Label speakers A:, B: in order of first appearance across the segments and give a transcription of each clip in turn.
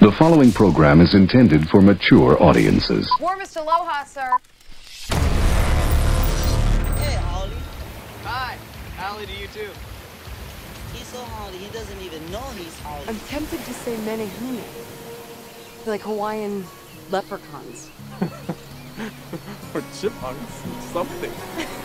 A: The following program is intended for mature audiences.
B: Warmest aloha, sir.
C: Hey, Holly.
D: Hi, Allie to you too.
C: He's so Holly, he doesn't even know he's Holly.
B: I'm tempted to say menehune, like Hawaiian leprechauns.
E: or chipmunks or something.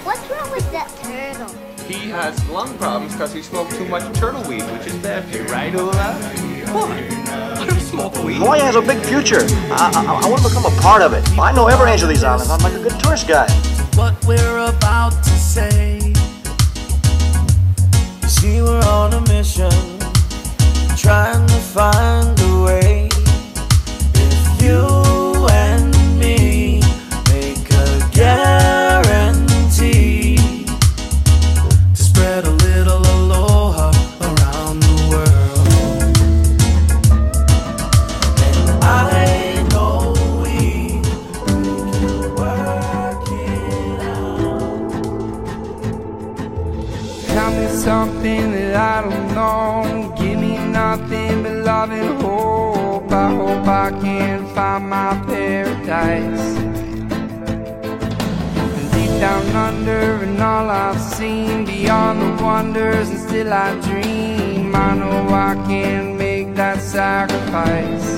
F: What's wrong with that turtle?
G: He has lung problems because he smoked too much turtle weed, which is bad for you, right, Ula? What? I don't smoke weed.
H: Hawaii has a big future. I, I, I want to become a part of it. I know every edge of these islands. I'm like a good tourist guide.
I: what we're about to say. You See, we're on a mission, trying to find a way. If you and me make a guarantee to spread a little aloha around the world. And I know we can work it out.
J: Tell me something that I don't know. Give me nothing but love and hope. I hope I can find my paradise. And deep down under, and all I've seen beyond the wonders, and still I dream. I know I can make that sacrifice.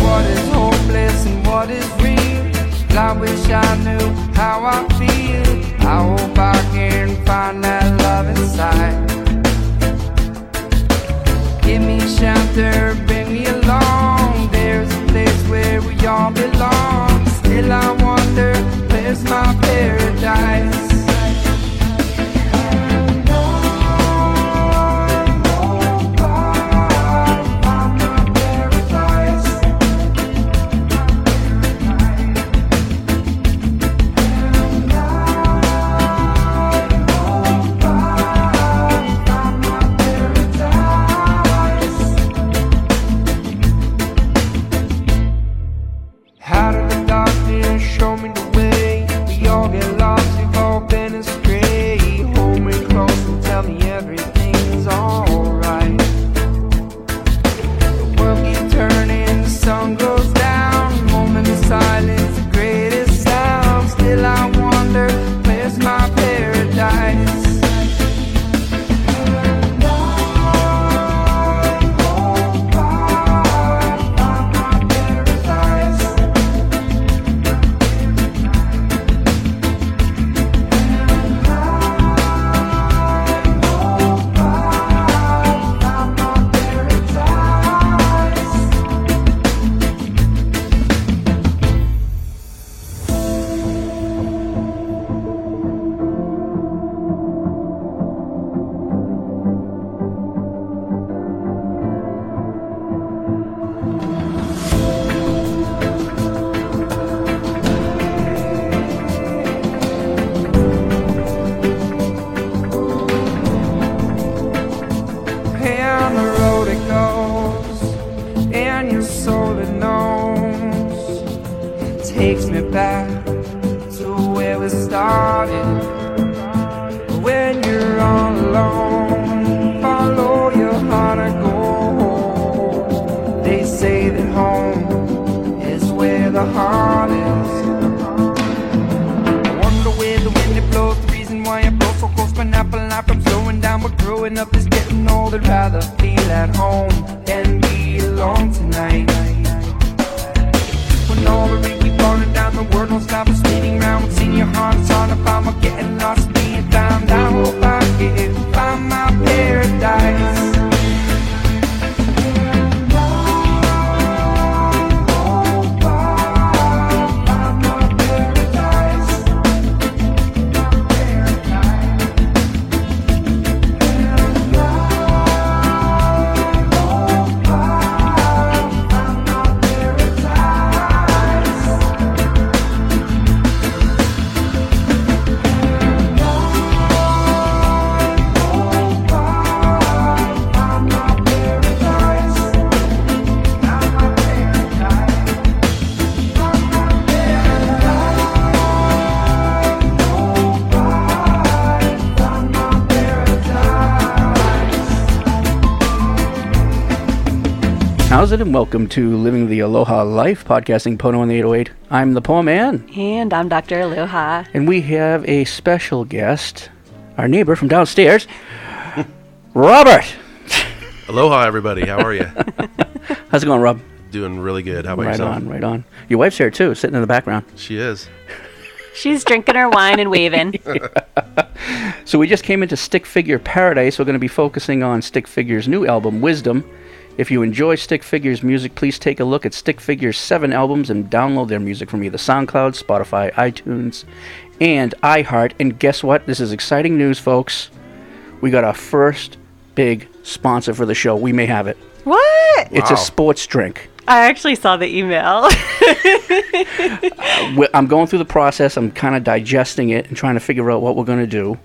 J: What is hopeless and what is real? I wish I knew how I feel. I hope I can find that love inside. Give me shelter, bring me along. There's a place where we all belong. Still, I wonder, where's my paradise? Out of the darkness, show me the way. We all get lost, we've all been astray. Hold me close and tell me everything's alright. The world keeps turning, the sun goes down. Moment of silence, the greatest sound. Still, I wonder, where's my paradise? down the road it goes, and your soul it knows. Takes me back to where we started. When you're all alone, follow your heart and go. They say that home is where the heart is. I wonder where the wind it blows. The reason why I blow so close, but not for life. I'm slowing down, but growing up is getting old. I'd rather feel at home than be alone tonight. When all the ring keep falling down, the world don't stop us spinning round. What's in your heart? It's hard to find. We're getting lost, being found. I hope I can find my paradise.
K: How's it? And welcome to Living the Aloha Life, podcasting Pono on the 808. I'm the Poor Man,
L: And I'm Dr. Aloha.
K: and we have a special guest, our neighbor from downstairs, Robert.
H: Aloha, everybody. How are you?
K: How's it going, Rob?
H: Doing really good. How about
K: right
H: yourself?
K: on, right on. Your wife's here too, sitting in the background.
H: She is.
L: She's drinking her wine and waving.
K: So we just came into Stick Figure Paradise. We're going to be focusing on Stick Figure's new album, Wisdom. If you enjoy Stick Figure's music, please take a look at Stick Figure's seven albums and download their music from either SoundCloud, Spotify, iTunes, and iHeart. And guess what? This is exciting news, folks. We got our first big sponsor for the show. We may have it.
L: What?
K: It's a sports drink.
L: I actually saw the email.
K: we- I'm going through the process. I'm kind of digesting it and trying to figure out what we're going to do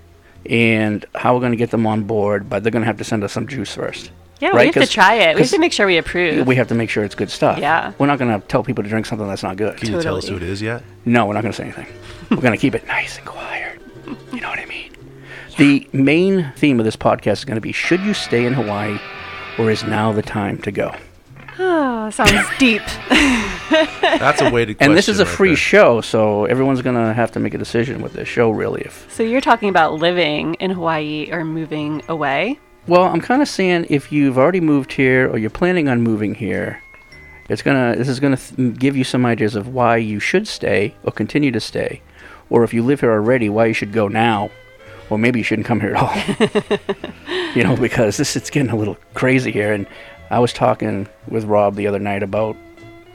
K: and how we're going to get them on board. But they're going to have to send us some juice first.
L: Yeah,
K: Right?
L: we have
K: 'Cause-
L: to try it. We have
K: 'cause
L: to make sure we approve.
K: we have to make sure it's good stuff.
L: Yeah.
K: We're not going to tell people to drink something that's not good.
H: Can you tell us who it is yet?
K: No, we're not going to say anything. we're going to keep it nice and quiet. You know what I mean? The main theme of this podcast is going to be Should you stay in Hawaii or is now the time to go?
L: oh, sounds deep.
H: That's a weighted
K: And this is a
H: question right
K: free
H: there.
K: show, so everyone's going to have to make a decision with this show, really. If
L: So you're talking about living in Hawaii or moving away?
K: Well, I'm kind of saying if you've already moved here or you're planning on moving here, it's gonna this is gonna th- give you some ideas of why you should stay or continue to stay, or if you live here already, why you should go now, or maybe you shouldn't come here at all. you know, because this it's getting a little crazy here. And I was talking with Rob the other night about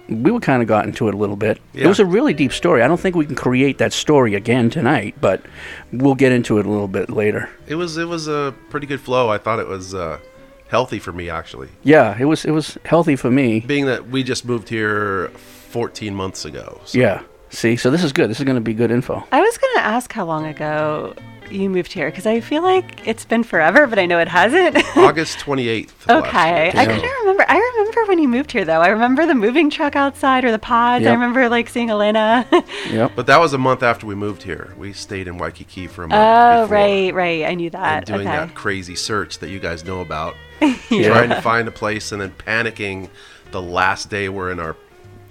K: we were kind of got into it a little bit. It
H: Yeah.
K: was a really deep story. I don't think we can create that story again tonight, but we'll get into it a little bit later.
H: It was it was a pretty good flow. I thought it was uh, healthy for me actually,
K: Yeah, it was it was healthy for me.
H: being that we just moved here 14 months ago.
K: Yeah. See, so this is good. This is going to be good info.
L: I was going to ask how long ago you moved here because I feel like it's been forever, but I know it hasn't.
H: August 28th.
L: Okay, I
H: Yeah.
L: couldn't remember. I remember when you moved here, though. I remember the moving truck outside or the pods. I
H: Yep.
L: remember like seeing Elena.
K: Yep.
H: But that was a month after we moved here. We stayed in Waikiki for a month.
L: oh,
H: before
L: right, right. I knew
H: and
L: that.
H: Doing
L: Uh, okay.
H: that crazy search that you guys know about,
L: Yeah.
H: trying to find a place and then panicking the last day we're in our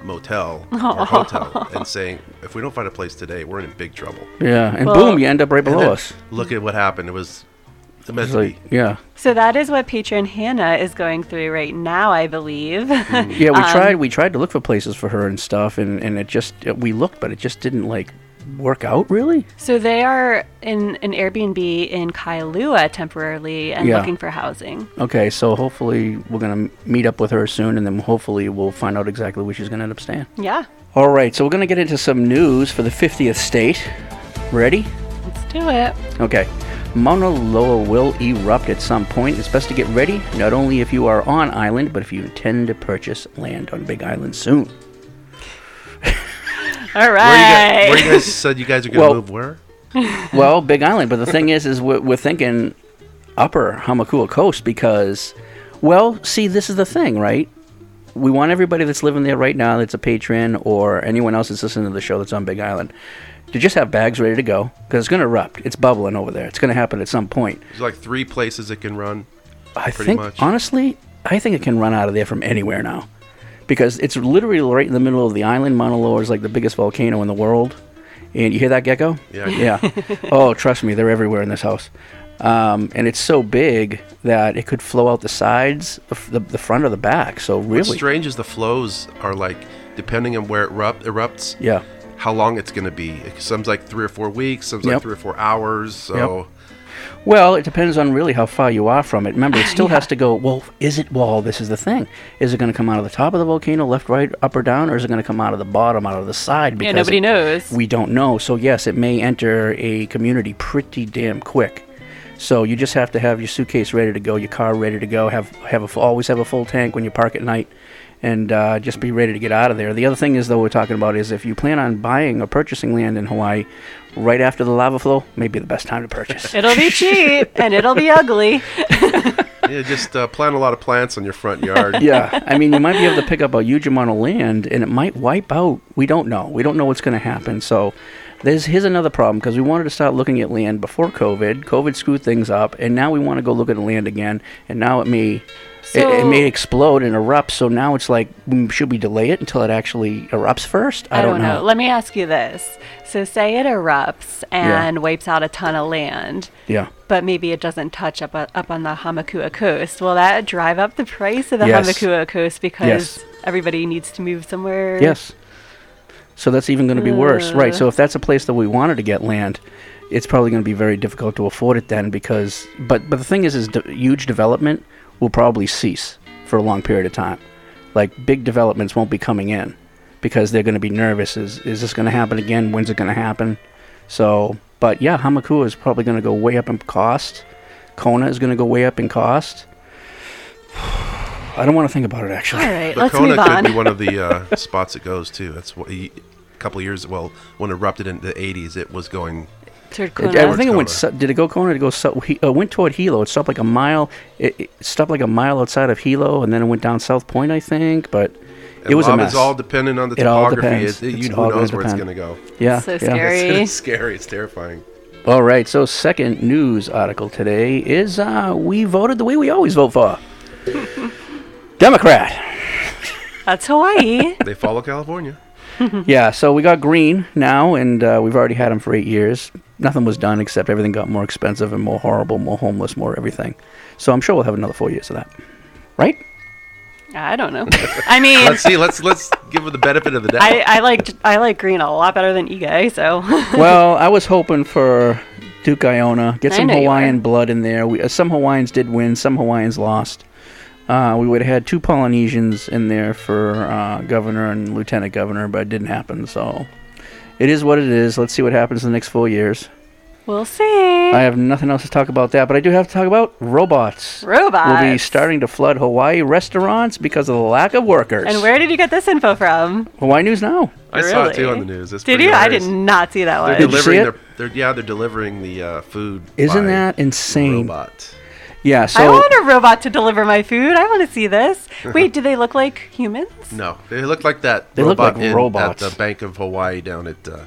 H: motel
K: Oh.
H: or hotel and saying, if we don't find a place today, we're in big trouble.
K: Yeah, and Well- boom, you end up right
H: And
K: below
H: then
K: us.
H: Look at what happened. It was the
K: It's like, yeah.
L: So that is what patron Hannah is going through right now, I believe. yeah,
K: Yeah, we tried we tried to look for places for her and stuff and and it just uh, we looked but it just didn't like work out really.
L: So they are in an Airbnb in Kailua temporarily and
K: Yeah.
L: looking for housing.
K: Okay, so hopefully we're going to meet up with her soon and then hopefully we'll find out exactly where she's going to end up staying.
L: Yeah,
K: All right, so we're going to get into some news for the 50th state. Ready?
L: let's do it.
K: Okay. Mauna Loa will erupt at some point. It's best to get ready, not only if you are on island, but if you intend to purchase land on Big Island soon.
L: All
H: Where
L: right.
H: you, guys, where you guys said you guys are going to
K: Well-
H: move where?
K: well, Big Island, but the thing is, is we're, we're thinking upper Hamakua coast because, well, see, this is the thing, right? We want everybody that's living there right now that's a patron or anyone else that's listening to the show that's on Big Island to just have bags ready to go because it's going to erupt. It's bubbling over there. It's going to happen at some point.
H: There's like three places it can run.
K: I
H: pretty
K: think
H: much.
K: honestly, I think it can run out of there from anywhere now, because it's literally right in the middle of the island. Mauna Loa is like the biggest volcano in the world, and you hear that gecko?
H: Yeah, I do.
K: yeah. oh, trust me, they're everywhere in this house, um, and it's so big that it could flow out the sides, the, f- the, the front, or the back. So
H: What's
K: really,
H: strange is the flows are like, depending on where it erupt, erupts,
K: Yeah.
H: how long it's going to be. Some's like three or four weeks, some's
K: Yep.
H: like three or four hours. So.
K: Well, it depends on really how far you are from it. Remember, it still has to go. Well, is it? Well, this is the thing. Is it going to come out of the top of the volcano, left, right, up or down, or is it going to come out of the bottom, out of the side?
L: Yeah, nobody
K: it-
L: knows.
K: We don't know. So yes, it may enter a community pretty damn quick. So you just have to have your suitcase ready to go, your car ready to go, have have a, f- always have a full tank when you park at night, and uh, just be ready to get out of there. The other thing is though we're talking about is if you plan on buying or purchasing land in Hawaii, right after the lava flow may be the best time to purchase.
L: It'll be cheap and it'll be ugly.
H: yeah, just uh, plant a lot of plants in your front yard.
K: yeah, I mean, you might be able to pick up a huge amount of land, and it might wipe out. We don't know. We don't know what's going to happen. So, There's here's another problem because we wanted to start looking at land before COVID. COVID screwed things up, and now we want to go look at land again. And now it may it, it may
L: So-
K: explode and erupt. So now it's like, mm, should we delay it until it actually erupts first? I, don't, know.
L: Let me ask you this. So, say it erupts
K: Yeah.
L: and wipes out a ton of land,
K: Yeah.
L: but maybe it doesn't touch up up on the Hamakua coast. Will that drive up the price of the
K: Yes.
L: Hamakua coast because
K: Yes.
L: everybody needs to move somewhere?
K: Yes. So that's even going to be worse, right? So
L: Ugh.
K: if that's a place that we wanted to get land, it's probably going to be very difficult to afford it then because but but the thing is is de- huge development will probably cease for a long period of time. Like big developments won't be coming in because they're going to be nervous is is this going to happen again? When's it going to happen? So, but yeah, Hamakua is probably going to go way up in cost. Kona is going to go way up in cost. I don't want to think about it actually.
L: All right,
H: But
L: let's
H: Kona
L: move on.
H: could be one of the uh, spots it goes to. That's what he, a couple of years. Well, when it erupted in the '80s, it was going.
L: Toward
K: It- I think it went. Su- did it go Kona? Did it go? Su- he, uh, went toward Hilo. It stopped like a mile. It, it stopped like a mile outside of Hilo, and then it went down South Point, I think. But it
H: And
K: was
H: lava
K: a
H: is
K: mess.
H: um, all dependent on the
K: It all
H: topography.
K: depends.
H: It- it- you-
K: It's
H: who
K: all gonna
H: knows where it's
K: depend.
H: gonna go.
K: Yeah.
L: So
K: yeah.
H: It's scary. It's terrifying.
K: All right. So second news article today is uh, we voted the way we always vote for. Democrat.
L: That's Hawaii.
H: They follow California.
K: yeah. So we got green now, and uh, we've already had them for eight years. Nothing was done except everything got more expensive and more horrible, more homeless, more everything. So I'm sure we'll have another four years of that, right?
L: I don't know. I mean,
H: let's see. Let's let's give it the benefit of the doubt.
L: I, I like I like green a lot better than Ige, so
K: well, I was hoping for Duke Iona. Get
L: I
K: some
L: know you
K: Hawaiian blood in there. We, uh, some Hawaiians did win, some Hawaiians lost. Uh, we would have had two Polynesians in there for uh, governor and lieutenant governor, but it didn't happen. So it is what it is. Let's see what happens in the next four years.
L: we'll see.
K: I have nothing else to talk about that, but I do have to talk about robots. will be
L: Robots.
K: starting to flood Hawaii restaurants because of the lack of workers.
L: And where did you get this info from?
K: Hawaii News Now.
H: I saw it too on the news. It's
L: Did
H: pretty
L: you? I did
H: hilarious.
L: not see that
H: They're
L: one.
H: delivering their, they're, yeah, they're delivering the uh, food.
K: Isn't
H: by
K: that insane?
H: robot?
K: Yeah. So
L: I want a robot to deliver my food. I want to see this. Wait, do they look like humans?
H: No, they look like that.
K: They look
H: robot
K: like
H: in-
K: robots.
H: at the Bank of Hawaii down at uh,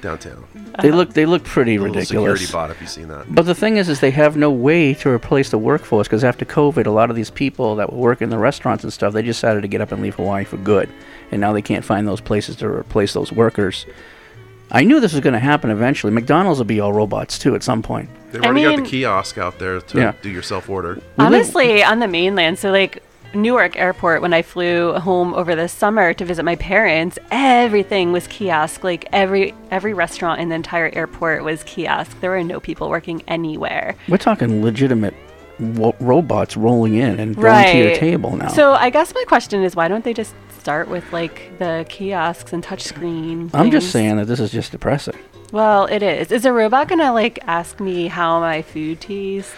H: downtown.
K: They look they look pretty
H: The little
K: ridiculous.
H: security bot, if you've seen that.
K: But the thing is, is they have no way to replace the workforce because after COVID, a lot of these people that were working in the restaurants and stuff, they decided to get up and leave Hawaii for good, and now they can't find those places to replace those workers. I knew this was going to happen eventually. McDonald's will be all robots too at some point.
H: They've
L: I
H: already got
L: mean-
H: the kiosk out there to
K: Yeah.
H: do your self order.
L: Honestly, on the mainland, so like Newark Airport, when I flew home over the summer to visit my parents, everything was kiosk. Like every every restaurant in the entire airport was kiosk. There were no people working anywhere.
K: We're talking legitimate wo- robots rolling in and going to your table now.
L: So I guess my question is, why don't they just start with like the kiosks and touchscreen?
K: I'm just
L: things?
K: saying that this is just depressing.
L: Well, it is. Is a robot gonna like ask me how my food tastes?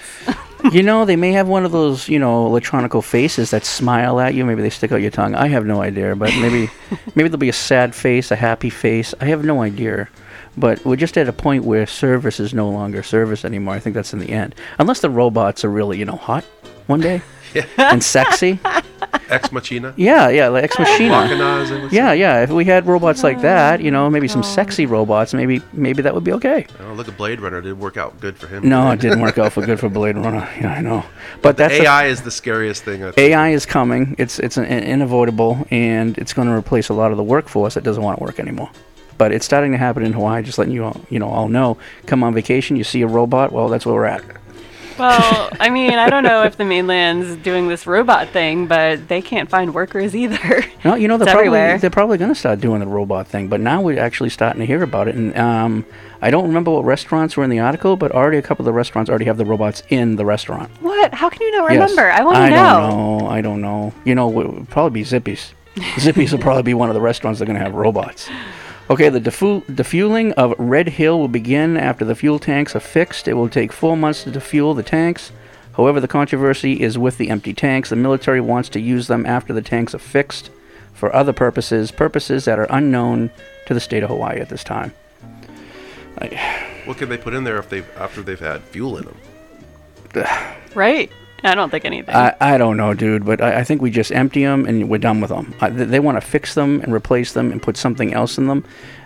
K: you know, they may have one of those, you know, electronical faces that smile at you. Maybe they stick out your tongue. I have no idea, but maybe, maybe there'll be a sad face, a happy face. I have no idea. But we're just at a point where service is no longer service anymore. I think that's in the end, unless the robots are really, you know, hot one day and sexy.
H: Ex Machina.
K: Yeah, yeah, like Ex
H: Machina, as they
K: Machina.
H: would
K: Yeah, yeah. If we had robots like that, you know, maybe some sexy robots, maybe maybe that would be okay.
H: Oh, look at Blade Runner. It did work out good for him.
K: No, it didn't work out for good for Blade Runner. Yeah, I know. But,
H: But
K: that's
H: the
K: a-
H: AI is the scariest thing. Uh, I think.
K: AI is coming. It's it's an, an inevitable, and it's going to replace a lot of the workforce that doesn't want to work anymore. But it's starting to happen in Hawaii. Just letting you all, you know all know. Come on vacation, you see a robot. Well, that's where we're at.
L: Well, I mean, I don't know if the mainland's doing this robot thing, but they can't find workers either.
K: No, you know they're
L: It's
K: probably
L: everywhere.
K: they're probably going to start doing the robot thing. But now we're actually starting to hear about it. And um, I don't remember what restaurants were in the article, but already a couple of the restaurants already have the robots in the restaurant.
L: What? How can you not
K: Yes.
L: remember? I want to
K: I
L: know.
K: don't know. I don't know. You know, it would probably be Zippy's. Zippy's will probably be one of the restaurants that are going to have robots. Okay, the defu- defueling of Red Hill will begin after the fuel tanks are fixed. It will take four months to defuel the tanks. However, the controversy is with the empty tanks. The military wants to use them after the tanks are fixed for other purposes, purposes that are unknown to the state of Hawaii at this time. I,
H: What can they put in there if they after they've had fuel in them?
L: Right. I don't think anything.
K: I, I don't know, dude, but I, I think we just empty them and we're done with them. I, th- they want to fix them and replace them and put something else in them.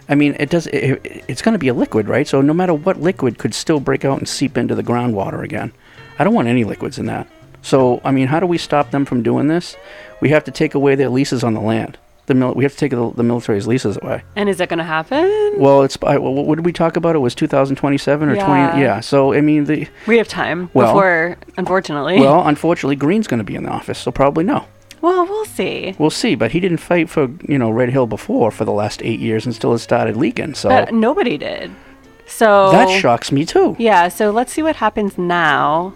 K: I mean, it does. It, it- it's going to be a liquid, right? So no matter what liquid could still break out and seep into the groundwater again. I don't want any liquids in that. So I mean, how do we stop them from doing this? We have to take away their leases on the land. The mil- we have to take the, the military's leases away.
L: and is it going to happen?
K: Well, it's I, what what did we talk about? It was 2027 or 20.
L: Yeah.
K: Yeah. So I mean, the
L: We have time
K: Well-
L: before, unfortunately.
K: well, unfortunately, Green's going to be in the office, so probably no.
L: Well, we'll see.
K: We'll see, but he didn't fight for you know Red Hill before for the last eight years and still has started leaking. So
L: But nobody did. So
K: that shocks me too.
L: Yeah, so let's see what happens now.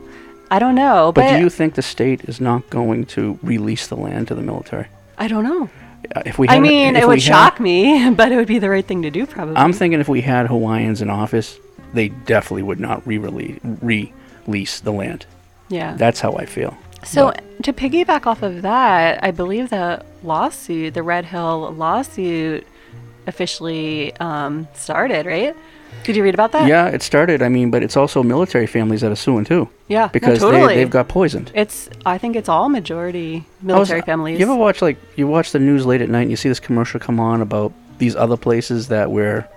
L: I don't know, but,
K: But do you think the state is not going to release the land to the military?
L: I don't know.
K: Uh, If we,
L: I
K: had-
L: mean,
K: if
L: it
K: we
L: would
K: had-
L: shock me, but it would be the right thing to do, probably.
K: I'm thinking if we had Hawaiians in office, they definitely would not re-release release the land.
L: Yeah.
K: that's how I feel.
L: So, to piggyback off of that, I believe the lawsuit, the Red Hill lawsuit, officially um, started, right? Did you read about that?
K: yeah, it started. I mean, but it's also military families that are suing too.
L: Yeah, no,
K: because
L: totally.
K: they, they've got poisoned.
L: It's, I think it's all
K: I
L: majority
K: was-
L: military families.
K: You ever watch like you watch the news late at night and you see this commercial come on about these other places that where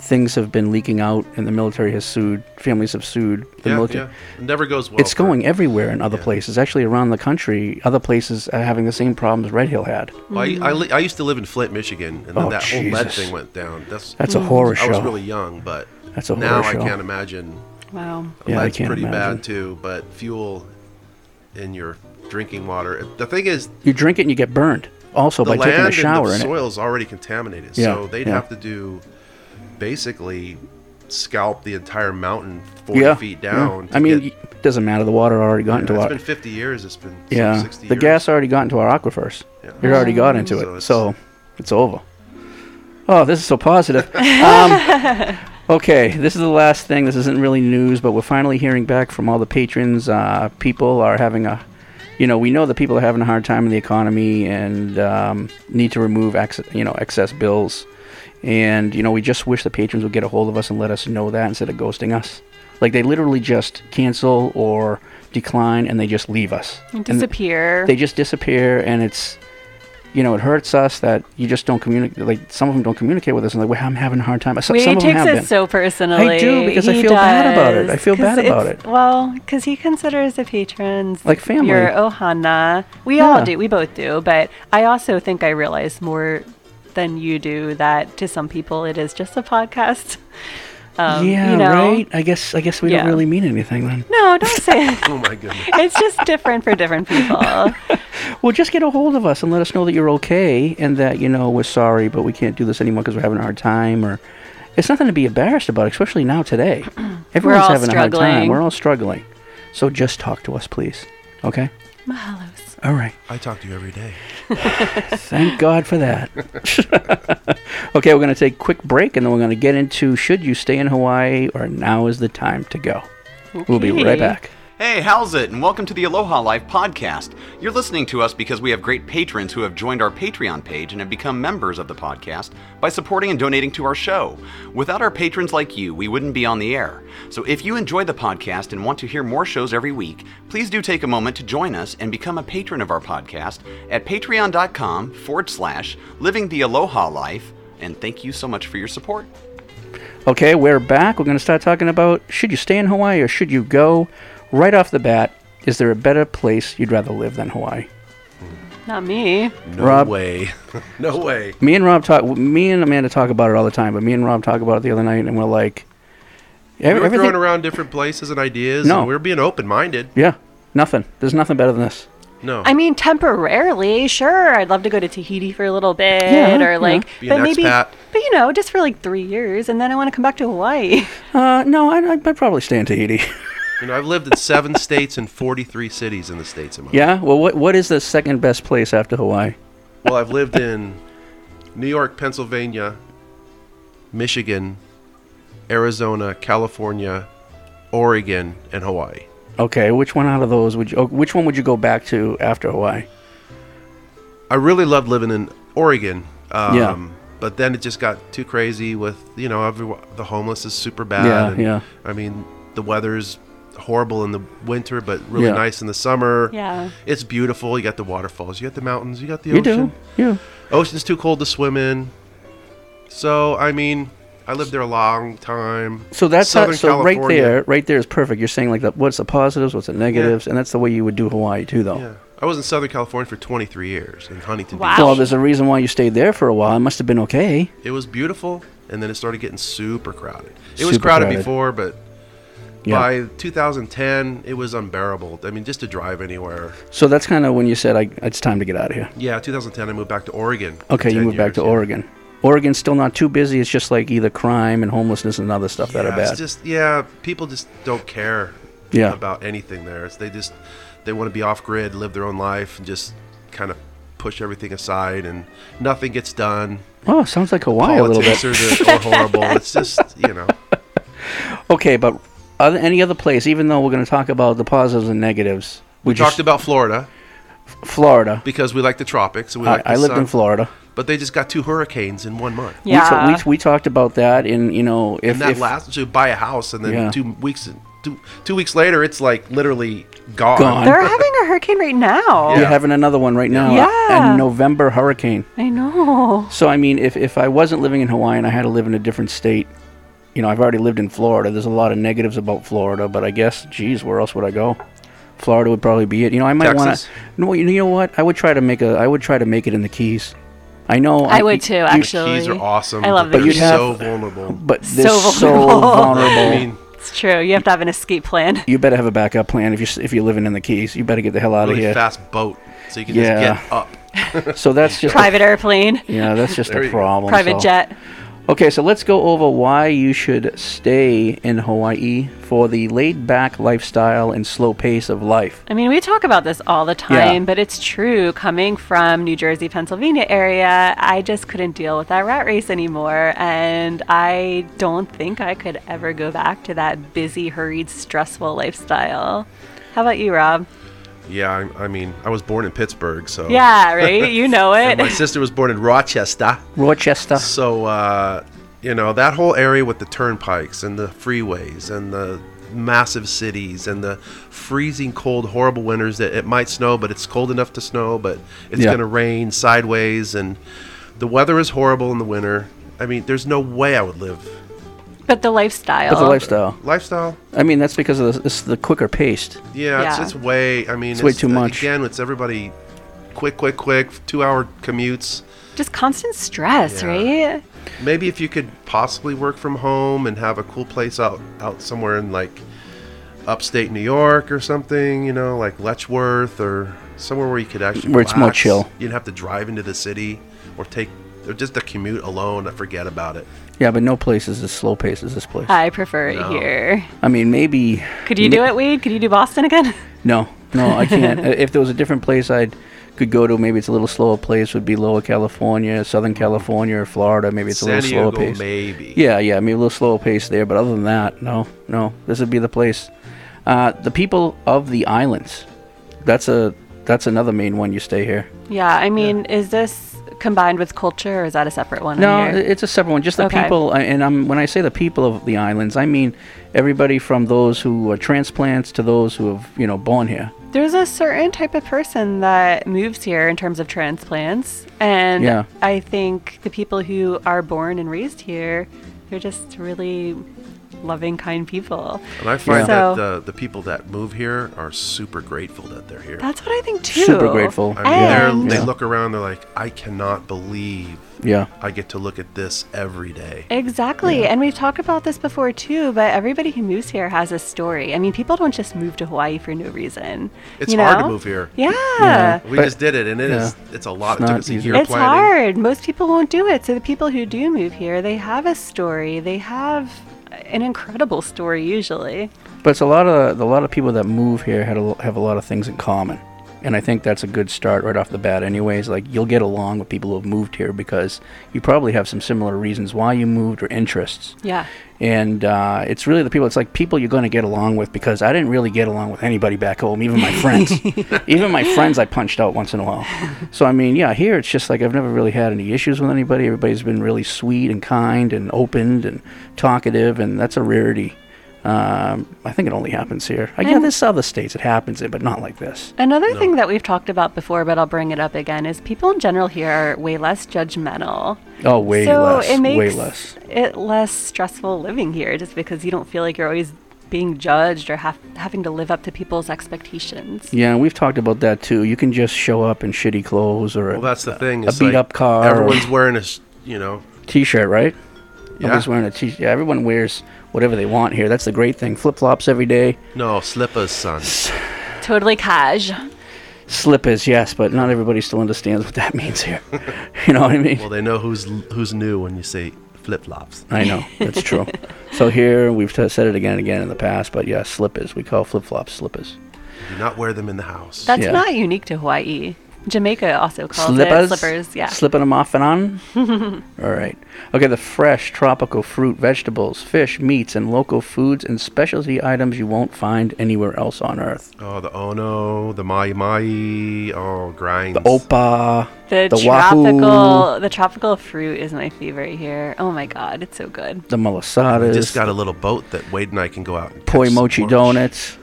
K: things have been leaking out and the military has sued, families have sued the
H: yeah,
K: military.
H: yeah. It never goes well.
K: it's going everywhere in other places. Actually, around the country, other places are having the same problems Red Hill had.
H: Well, I, I, li- I used to live in Flint, Michigan, and then
K: Oh,
H: that whole lead
K: Jesus.
H: thing went down. That's
K: That's a horror
H: I was
K: show.
H: really young, but
K: That's a
H: now
K: horror
H: I
K: show.
H: can't imagine.
L: Wow.
K: Yeah, I
H: lead's
K: can't
H: pretty
K: imagine.
H: bad too, but fuel in your drinking water. The thing is,
K: You drink it and you get burned. Also
H: the
K: by
H: land
K: taking a shower
H: and
K: in
H: the
K: it.
H: soil is already contaminated,
K: Yeah,
H: so they'd
K: yeah.
H: have to do basically scalp the entire mountain forty
K: yeah,
H: feet
K: yeah.
H: down. to
K: I mean,
H: get-
K: y- it doesn't matter. The water already got
H: yeah,
K: into
H: it's
K: our
H: been fifty years. It's been
K: yeah.
H: 60
K: The
H: years.
K: gas already got into our aquifers. It already
H: Oh,
K: got into it, so it's over. Oh, this is so positive. um, okay, this is the last thing. This isn't really news, but we're finally hearing back from all the patrons. Uh, people are having a, you know, we know that people are having a hard time in the economy and um, need to remove, ex- you know, excess bills. And you know, we just wish the patrons would get a hold of us and let us know that instead of ghosting us. Like they literally just cancel or decline, and they just leave us. And th-
L: Disappear.
K: they just disappear and it's you know it hurts us that you just don't communicate like some of them don't communicate with us and like well, i'm having a hard time some,
L: Wade
K: some of them
L: takes
K: have
L: it
K: been
L: so personally.
K: i do because i
L: He
K: feel bad about it
L: does,
K: i feel
L: 'cause
K: bad about it
L: it's- Well, because he considers the patrons
K: Like family.
L: Your ohana. We
K: Yeah.
L: all do. We both do. But I also think I realize more than you do that to some people it is just a podcast. Um,
K: yeah
L: you know?
K: right i guess i guess we don't
L: Yeah.
K: really mean anything then
L: No, don't say it.
H: oh my goodness
L: it's just different for different people.
K: well just get a hold of us and let us know that you're okay and that you know we're sorry but we can't do this anymore because we're having a hard time or it's nothing to be embarrassed about especially now today everyone's
L: all
K: having a hard time
L: struggling.
K: we're all struggling so just talk to us please okay
L: Mahalos.
K: all right
H: I talk to you every day.
K: Thank God for that. okay, we're going to take a quick break and then we're going to get into should you stay in Hawaii or now is the time to go. We'll be right
I: Okay.
K: back.
I: Hey, how's it? And welcome to the Aloha Life podcast. You're listening to us because we have great patrons who have joined our Patreon page and have become members of the podcast by supporting and donating to our show. Without our patrons like you, we wouldn't be on the air. So if you enjoy the podcast and want to hear more shows every week, please do take a moment to join us and become a patron of our podcast at patreon.com forward slash living the Aloha Life. And thank you so much for your support.
K: Okay, we're back. We're going to start talking about should you stay in Hawaii or should you go? Right off the bat, is there a better place you'd rather live than Hawaii?
L: Not me.
H: No
K: Rob-
H: way. no way.
K: Me and Rob talk. Me and Amanda talk about it all the time, but me and Rob talk about it the other night, and we're like,
H: We
K: ev-
H: were
K: everything.
H: throwing around different places and ideas.
K: No.
H: and we were being open-minded.
K: yeah, nothing. There's nothing better than this.
H: No,
K: Oh.
L: I mean, temporarily, sure. I'd love to go to Tahiti for a little bit,
K: Yeah, yeah.
L: or like,
K: Be
L: but
K: an
L: maybe,
K: expat.
L: but you know, just for like three years, and then I want to come back to Hawaii.
K: Uh, no, I, I'd, I'd probably stay in Tahiti.
H: you know, I've lived in seven states and forty-three cities in the states of my.
K: yeah. Well, what what is the second best place after Hawaii?
H: Well, I've lived in New York, Pennsylvania, Michigan, Arizona, California, Oregon, and Hawaii.
K: Okay, which one out of those would you? oh, Which one would you go back to after Hawaii?
H: I really loved living in Oregon. Um,
K: Yeah.
H: But then it just got too crazy with you know everyone, the homeless is super bad.
K: Yeah,
H: and,
K: yeah.
H: I mean the weather's horrible in the winter, but really
K: Yeah.
H: nice in the summer.
L: Yeah.
H: It's beautiful. You got the waterfalls, you got the mountains, you got the
K: You
H: ocean.
K: do. Yeah.
H: Ocean's too cold to swim in. So, I mean, I lived there a long time.
K: So that's how,
H: Southern
K: so right
H: California.
K: there, right there is perfect. You're saying like the, what's the positives, what's the negatives, and that's the way you would do Hawaii too, though.
H: Yeah. I was in Southern California for 23 years in Huntington
K: Well,
H: Beach.
K: there's a reason why you stayed there for a while. It must have been okay.
H: It was beautiful, and then it started getting super crowded. It was
K: Super
H: crowded,
K: crowded.
H: before, but
K: Yeah.
H: by 2010, it was unbearable. I mean, just to drive anywhere.
K: So that's kind of when you said, I, "It's time to get out of here."
H: Yeah, 2010, I moved back to Oregon. for
K: Okay, you
H: 10
K: moved back
H: years,
K: to
H: yeah.
K: Oregon. Oregon's still not too busy. It's just like either crime and homelessness and other stuff that
H: yeah,
K: are bad.
H: It's just yeah, people just don't care.
K: Yeah.
H: About anything there. It's, they just they want to be off grid, live their own life, and just kind of push everything aside, and nothing gets done.
K: oh, sounds like Hawaii a little bit.
H: Politics are, the, are horrible. It's just you know.
K: okay, but other, any other place, even though we're going to talk about the positives and negatives,
H: We,
K: would you
H: talked
K: s-
H: about Florida
K: Florida.
H: because we like the tropics. And we
K: I-
H: like the
K: I lived
H: sun,
K: in Florida.
H: but they just got two hurricanes in one month.
K: We, ta- we, we talked about that, and you know, if,
H: and that
K: if
H: lasts to buy a house, and then
K: Yeah.
H: two weeks two, two weeks later, it's like literally gone.
K: Gone.
L: They're having a hurricane right now.
K: you're having another one right now,
L: Yeah.
K: a November hurricane.
L: I know.
K: So I mean, if, if I wasn't living in Hawaii and I had to live in a different state, you know, I've already lived in Florida. There's a lot of negatives about Florida, but I guess, geez, where else would I go? Florida would probably be it. You know, I might want to.
L: Texas?
K: No, you you know what? I would try to make a. I would try to make it in the Keys. I know.
L: I would too,
K: you-
L: actually. The Keys are awesome. I love the
K: But you'd
L: Keys.
K: have-
H: so vulnerable.
K: But they're so vulnerable.
L: I mean, it's true. You have to have an escape plan.
K: you better have a backup plan if you're if you're living in the Keys. You better get the hell out
H: really
K: of here.
H: fast boat, so you can
K: Yeah.
H: just get up.
K: So that's just a-
L: Private airplane.
K: Yeah, that's just
H: There
K: a
H: you go.
K: problem. so-
L: Private jet.
K: Okay, so let's go over why you should stay in Hawaii for the laid back lifestyle and slow pace of life.
L: I mean, we talk about this all the time, but it's true. Coming from New Jersey, Pennsylvania area, I just couldn't deal with that rat race anymore. And I don't think I could ever go back to that busy, hurried, stressful lifestyle. How about you, Rob?
H: yeah, I, I mean, I was born in Pittsburgh, so
L: Yeah, right? You know
H: And my
L: it.
H: sister was born in Rochester.
K: Rochester.
H: So uh, you know that whole area with the turnpikes and the freeways and the massive cities and the freezing cold horrible winters that it might snow but it's cold enough to snow but it's
K: Yeah.
H: going to rain sideways and the weather is horrible in the winter i mean there's no way i would live
L: But the lifestyle.
K: But the lifestyle.
H: Lifestyle.
K: I mean, that's because of the, it's the quicker paced.
H: Yeah,
L: Yeah.
H: It's, it's way. I mean,
K: It's way too much.
H: Again, it's everybody quick, quick, quick. Two-hour commutes.
L: Just constant stress,
H: Yeah.
L: right?
H: Maybe if you could possibly work from home and have a cool place out out somewhere in like upstate New York or something. You know, like Letchworth or somewhere where you could actually
K: Where it's more
H: relax.
K: chill.
H: You'd have to drive into the city or take or just the commute alone. Forget about it.
K: Yeah, but no place is as slow paced as this place.
L: I prefer it
H: No.
L: here.
K: I mean, maybe.
L: Could you do it, Wade? Could you do Boston again?
K: No, no, I can't. Uh, if there was a different place I'd could go to, maybe it's a little slower place. Would be Lower California, Southern California, or Florida. Maybe it's a
H: Mm-hmm. San
K: little slower
H: Diego,
K: pace.
H: maybe.
K: Yeah, yeah, maybe a little slower pace there. But other than that, no, no, this would be the place. Uh, the people of the islands. That's a that's another main one. You stay here.
L: Yeah, I mean, is this combined with culture or is that a separate
H: Oh,
L: one?
K: No,
L: on here?
K: i- it's a separate one. Just the
L: Okay.
K: people, I- and I'm when I say the people of the islands, I mean everybody from those who are transplants to those who have you know born here.
L: There's a certain type of person that moves here in terms of transplants. And
K: Yeah.
L: I think the people who are born and raised here, they're just really loving, kind people.
H: And I find
L: So-
H: that uh, the, the people that move here are super grateful that they're here.
L: That's what I think, too.
K: Super grateful.
H: I mean,
L: And-
H: they're,
K: Yeah.
H: they look around, they're like, I cannot believe
K: Yeah.
H: I get to look at this every day.
L: Exactly. And we've talked about this before too, but everybody who moves here has a story. I mean, people don't just move to Hawaii for no reason.
H: It's
L: you know?
H: hard to move here.
L: Yeah.
H: We
K: But-
H: just did it, and it is
K: Yeah.
H: it's a lot.
K: It's
H: It took
K: not
H: us a
K: easy.
H: year
L: It's
H: planning.
L: hard. Most people won't do it. So the people who do move here, they have a story. They have an incredible story usually.
K: But it's a lot of a lot of people that move here had a, lo- have a lot of things in common, and I think that's a good start right off the bat. Anyways, like you'll get along with people who have moved here because you probably have some similar reasons why you moved or interests.
L: Yeah.
K: And uh, it's really the people. It's like people you're going to get along with because I didn't really get along with anybody back home, even my friends. even my friends, I punched out once in a while. So I mean, yeah, here it's just like I've never really had any issues with anybody. Everybody's been really sweet and kind and open and talkative, and that's a rarity Um, I think it only happens here. I guess
L: And-
K: there's other states it happens in, but not like this.
L: Another
K: No.
L: thing that we've talked about before, but I'll bring it up again, is people in general here are way less judgmental.
K: Oh, way
L: so
K: less,
L: It makes
K: way less.
L: It less stressful living here, just because you don't feel like you're always being judged or have, having to live up to people's expectations.
K: Yeah, and we've talked about that too. You can just show up in shitty clothes or a,
H: Well, that's the thing.
K: a
H: is, like,
K: beat up car. or-
H: Everyone's wearing a, s- you know,
K: t-shirt, right?
H: Yeah.
K: Nobody's wearing a t-shirt. Yeah, everyone wears whatever they want here. That's the great thing. Flip-flops every day.
H: no slippers, son.
L: Totally cash.
K: Slippers, yes, but not everybody still understands what that means here. you know what I mean?
H: Well, they know who's l- who's new when you say flip flops.
K: I know. That's true. so here, we've t- said it again and again in the past, but yeah, slippers. We call flip-flops slippers.
H: Do not wear them in the house.
L: That's
K: Yeah.
L: not unique to Hawaii. Jamaica also calls
K: Slippers?
L: it slippers. Yeah.
K: Slipping them off and on? All right. Okay, the fresh tropical fruit, vegetables, fish, meats, and local foods and specialty items you won't find anywhere else on earth.
H: Oh, the ono, the mai mai, oh grinds.
K: The opa,
L: the,
K: wahoo,
L: tropical, the tropical fruit is my favorite here. Oh my god, it's so good.
K: the
H: We
K: malasadas,
H: just got a little boat that Wade and I can go out. And
K: poi
H: catch
K: mochi
H: some
K: donuts.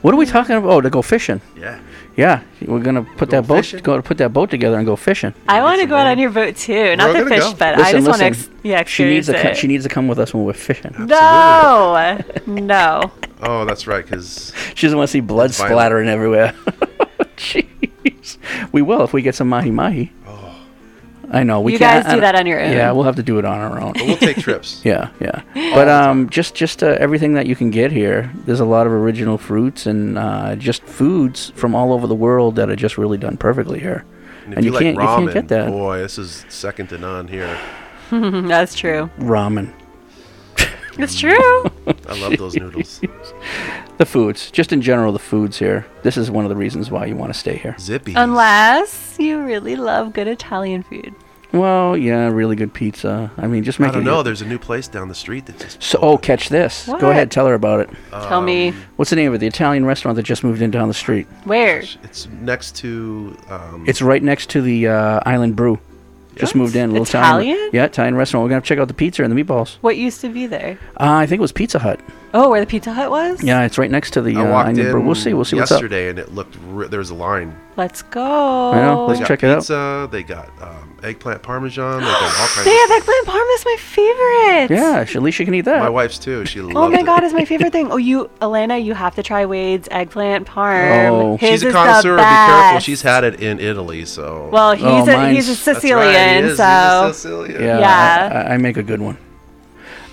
K: What are we talking about? Oh, to go fishing.
H: Yeah.
K: Yeah, we're gonna put that boat go put that boat together and go fishing.
L: I want to go out on your boat too. Not
K: We're
L: the
K: gonna
L: fish,
K: go.
L: but I
K: Listen,
L: just want to ex-
K: listen.
L: yeah
K: she needs
L: experience
K: to come,
L: it.
K: she needs to come with us when we're fishing.
L: no, no.
H: fish. Oh, that's right, because
K: She doesn't want to see blood
H: That's violent.
K: splattering everywhere. Jeez. We will if we get some mahi mahi. Oh. I know. We
L: You
K: can't-
L: guys do
K: I-
L: that on your own.
K: Yeah, we'll have to do it on our own.
H: But we'll take trips.
K: yeah, yeah. But um, just just uh, everything that you can get here. There's a lot of original fruits and uh, just foods from all over the world that are just really done perfectly here.
H: And if you, like
K: can't
H: ramen,
K: you can't get that
H: boy, this is second to none here.
L: Mm-hmm, That's true.
K: ramen.
L: It's true.
H: I love those noodles.
K: the foods, just in general, the foods here. This is one of the reasons why you want to stay here.
H: Zippy.
L: Unless you really love good Italian food.
K: Well, yeah, really good pizza. I mean, just make
H: I don't
K: it
H: know. There's a new place down the street that just
K: So, oh, catch this. Go
L: What?
K: ahead, tell her about it.
L: Tell me
K: What's the name of it? The Italian restaurant that just moved in down the street.
L: where.
H: it's next to um,
K: It's right next to the uh, Island Brew. Just moved in. a Little
L: Italian?
K: Town. Yeah, Italian restaurant. We're gonna have to check out the pizza and the meatballs.
L: What used to be there?
K: Uh, I think it was Pizza Hut.
L: Oh, where the Pizza Hut was?
K: Yeah, it's right next to the uh,
H: I walked
K: Island
H: in
K: Brew. We'll see. We'll see what's up.
H: yesterday, and it looked ri there was a line.
L: Let's go.
K: I know.
H: They
K: Let's
H: got
K: check it out.
H: pizza, They got um, eggplant parmesan. They got all kinds.
L: They
H: of
L: have eggplant parm. Is my favorite.
K: Yeah, sh- at least you can eat that.
H: My wife's too. She loves
L: Oh my
H: it.
L: god, it's my favorite thing. Oh, you, Elena, you have to try Wade's eggplant parm.
K: Oh.
L: His
H: She's a
L: is
H: connoisseur.
L: The
H: Be careful.
L: best.
H: She's had it in Italy, so.
L: Well, he's
K: Oh,
L: a he's a
K: mine's- That's right,
H: he
L: Sicilian,
H: is. He's
L: so
H: a Sicilian.
K: Yeah,
L: Yeah.
K: I, I make a good one.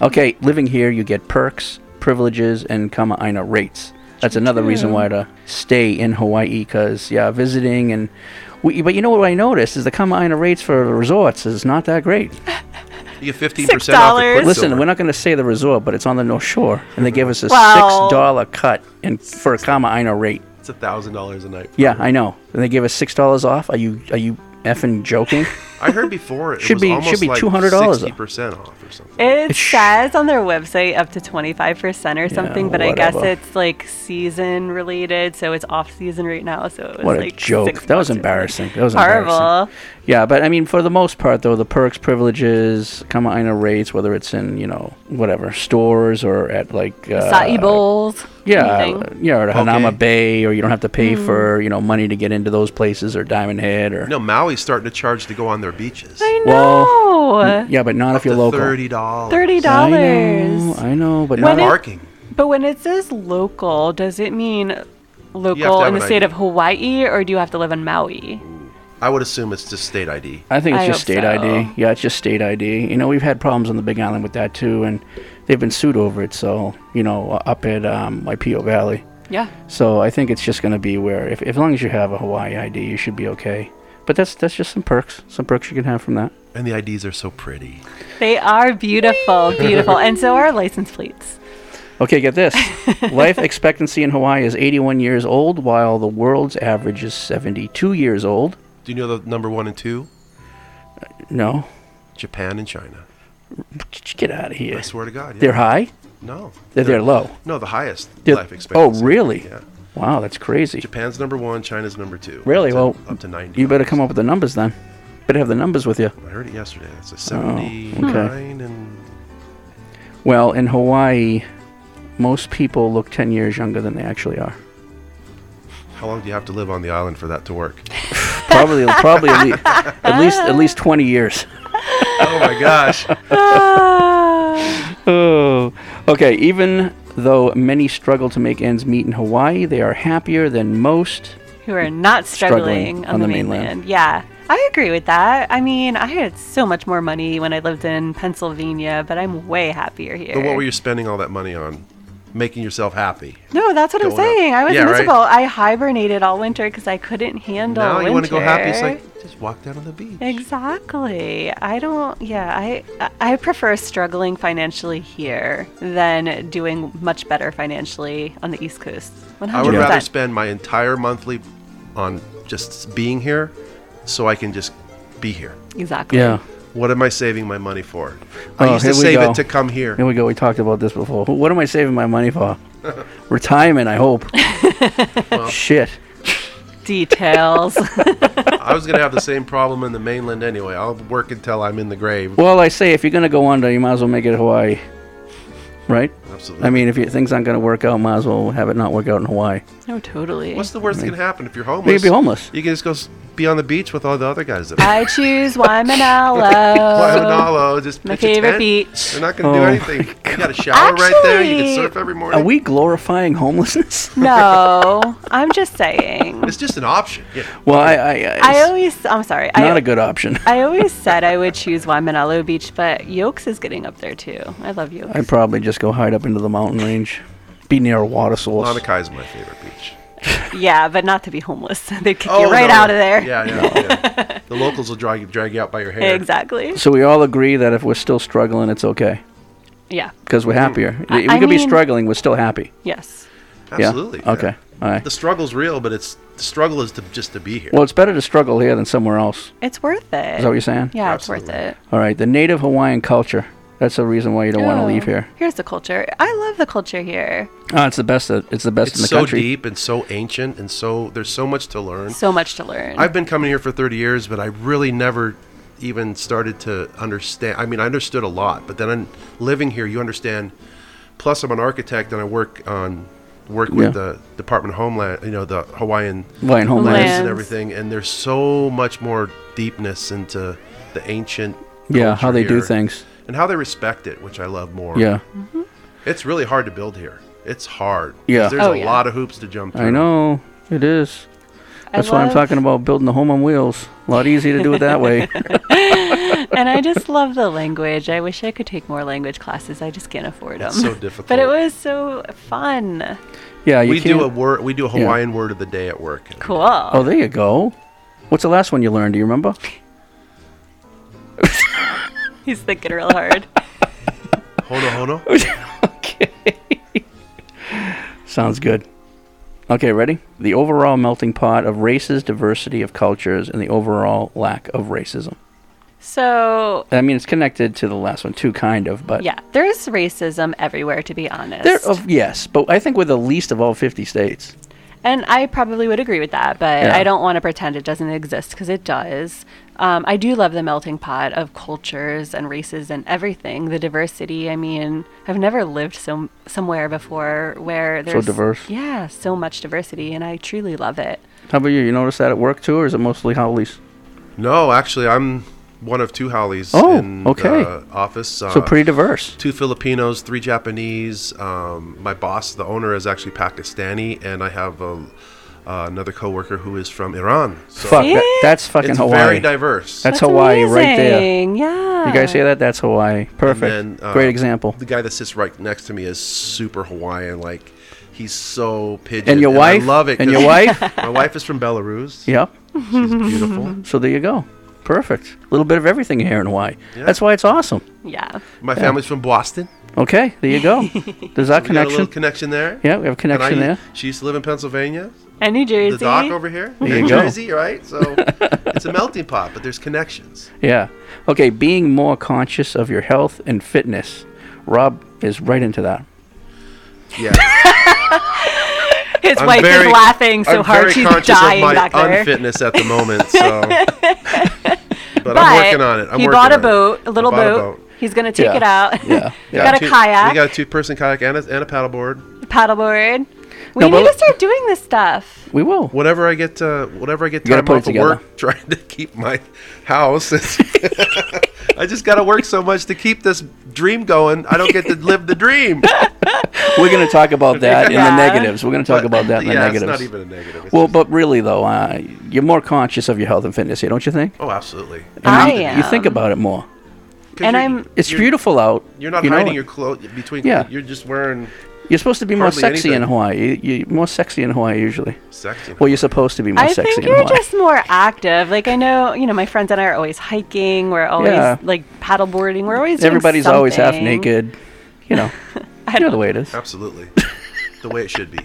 K: Okay, living here, you get perks, privileges, and kama'aina rates. That's another reason why to stay in Hawaii because yeah, visiting and we, but you know what I noticed is the kama'aina rates for the resorts is not that great.
H: You get fifteen percent off. The
K: Listen, we're not going to say the resort, but it's on the North Shore, and they gave us a
H: Well-
K: six dollar cut in for a kama'aina rate.
H: it's a thousand dollars a night.
K: Yeah, I know, and they gave us six dollars off. Are you are you effing joking?
H: I heard before it
K: Should
H: was
K: be- should
H: almost
K: be
H: like
K: $200
H: sixty percent off or something.
L: It says on their website up to 25% or something, but I guess
K: whatever.
L: it's like season related, so it's off season right now, so it was
K: What a
L: like
K: joke! That was embarrassing. That was
L: Horrible.
K: embarrassing. Yeah, but I mean, for the most part, though, the perks, privileges, kama'aina rates, whether it's in you know whatever stores or at like uh,
L: Acai bowls.
K: yeah,
L: anything.
K: yeah, or at
H: Poke.
K: Hanama Bay, or you don't have to pay
L: Mm.
K: for you know money to get into those places or Diamond Head or
H: No, Maui's starting to charge to go on their beaches.
L: I
K: well,
L: know.
K: n- yeah, but not if you're local.
H: Thirty dollars.
L: $30.
K: I know, I know, but
H: And
K: not
H: parking.
L: But when it says local, does it mean local
H: have
L: in the
H: an
L: state
H: ID.
L: of Hawaii or do you have to live in Maui?
H: I would assume it's just state ID.
K: I think it's
L: I
K: just
L: hope
K: state
L: so.
K: ID. Yeah, it's just state ID. You know, we've had problems on the Big Island with that too, and they've been sued over it. So you know, uh, up at um, Waipio Valley.
L: Yeah.
K: So I think it's just going to be where, if, as long as you have a Hawaii ID, you should be okay. But that's that's just some perks, some perks you can have from that.
H: And the IDs are so pretty.
L: They are beautiful, beautiful. and so are license plates.
K: Okay, get this: life expectancy in Hawaii is 81 years old, while the world's average is 72 years old.
H: Do you know the number one and two?
K: No,
H: Japan and China.
K: get out of here.
H: I swear to God. yeah.
K: They're high.
H: No.
K: They're, they're low.
H: No, the highest
K: They're-
H: life expectancy.
K: Oh, really?
H: Yeah.
K: Wow, that's crazy.
H: Japan's number one, China's number two.
K: Really?
H: Up
K: Well,
H: to- up to 90.
K: you better come up with the numbers then. Better have the numbers with you.
H: I heard it yesterday. It's a
K: Oh, okay.
H: 79 and
K: Well, in Hawaii, Most people look 10 years younger than they actually are.
H: How long do you have to live on the island for that to work?
K: Probably, probably at, least, at least at least 20 years.
H: oh my gosh. Ah.
K: oh. Okay, even though many struggle to make ends meet in Hawaii, they are happier than most.
L: Who are not struggling,
K: Struggling on the mainland.
L: Yeah, I agree with that. I mean, I had so much more money when I lived in Pennsylvania, but I'm way happier here.
H: But what were you spending all that money on? Making yourself happy.
L: No, that's what I'm
H: Going up.
L: saying. I was
H: Yeah, right.
L: miserable. I hibernated all winter because I couldn't handle
H: now
L: winter.
H: you want to go happy? It's like just walk down on the beach.
L: Exactly. I don't. Yeah, I I- I prefer struggling financially here than doing much better financially on the East Coast. One
H: I would
L: hundred
H: rather
L: percent.
H: spend my entire monthly on just being here, so I can just be here.
L: Exactly.
K: Yeah.
H: What am I saving my money for?
K: Oh,
H: I used
K: here
H: to
K: we
H: save
K: go.
H: it to come here.
K: Here we go. We talked about this before. Wh- What am I saving my money for? Retirement, I hope. Shit.
L: Details.
H: I was gonna have the same problem in the mainland anyway. I'll work until I'm in the grave.
K: Well, I say if you're gonna go under, you might as well make it Hawaii, right?
H: Absolutely.
K: I mean, if you, things aren't gonna work out, might as well have it not work out in Hawaii.
L: No, totally.
H: What's the worst that
K: Right.
H: can happen if you're
K: You could
H: homeless?
K: be homeless.
H: You can just go s- be on the beach with all the other guys. That
L: I choose Waimanalo.
H: Waimanalo, just
L: Uh, my
H: pitch a
L: favorite
H: tent.
L: beach.
H: They're not gonna do
K: Oh
H: anything. You got a shower right there. You can surf every morning.
K: Are we glorifying homelessness?
L: No, I'm just saying.
H: It's just an option. Yeah.
K: Well, I, I, I,
L: I always. I'm sorry.
K: not
L: I,
K: a good option.
L: I always said I would choose Waimanalo Beach, but Yokes is getting up there too. I love Yokes.
K: I'd probably just go hide up into the mountain range, be near a water source.
H: Lanakai is my favorite beach.
L: Yeah, but not to be homeless. They'd kick you right out of there.
H: Oh, Yeah, yeah. yeah. the locals will drag you, drag you out by your hair.
L: Exactly.
K: So we all agree that if we're still struggling, it's okay
L: Yeah.
K: because we're happier.
L: I-
K: we
L: I
K: could be
L: mean-
K: struggling, we're still happy.
L: Yes.
K: Yeah?
H: Absolutely. yeah.
K: Okay. All right.
H: The struggle's real, but it's the struggle is to just to be here.
K: Well, it's better to struggle here than somewhere else.
L: It's worth it.
K: Is that what you're saying?
L: Yeah, it's worth it.
K: All right. The native Hawaiian culture. That's the reason why you don't want to
L: Oh,
K: leave here.
L: Here's the culture. I love the culture here.
K: Oh, it's the best. That, it's the best
H: It's
K: in the
H: so
K: country.
H: deep and so ancient and so there's so much to learn.
L: So much to learn.
H: I've been coming here for 30 years, but I really never even started to understand. I mean, I understood a lot, but then I'm living here, you understand. Plus, I'm an architect and I work on work with
K: Yeah.
H: the Department of Homeland, you know, the Hawaiian
K: Hawaiian Homeland.
H: lands and
K: Lands.
H: everything. And there's so much more deepness into the ancient.
K: Yeah, how
H: culture
K: they do
H: here
K: things.
H: and how they respect it, which I love more.
K: Yeah.
H: it's really hard to build here. It's hard. 'cause
K: Yeah.
H: there's
K: Oh,
H: a
K: yeah.
H: lot of hoops to jump through.
K: I know it is.
L: I
K: That's why I'm
L: love-
K: talking about building the home on wheels. A lot easier to do it that way.
L: and I just love the language. I wish I could take more language classes. I just can't afford them.
H: It's so difficult.
L: But it was so fun.
K: Yeah, you
H: we do a
K: can't-
H: word. We do a
K: Yeah.
H: Hawaiian word of the day at work.
L: Cool.
K: Oh, there you go. What's the last one you learned? Do you remember?
L: He's thinking real hard.
H: Hono hono.
K: Sounds good. Okay, ready? The overall melting pot of races, diversity of cultures, and the overall lack of racism.
L: So,
K: I mean, it's connected to the last one too, kind of, but
L: yeah, there's racism everywhere, to be honest.
K: There, of yes, but I think we're the least of all 50 states.
L: And I probably would agree with that, but
K: Yeah.
L: I don't want to pretend it doesn't exist because it does. Um, I do love the melting pot of cultures and races and everything, the diversity. I mean, I've never lived so somewhere before where there's
K: diverse.
L: Yeah, so much diversity, and I truly love it.
K: How about you? You notice that at work too, or is it mostly Howleys?
H: No, actually, I'm one of two Hollies
K: Oh,
H: in
K: okay.
H: the office. Uh,
K: So pretty diverse.
H: Two Filipinos, three Japanese. Um, my boss, the owner, is actually Pakistani, and I have a, uh, another coworker who is from Iran. So
K: Fuck, that, that's fucking
H: it's
K: Hawaii.
H: Very diverse.
K: That's, Hawaii right there.
L: amazing, yeah.
K: You guys
L: Oh.
K: hear that? That's Hawaii. Perfect.
H: And then, uh,
K: Great example.
H: The guy that sits right next to me is super Hawaiian. Like he's so pigeon.
K: And your wife?
H: I love it.
K: And
H: 'cause
K: your wife?
H: My wife is from Belarus.
K: Yep.
H: She's beautiful.
K: So there you go. Perfect. A little bit of everything here in Hawaii.
H: Yeah.
K: That's why it's awesome.
L: Yeah.
H: My
K: Yeah.
H: family's from Boston.
K: Okay, there you go. There's that
H: We got a little
K: connection.
H: connection there.
K: Yeah, we
H: And
K: have a
H: I
K: connection
H: u-
K: there.
H: She used to live in Pennsylvania.
L: And New
H: The
L: Jersey.
H: dock over here.
K: There
H: in
K: you go.
H: Jersey, right? So it's a melting pot, but there's connections.
K: Yeah. Okay, being more conscious of your health and fitness. Rob is right into that.
H: Yeah.
L: His
H: I'm
L: wife
H: very-
L: is laughing so
H: I'm
L: hard
H: very
L: she's
H: conscious
L: dying
H: of my
L: back there.
H: unfitness at the moment. So, but,
L: But
H: I'm working on it. I'm
L: he
H: working
L: bought a
H: on it.
L: boat, a
H: I
L: little
H: bought a
L: boat. He's gonna take
H: Yeah.
L: it out.
H: Yeah.
L: We got a kayak.
H: We got a two-person kayak and a, and a paddleboard.
L: paddleboard. We
H: No, but-
L: need to start doing this stuff.
K: We will.
H: Whatever I get, uh, whatever I get
K: You gotta
H: time
K: put it
H: off of
K: together.
H: work, trying to keep my house. it's- I just got to work so much to keep this dream going. I don't get to live the dream.
K: We're going to talk about that in
H: Yeah.
K: the negatives. We're going to talk
H: But-
K: about that in the
H: yeah, it's
K: negatives.
H: not even a negative, it's
K: well, but really though, uh, you're more conscious of your health and fitness here, don't you think?
H: Oh, absolutely.
K: I
H: I
K: mean, You think
H: am.
K: about it more.
H: 'Cause And you're- I'm-
K: It's
H: you're-
K: beautiful out.
H: You're not
K: you know
H: hiding
K: it.
H: your clothes between.
K: Yeah.
H: You're just wearing.
K: You're supposed to be more
H: hardly
K: sexy in
H: anything.
K: Hawaii. You- You're more sexy in Hawaii usually.
H: Sexy.
K: Well, you're supposed to be more
L: I
K: sexy
L: think
K: in
L: you're
K: Hawaii.
L: just more active. Like I know, you know, my friends and I are always hiking. We're always
K: Yeah.
L: like paddleboarding. We're always doing
K: Everybody's always half
L: something.
K: naked. You know, you know the way it is.
H: Absolutely. the way it should be.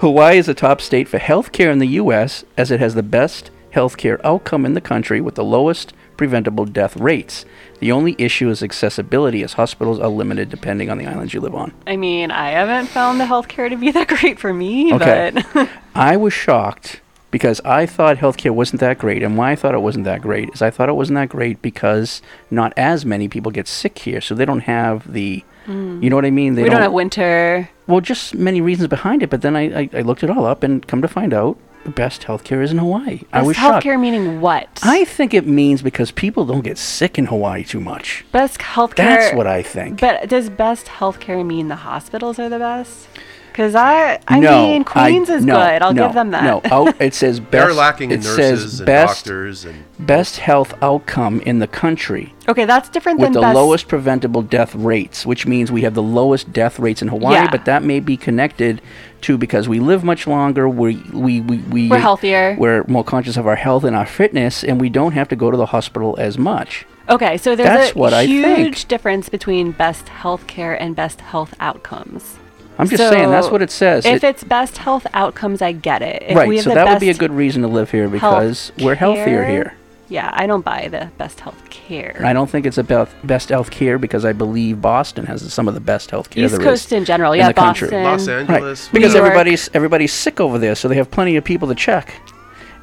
K: Hawaii is the top state for healthcare in the U.S. as it has the best healthcare outcome in the country with the lowest preventable death rates. The only issue is accessibility, as hospitals are limited depending on the islands you live on.
L: I mean, I haven't found the healthcare to be that great for me,
K: Okay.
L: but
K: I was shocked because I thought healthcare wasn't that great. And why I thought it wasn't that great is I thought it wasn't that great because not as many people get sick here. So they don't have the,
L: Mm.
K: you know what I mean? They
L: we don't have winter.
K: Well, just many reasons behind it. But then I, I, I looked it all up and come to find out the best healthcare is in Hawaii. I
L: Best
K: was
L: healthcare
K: shocked.
L: meaning what?
K: I think it means because people don't get sick in Hawaii too much.
L: Best healthcare.
K: That's what I think.
L: But does best healthcare mean the hospitals are the best? Because I, I
K: no,
L: mean, Queens
K: I-
L: is
K: no,
L: good. I'll
K: no,
L: give them that.
K: No, Oh, out, it says best.
H: They're lacking in
K: it says
H: nurses and doctors and-
K: best health outcome in the country
L: Okay, that's different
K: with
L: than
K: the
L: best.
K: lowest preventable death rates, which means we have the lowest death rates in Hawaii.
L: Yeah.
K: But that may be connected to because we live much longer, we we we, we
L: We're healthier.
K: we're more conscious of our health and our fitness, and we don't have to go to the hospital as much.
L: Okay, so there's
K: That's
L: a
K: what I
L: huge
K: think.
L: difference between best healthcare and best health outcomes.
K: I'm just saying, that's what it says.
L: If
K: It-
L: it's best health outcomes, I get it. If we
K: right,
L: have
K: so
L: the
K: that would be a
L: best
K: good reason to live here because we're
L: care-
K: healthier here.
L: Yeah, I don't buy the best health care.
K: I don't think it's about best health care because I believe Boston has some of the best health care.
L: East
K: there
L: Coast
K: is
L: in general,
K: in
L: yeah,
K: the country.
L: Boston. Los Angeles,
K: right. because
L: New York.
K: everybody's everybody's sick over there, so they have plenty of people to check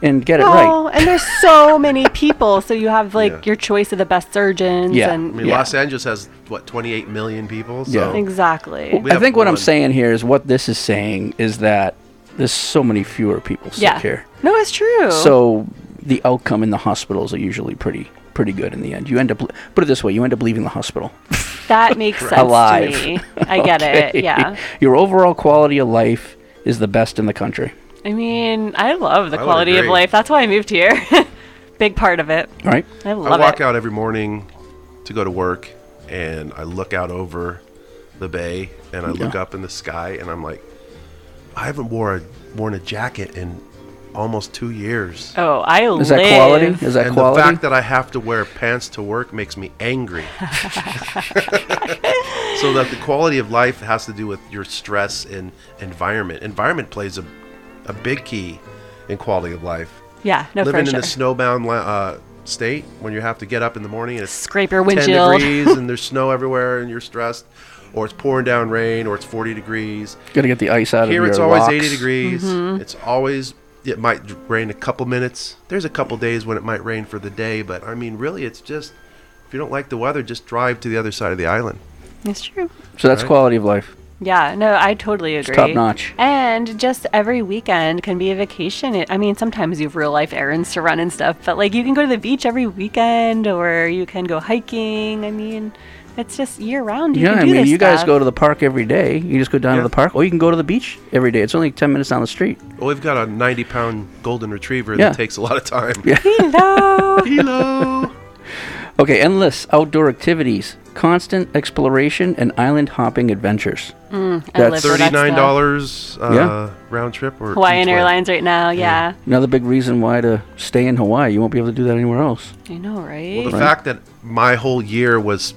K: and get it right.
L: Oh, and there's so many people, so you have like
H: Yeah.
L: your choice of the best surgeons
K: Yeah.
H: I
L: and
H: mean, Los Angeles has what 28 million people. So
K: Yeah.
L: exactly.
K: I think what I'm saying here is what this is saying is that there's so many fewer people sick
L: Yeah.
K: here.
L: No, it's true.
K: So the outcome in the hospitals are usually pretty pretty good in the end. You end up put it this way, you end up leaving the hospital.
L: that makes sense
K: alive.
L: to me. I get
K: Okay.
L: it. Uh, Yeah.
K: Your overall quality of life is the best in the country.
L: I mean, I love the
H: I would
L: quality of
H: agree.
L: life. That's why I moved here. Big part of it.
K: Right.
L: I
H: I
L: love
H: walk
L: it.
H: out every morning to go to work, and I look out over the bay, and I look up in the sky, and I'm like, I haven't wore a worn a jacket in almost two years.
L: Oh, I
K: Is that quality? live- Is that
H: and
K: quality?
H: the fact that I have to wear pants to work makes me angry. so that the quality of life has to do with your stress and environment. Environment plays a, a big key in quality of life.
L: Yeah, no, for
H: Living in
L: sure.
H: a snowbound la- uh, state when you have to get up in the morning and it's
L: Scrape your
H: 10
L: windshield.
H: degrees and there's snow everywhere and you're stressed, or it's pouring down rain, or it's 40 degrees.
K: Gotta get the ice out of
H: Here it's
K: your
H: always
K: locks.
H: 80 degrees.
K: Mhm.
L: Mm-hmm.
H: It's always it might d- rain a couple minutes. There's a couple days when it might rain for the day, but I mean, really, it's just if you don't like the weather, just drive to the other side of the island.
L: It's true.
K: So that's
H: Right.
K: quality of life.
L: Yeah, no, I totally agree.
K: top notch.
L: And just every weekend can be a vacation. It- I mean, sometimes you have real life errands to run and stuff, but like you can go to the beach every weekend or you can go hiking. I mean, it's just year round. You
K: yeah,
L: can
K: I
L: do
K: mean,
L: this
K: you guys
L: stuff.
K: go to the park every day. You just go down to
H: Yeah.
K: the park, or you can go to the beach every day. It's only ten minutes down the street.
H: Well, we've got a 90 pound golden retriever
K: Yeah.
H: that takes a lot of time.
K: Yeah.
L: Hello.
H: Hello.
K: Okay, endless outdoor activities, constant exploration, and island hopping adventures.
L: Mm, I
K: That's-
L: live for that
H: Thirty-nine
L: stuff.
H: dollars uh,
K: Yeah.
H: round trip or
L: Hawaiian
H: each way?
L: Airlines right now. Yeah.
K: Another big reason why to stay in Hawaii. You won't be able to do that anywhere else.
L: I know, right?
H: Well, the fact that my whole year was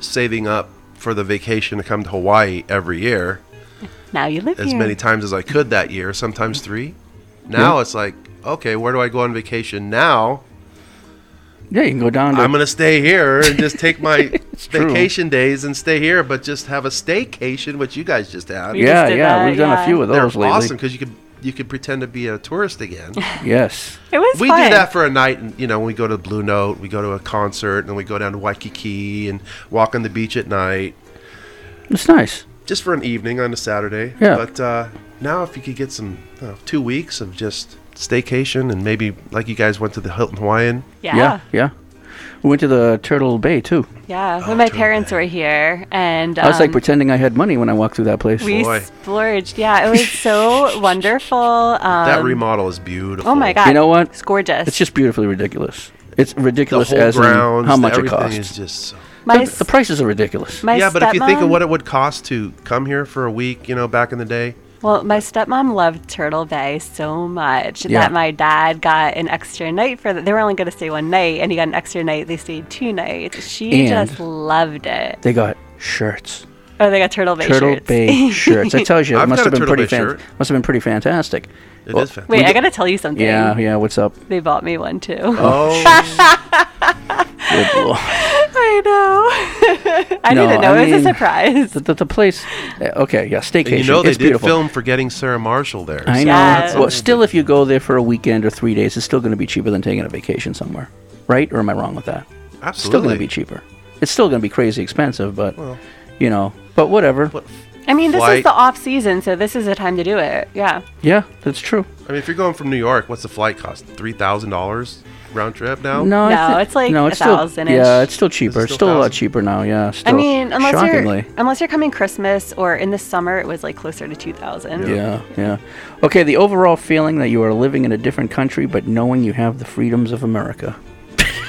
H: saving up for the vacation to come to Hawaii every year,
L: now you live
H: as
L: here.
H: many times as I could that year, sometimes three. Now
K: Yeah.
H: it's like, okay, where do I go on vacation now?
K: Yeah, you can go down to.
H: I'm gonna stay here and just take my
K: true.
H: vacation days and stay here, but just have a staycation, which you guys just had.
K: We just Yeah, did yeah, that, we've done a yeah. few of
H: They're
K: those lately.
H: Awesome because you could you could pretend to be a tourist again.
K: Yes.
L: It was
H: We
L: fun.
H: do that for a night, and you know, we go to Blue Note, we go to a concert, and we go down to Waikiki and walk on the beach at night.
K: It's nice.
H: Just for an evening on a Saturday.
K: Yeah.
H: But uh, now, if you could get some uh, two weeks of just staycation, and maybe like you guys went to the Hilton Hawaiian.
L: Yeah.
K: Yeah. yeah. We went to the Turtle Bay too.
L: Yeah,
H: Oh,
L: when my parents were here, and
K: I was like
L: um,
K: pretending I had money when I walked through that place.
L: we splurged. Yeah, it was so wonderful. Um,
H: that remodel is beautiful.
L: Oh my god!
K: You know what?
L: It's gorgeous.
K: It's just beautifully ridiculous. It's ridiculous
H: whole
K: as in
H: grounds,
K: how
H: the-
K: much it
H: everything
K: costs.
H: is just-
L: My
K: the, the prices are ridiculous.
L: my
H: yeah, but if you think
L: stepmom-
H: of what it would cost to come here for a week, you know, back in the day.
L: Well, my stepmom loved Turtle Bay so much
H: Yeah.
L: that my dad got an extra night for that. They were only going to stay one night, and he got an extra night. They stayed two nights. She
K: And-
L: just loved it.
K: They got shirts.
L: Oh, they got Turtle Bay
K: Turtle
L: shirts.
K: Bay shirts. I tell you, it
H: I've
K: must
H: got
K: have
H: a
K: been
H: Turtle
K: pretty
H: Bay
K: fan-
H: shirt.
K: must have been pretty fantastic. It is
H: is fantastic.
L: Wait, I gotta tell you something.
K: Yeah, yeah. What's up?
L: They bought me one too.
K: Oh. Good lord.
L: I know. I
K: No,
L: didn't know it was
K: mean,
L: a surprise.
K: The, the, the place. eh, Okay, yeah,
H: And
K: staycation.
H: you know, they
K: it's
H: did
K: beautiful.
H: film Forgetting Sarah Marshall there.
K: I
H: so
K: know.
H: that's
K: Well,
H: something.
K: still, if you go there for a weekend or three days, it's still going to be cheaper than taking a vacation somewhere, right? Or am I wrong with that? It's Still going
H: Absolutely.
K: to be cheaper. It's still going to be crazy expensive, but
H: Well.
K: you know, but whatever.
L: I mean, this is
H: Flight.
L: the off season, so this is the time to do it. Yeah.
K: Yeah, that's true.
H: I mean, if you're going from New York, what's the flight cost? Three thousand dollars round trip now.
K: No, I
L: No,
K: thi-
L: it's like
K: no,
L: a
K: it's still,
L: thousand-ish.
K: Yeah, it's still cheaper.
H: it
K: It's
H: still
K: still a lot cheaper now. Yeah, still.
L: I mean, unless
K: shockingly.
L: you're unless you're coming Christmas or in the summer, it was like closer to two thousand.
K: Yeah, yeah. Okay, the overall feeling that you are living in a different country but knowing you have the freedoms of America.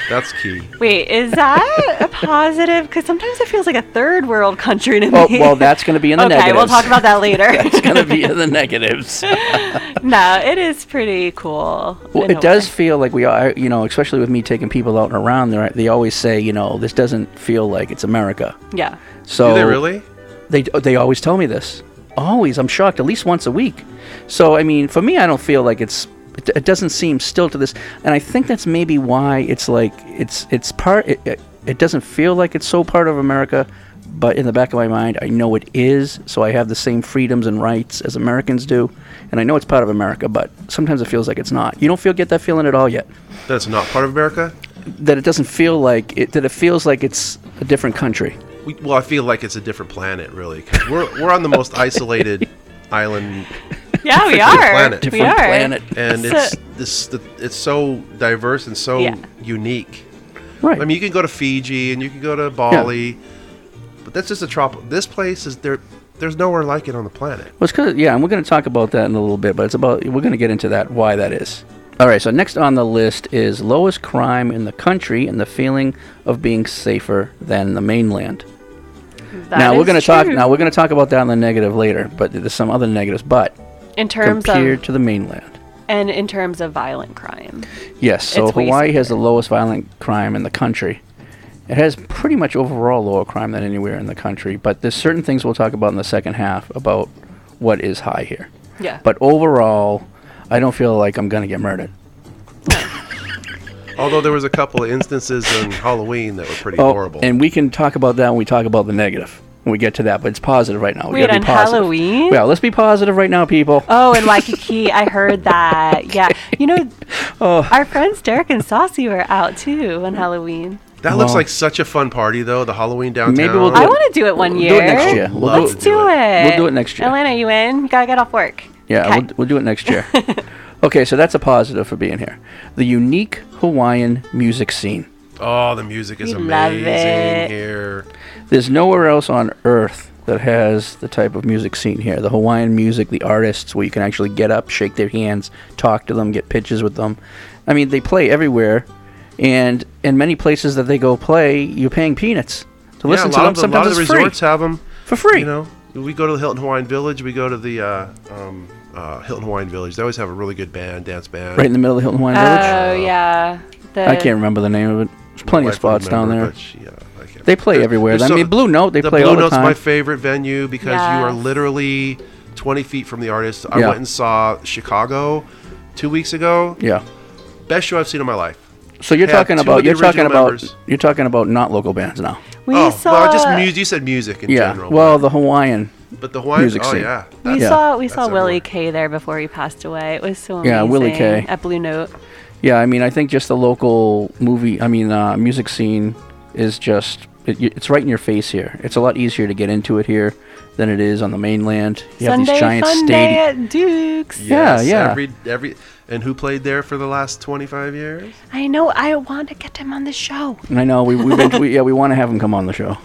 H: That's key.
L: Wait, is that a positive? Because sometimes it feels like a third world country to me.
K: Oh, well, that's going to be in the
L: okay,
K: negatives.
L: we'll talk about that later.
K: that's going to be in the negatives.
L: no, it is pretty cool.
K: Well,
L: in a
K: it does feel like we are, you know, especially with me taking people out and around, they're- they always say, you know, this doesn't feel like it's America.
L: way. Yeah.
K: So
H: Do they really?
K: They they always tell me this. Always, I'm shocked at least once a week. So I mean, for me, I don't feel like it's. It, it doesn't seem still to this, and I think that's maybe why it's like it's it's part. It, it, it doesn't feel like it's so part of America, but in the back of my mind, I know it is. So I have the same freedoms and rights as Americans do, and I know it's part of America. But sometimes it feels like it's not. You don't feel get that feeling at all yet
H: That's not part of America.
K: that it doesn't feel like it. That it feels like it's a different country.
H: We, well, I feel like it's a different planet, really. we we're we're on the most isolated island.
L: Yeah,
H: on
L: we
H: the
L: are.
H: Planet.
L: We Different are. planet.
H: And
L: So-
H: it's this. The, it's so diverse and so
L: Yeah.
H: unique.
K: Right.
H: I mean, you can go to Fiji and you can go to Bali, but that's just a trop. This place is there. There's nowhere like it on the planet.
K: Well, it's 'cause- yeah, and we're going to talk about that in a little bit, but it's about we're going to get into that why that is. All right, so next on the list is lowest crime in the country and the feeling of being safer than the mainland.
L: That
K: now we're
L: is
K: gonna talk.
L: true.
K: Now we're going to talk about that in the negative later, but there's some other negatives. But
L: In terms of-
K: compared to the mainland,
L: and in terms of violent crime.
K: yes. So
L: It's way
K: Hawaii has the lowest violent crime in the country. It has pretty much overall lower crime than anywhere in the country, but there's certain things we'll talk about in the second half about what is high here.
L: Yeah.
K: But overall, I don't feel like I'm gonna get murdered.
H: Although there was a couple of instances on Halloween that were pretty horrible.
K: Oh, and we can talk about that when we talk about the negative. When we get to that, but it's positive right now. We
L: Wait,
K: gotta be
L: on
K: positive.
L: Halloween?
K: Yeah, let's be positive right now, people.
L: Oh, in Waikiki, I heard that. Yeah, you know,
K: Oh.
L: our friends Derek and Saucy were out too on Halloween.
H: that looks
K: Well-
H: like such a fun party, though. The Halloween downtown.
K: we'll do
L: I
K: it-
L: want to do it one
K: we'll do
L: year.
K: it next year. We'll do
L: Let's
K: it-
L: do, it.
K: We'll do it next year.
L: Atlanta, you in? You gotta get off work.
K: Yeah, we'll, we'll do it next year. okay, so that's a positive for being here. The unique Hawaiian music scene.
H: Oh, the music is
L: We love
H: amazing
L: it.
H: here.
K: There's nowhere else on earth that has the type of music scene here. The Hawaiian music, the artists, where you can actually get up, shake their hands, talk to them, get pictures with them. I mean, they play everywhere, and in many places that they go play, you're paying peanuts to listen
H: yeah, a lot
K: to them.
H: of the,
K: Sometimes
H: lot of the
K: it's free.
H: resorts have 'em have them
K: for free.
H: You know, uh, we go to the Hilton Hawaiian Village. We go to the uh, um, uh, Hilton Hawaiian Village. They always have a really good band, dance band.
K: Right in the middle of Hilton Hawaiian
L: Oh
K: Village.
L: yeah. The,
K: I can't remember the name of it. There's plenty of
H: wife would
K: spots down
H: remember,
K: there.
H: but she, uh, I can't
K: They play
H: There-
K: everywhere.
H: there's
K: I
H: so-
K: mean, Blue Note, they
H: the
K: play
H: Blue
K: all the
H: Note's
K: time.
H: my favorite venue because you are
L: Yes.
H: literally 20 feet from the artist. I
K: Yeah.
H: went and saw Chicago two weeks ago.
K: yeah.
H: Best show I've seen in my life.
K: So you're
H: Had
K: talking
H: two of
K: about
H: the
K: you're talking
H: original
K: about
H: members.
K: you're talking about not local bands now.
L: We
H: oh,
L: saw.
H: well, just music. You said music in
K: yeah.
H: general.
K: well, the Hawaiian
H: But the Hawaiian,
K: Music
H: oh
K: scene.
H: yeah,
L: We
H: That's-
L: saw we
H: that's
L: saw
H: everywhere.
L: Willie K there before he passed away. It was so amazing.
K: Yeah, Willie K.
L: at Blue Note.
K: Yeah, I mean, I think just the local movie, I mean, uh, music scene is just, it, y- it's right in your face here. It's a lot easier to get into it here than it is on the mainland. You have
L: Sunday
K: these giant
L: fun day
K: stadiums.
L: at Duke's.
K: Yeah,
H: Yes,
K: yeah.
H: Every every and who played there for the last twenty five years?
L: I know. I want to get him on the show.
K: I know, we, we, been, we yeah, we want to have him come on the show.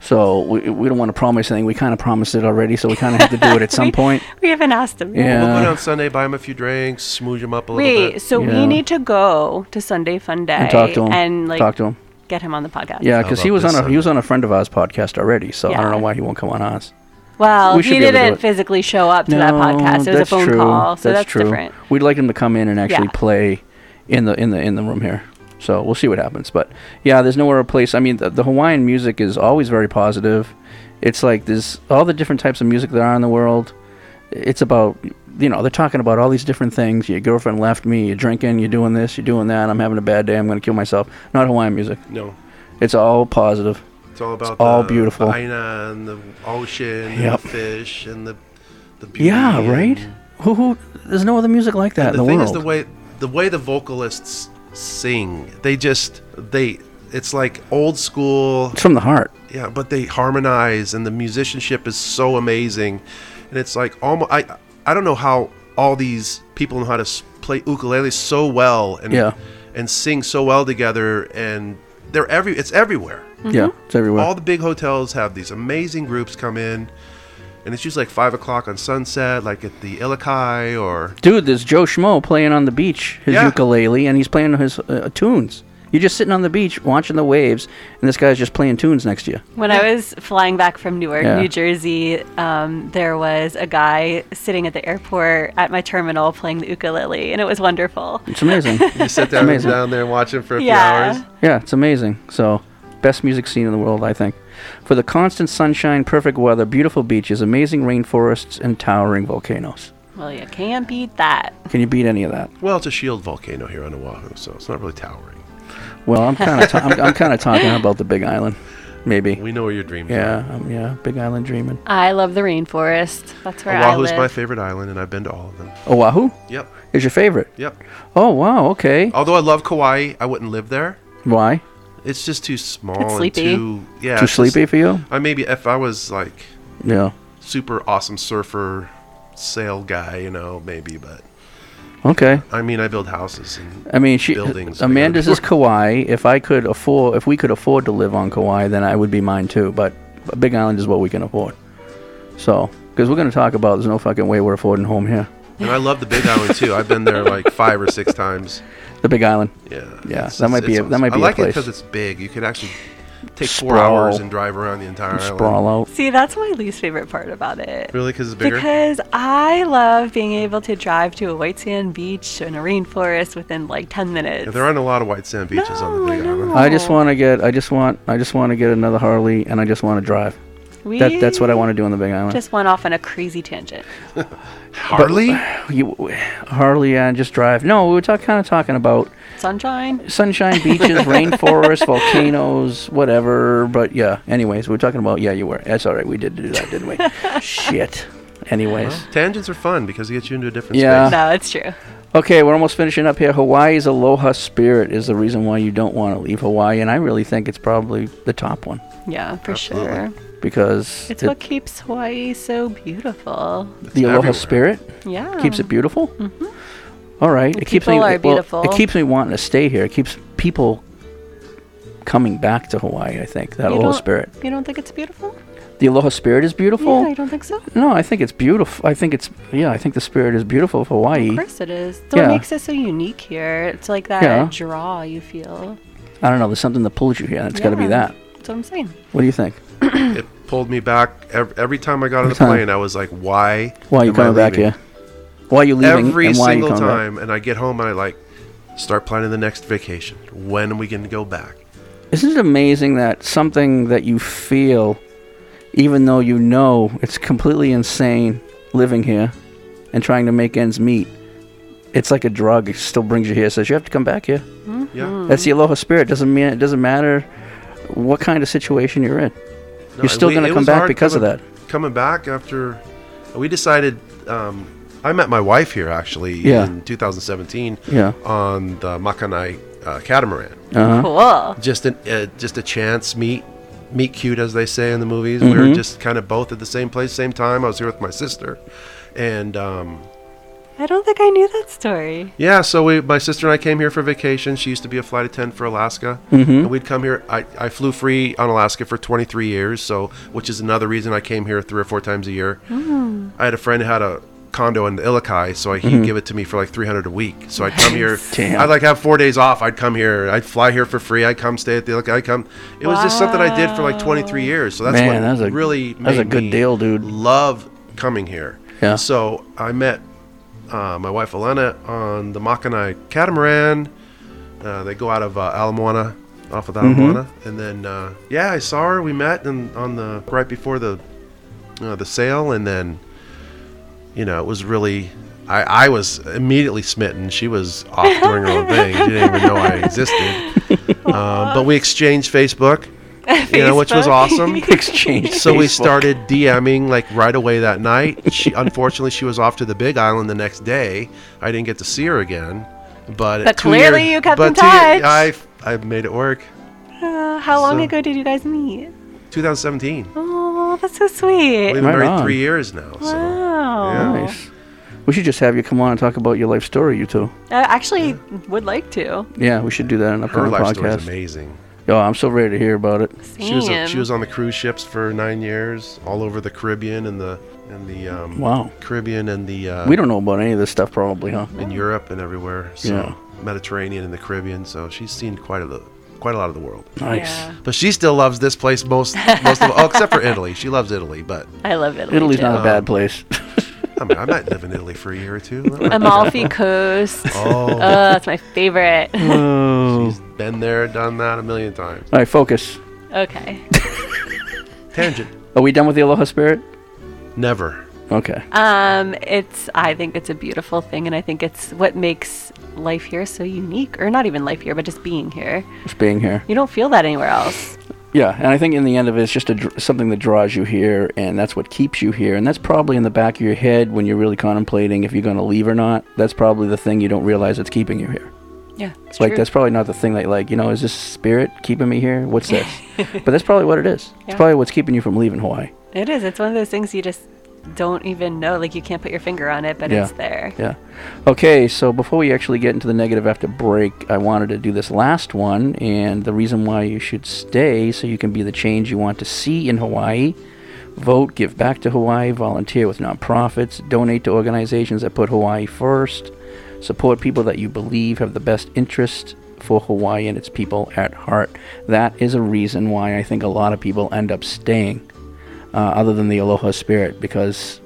K: So we, we don't want to promise anything. We kind of promised it already, so we kind of have to do it at some
L: We-
K: point.
L: We haven't asked him.
K: Yeah.
H: We'll go down Sunday, buy him a few drinks, smooge him up a little
L: Wait,
H: bit.
L: so we need to go to Sunday Fun Day
K: And talk to him.
L: and, like
K: Talk to him.
L: get him on the podcast.
K: Yeah, because he was on a
H: Sunday?
K: he was on a friend of ours podcast already, so I
L: Yeah.
K: don't know why he won't come on ours.
L: Well,
K: We should
L: he
K: be able to do
L: didn't
K: it.
L: physically show up to that podcast. It was a
K: that's
L: phone
K: true.
L: call, so that's,
K: true.
L: different.
K: We'd like him to come in and actually
L: Yeah.
K: play in the in the in the room here. So we'll see what happens. But yeah, there's nowhere a place. I mean, the, the Hawaiian music is always very positive. It's like there's all the different types of music there are in the world. It's about you know they're talking about all these different things. Your girlfriend left me. You're drinking. You're doing this. You're doing that. I'm having a bad day. I'm going to kill myself. Not Hawaiian music.
H: No.
K: It's all positive.
H: It's all about
K: It's all
H: the
K: beautiful.
H: Aina and the ocean
K: Yep.
H: and the fish and the the beauty.
K: Yeah, right.
H: and-
K: Who, who? There's no other music like that
H: the,
K: in the
H: thing
K: world.
H: is the way the way the vocalists sing, they just they it's like old school.
K: it's from the heart.
H: Yeah, but they harmonize, and the musicianship is so amazing, and it's like almost I I don't know how all these people know how to s- play ukulele so well and
K: Yeah.
H: and sing so well together, and they're every it's everywhere.
L: Mm-hmm.
K: Yeah, it's everywhere.
H: All the big hotels have these amazing groups come in, and it's usually like five o'clock on Sunset, like at the Ilokai or
K: Dude, there's Joe Schmo playing on the beach, his
H: Yeah.
K: ukulele, and he's playing his uh, tunes. You're just sitting on the beach watching the waves, and this guy's just playing tunes next to you.
L: When I was flying back from Newark,
K: Yeah.
L: New Jersey, um, there was a guy sitting at the airport at my terminal playing the ukulele, and it was wonderful.
K: It's amazing.
H: you sit
K: It's
H: down
K: amazing.
H: down there and watch him for a
L: Yeah.
H: few hours.
K: Yeah, it's amazing. So, best music scene in the world, I think. For the constant sunshine, perfect weather, beautiful beaches, amazing rainforests, and towering volcanoes.
L: Well, you can't beat that.
K: Can you beat any of that?
H: Well, it's a shield volcano here on Oahu, so it's not really towering.
K: Well, I'm kind of ta- I'm, I'm kind of talking about the Big Island, maybe.
H: We know where your dreams
K: yeah, um, yeah, Big Island dreaming.
L: I love the rainforest. That's where I
H: Oahu's
L: live.
H: Oh, my favorite island, and I've been to all of them.
K: Oahu.
H: Yep.
K: Is your favorite?
H: Yep.
K: Oh wow. Okay.
H: Although I love Kauai, I wouldn't live there.
K: Why?
H: It's just too small.
L: It's
H: and
L: sleepy.
H: too yeah.
K: Too
H: it's just-
K: sleepy for you?
H: I maybe if I was like
K: Yeah.
H: super awesome surfer sail guy, you know, maybe. But
K: Okay.
H: I mean, I build houses. And
K: I mean, she
H: buildings.
K: Amanda's
H: man.
K: is Kauai. If I could afford, if we could afford to live on Kauai, then I would be mine too. But Big Island is what we can afford. So, because we're going to talk about, there's no fucking way we're affording home here.
H: And I love the Big Island too. I've been there like five or six times.
K: The Big Island.
H: Yeah.
K: Yeah.
H: It's-
K: That might
H: it's-
K: be. A,
H: it's
K: that might
H: awesome.
K: be
H: I like
K: a
H: it
K: place.
H: because it's big. You could actually take four
K: Sprawl.
H: hours and drive around the entire island.
K: sprawl out.
L: See, that's my least favorite part about it.
H: Really, because it's bigger.
L: Because I love being able to drive to a white sand beach and a rainforest within like 10 minutes.
H: Yeah, there aren't a lot of white sand beaches on the Big Island.
K: I just want to get. I just want. I just want to get another Harley, and I just want to drive.
L: we
K: That, that's what I want to do on the Big Island.
L: Just went off on a crazy tangent.
H: Harley?
K: you, Harley and just drive. No, we were talk, kind of talking about
L: Sunshine?
K: sunshine, beaches, rainforests, volcanoes, whatever. But yeah, anyways, we we're talking about yeah, you were. That's all right. We did do that, didn't we? Shit. Anyways.
H: Tangents are fun because they get you into a different
K: Yeah.
H: space.
L: No, it's true.
K: Okay, we're almost finishing up here. Hawaii's aloha spirit is the reason why you don't want to leave Hawaii, and I really think it's probably the top one
L: Yeah, for sure.
K: because
L: It's
K: it-
L: what keeps Hawaii so beautiful.
K: the aloha
H: everywhere.
K: spirit
L: Yeah.
K: keeps it beautiful. All right,
L: The
K: it keeps me.
L: Mm-hmm. people are
K: well,
L: beautiful.
K: it keeps me wanting to stay here. It keeps people coming back to Hawaii. I think that
L: You
K: aloha
L: don't-
K: spirit.
L: You don't think it's beautiful?
K: The aloha spirit is beautiful.
L: Yeah, I don't think so. Of
K: No, I think it's beautiful. I think it's yeah. I think the spirit is beautiful of Hawaii.
L: course it is. It's what
K: Yeah.
L: makes it so unique here. It's like that
K: Yeah.
L: draw you feel.
K: I don't know. There's something that pulls you here, and it's got to be
L: Yeah,
K: that.
L: That's what I'm saying.
K: What do you think?
H: It pulled me back every, every time I got on the
K: Every time.
H: plane. I was like, why?
K: Why are you
H: am I
K: coming back
H: leaving?
K: here? Why are you leaving?
H: Every
K: and why are you
H: single
K: coming back?
H: time, and I get home and I like start planning the next vacation. When are we going to go back?
K: Isn't it amazing that something that you feel, even though you know it's completely insane living here and trying to make ends meet, it's like a drug. It still brings you here. Says you have to come back here.
H: Yeah,
K: That's the aloha spirit. Doesn't mean it doesn't matter what kind of situation you're in.
H: No,
K: you're still
H: we-
K: going
H: it
K: to come
H: was
K: back
H: hard
K: because of
H: coming-
K: that.
H: coming back after we decided. Um, I met my wife here actually
K: Yeah.
H: in 2017
K: Yeah.
H: on the Makanai uh, catamaran.
K: Uh-huh.
L: Cool.
H: Just an uh, just a chance meet meet cute as they say in the movies. We were
K: Mhm.
H: just kind of both at the same place, same time. I was here with my sister, and um,
L: I don't think I knew that story.
H: yeah, so we, my sister and I came here for vacation. She used to be a flight attendant for Alaska,
K: Mhm.
H: and we'd come here. I, I flew free on Alaska for 23 years, so which is another reason I came here three or four times a year.
M: Mm.
H: I had a friend who had a condo in the Ilokai, so he'd
K: Mhm.
H: give it to me for like 300 a week. So I'd come here.
K: Damn.
H: I'd like have four days off. I'd come here. I'd fly here for free. I'd come stay at the Ilokai. I'd come. It was just something I did for like 23 years. So that's
K: Man,
H: what
K: that's a-
H: really
K: that's a
H: made
K: good
H: me
K: deal, dude.
H: Love coming here.
K: Yeah.
H: So I met uh, my wife Elena on the Makanai catamaran. Uh, they go out of uh, Alamoana, off of
K: Mhm.
H: Alamoana, and then uh, yeah, I saw her. We met and on the right before the uh, the sale, and then you know it was really. I, I was immediately smitten. She was off doing her own thing. She didn't even know I existed. Um, but we exchanged Facebook, you know, which was
K: Facebook.
H: awesome.
K: Exchanged
H: So we
K: Facebook.
H: started DMing like right away that night. She unfortunately she was off to the Big Island the next day. I didn't get to see her again. But,
L: But
H: two year-
L: clearly you kept in
H: but two year-
L: touch.
H: I I made it work.
L: Uh, how long
H: So-
L: ago did you guys meet?
H: 2017.
L: Oh, that's so sweet.
H: We've been
K: Right
H: married
K: on.
H: three years now. So.
L: Wow.
K: Nice. We should just have you come on and talk about your life story, you two.
L: I actually would like to.
K: Yeah, we should do that on an
H: Her
K: upcoming
H: life story
K: podcast.
H: is amazing.
K: Yo, I'm so ready to hear about it.
H: She was
L: Damn.
H: she was on the cruise ships for nine years, all over the Caribbean and the and the um,
K: Wow.
H: Caribbean and the uh,
K: we don't know about any of this stuff, probably, huh?
H: in Europe and everywhere. So
K: Yeah.
H: Mediterranean and the Caribbean. So she's seen quite a lo- quite a lot of the world.
K: Nice. Yeah.
H: But she still loves this place most most of all, oh, except for Italy. She loves Italy, but
L: I love Italy.
K: Italy's
L: too.
K: not a bad
H: Um,
K: place.
H: I, mean, I might live in Italy for a year or two. That
K: Um,
H: might-
L: Amalfi Coast.
H: Oh.
L: that's my favorite.
K: Oh.
H: Been there, done that a million times.
K: All right, focus.
L: okay.
H: Tangent.
K: Are we done with the Aloha Spirit?
H: Never.
K: Okay.
L: Um, it's. I think it's a beautiful thing, and I think it's what makes life here so unique, or not even life here, but just being here.
K: Just being here.
L: You don't feel that anywhere else.
K: Yeah, and I think in the end of it, it's just a, dr- something that draws you here, and that's what keeps you here. And that's probably in the back of your head when you're really contemplating if you're going to leave or not. That's probably the thing you don't realize that's keeping you here.
L: Yeah, it's
K: like
L: true.
K: that's probably not the thing that like you know is this spirit keeping me here? What's this? but that's probably what it is.
L: Yeah.
K: It's probably what's keeping you from leaving Hawaii.
L: It is. It's one of those things you just don't even know. Like you can't put your finger on it, but
K: yeah.
L: it's there.
K: Yeah. Okay, so before we actually get into the negative after break, I wanted to do this last one and the reason why you should stay so you can be the change you want to see in Hawaii. Vote, give back to Hawaii, volunteer with nonprofits, donate to organizations that put Hawaii first, support people that you believe have the best interest for Hawaii and its people at heart. That is a reason why I think a lot of people end up staying, uh, other than the aloha spirit, because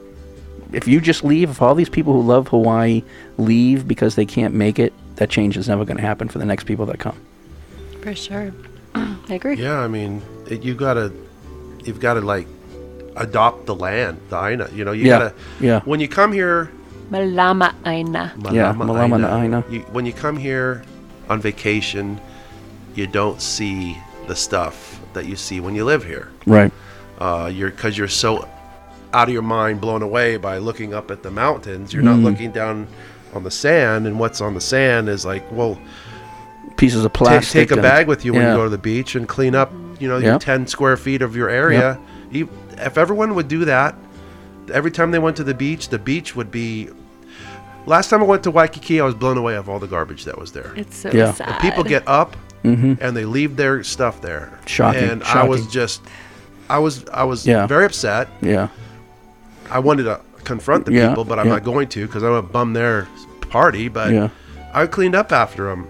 K: if you just leave, if all these people who love Hawaii leave because they can't make it, that change is never going to happen for the next people that come.
L: For sure. I agree.
H: Yeah, I mean, it, you gotta, you've gotta like adopt the land, the Aina. You know, you
K: Yeah,
H: gotta.
K: yeah.
H: When you come here,
L: Malama aina.
K: Yeah, Malama na Aina.
H: You, when you come here on vacation, you don't see the stuff that you see when you live here.
K: Right.
H: Uh, you're because you're so out of your mind, blown away by looking up at the mountains. You're not
K: Mm.
H: looking down on the sand, and what's on the sand is like, well,
K: Pieces of
H: ta-
K: plastic.
H: Take, a
K: and-
H: bag with you when
K: Yeah.
H: you go to the beach and clean up. You know, your
K: Yep.
H: ten square feet of your area. You- if everyone would do that, every time they went to the beach, the beach would be. Last time I went to Waikiki, I was blown away of all the garbage that was there.
L: It's so
K: Yeah.
L: sad.
H: And people get up
K: Mhm.
H: and they leave their stuff there.
K: Shocking,
H: And I was
K: shocking.
H: just, I was, I was
K: Yeah.
H: very upset.
K: Yeah.
H: I wanted to confront the
K: Yeah,
H: people, but I'm
K: yeah.
H: not going to because I'm gonna bum their party. But
K: Yeah.
H: I cleaned up after them.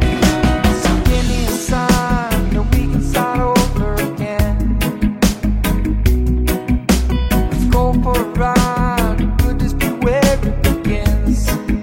J: Give me a sign that we can start over again. Let's go for a ride. Goodness be where it begins. Mm-hmm.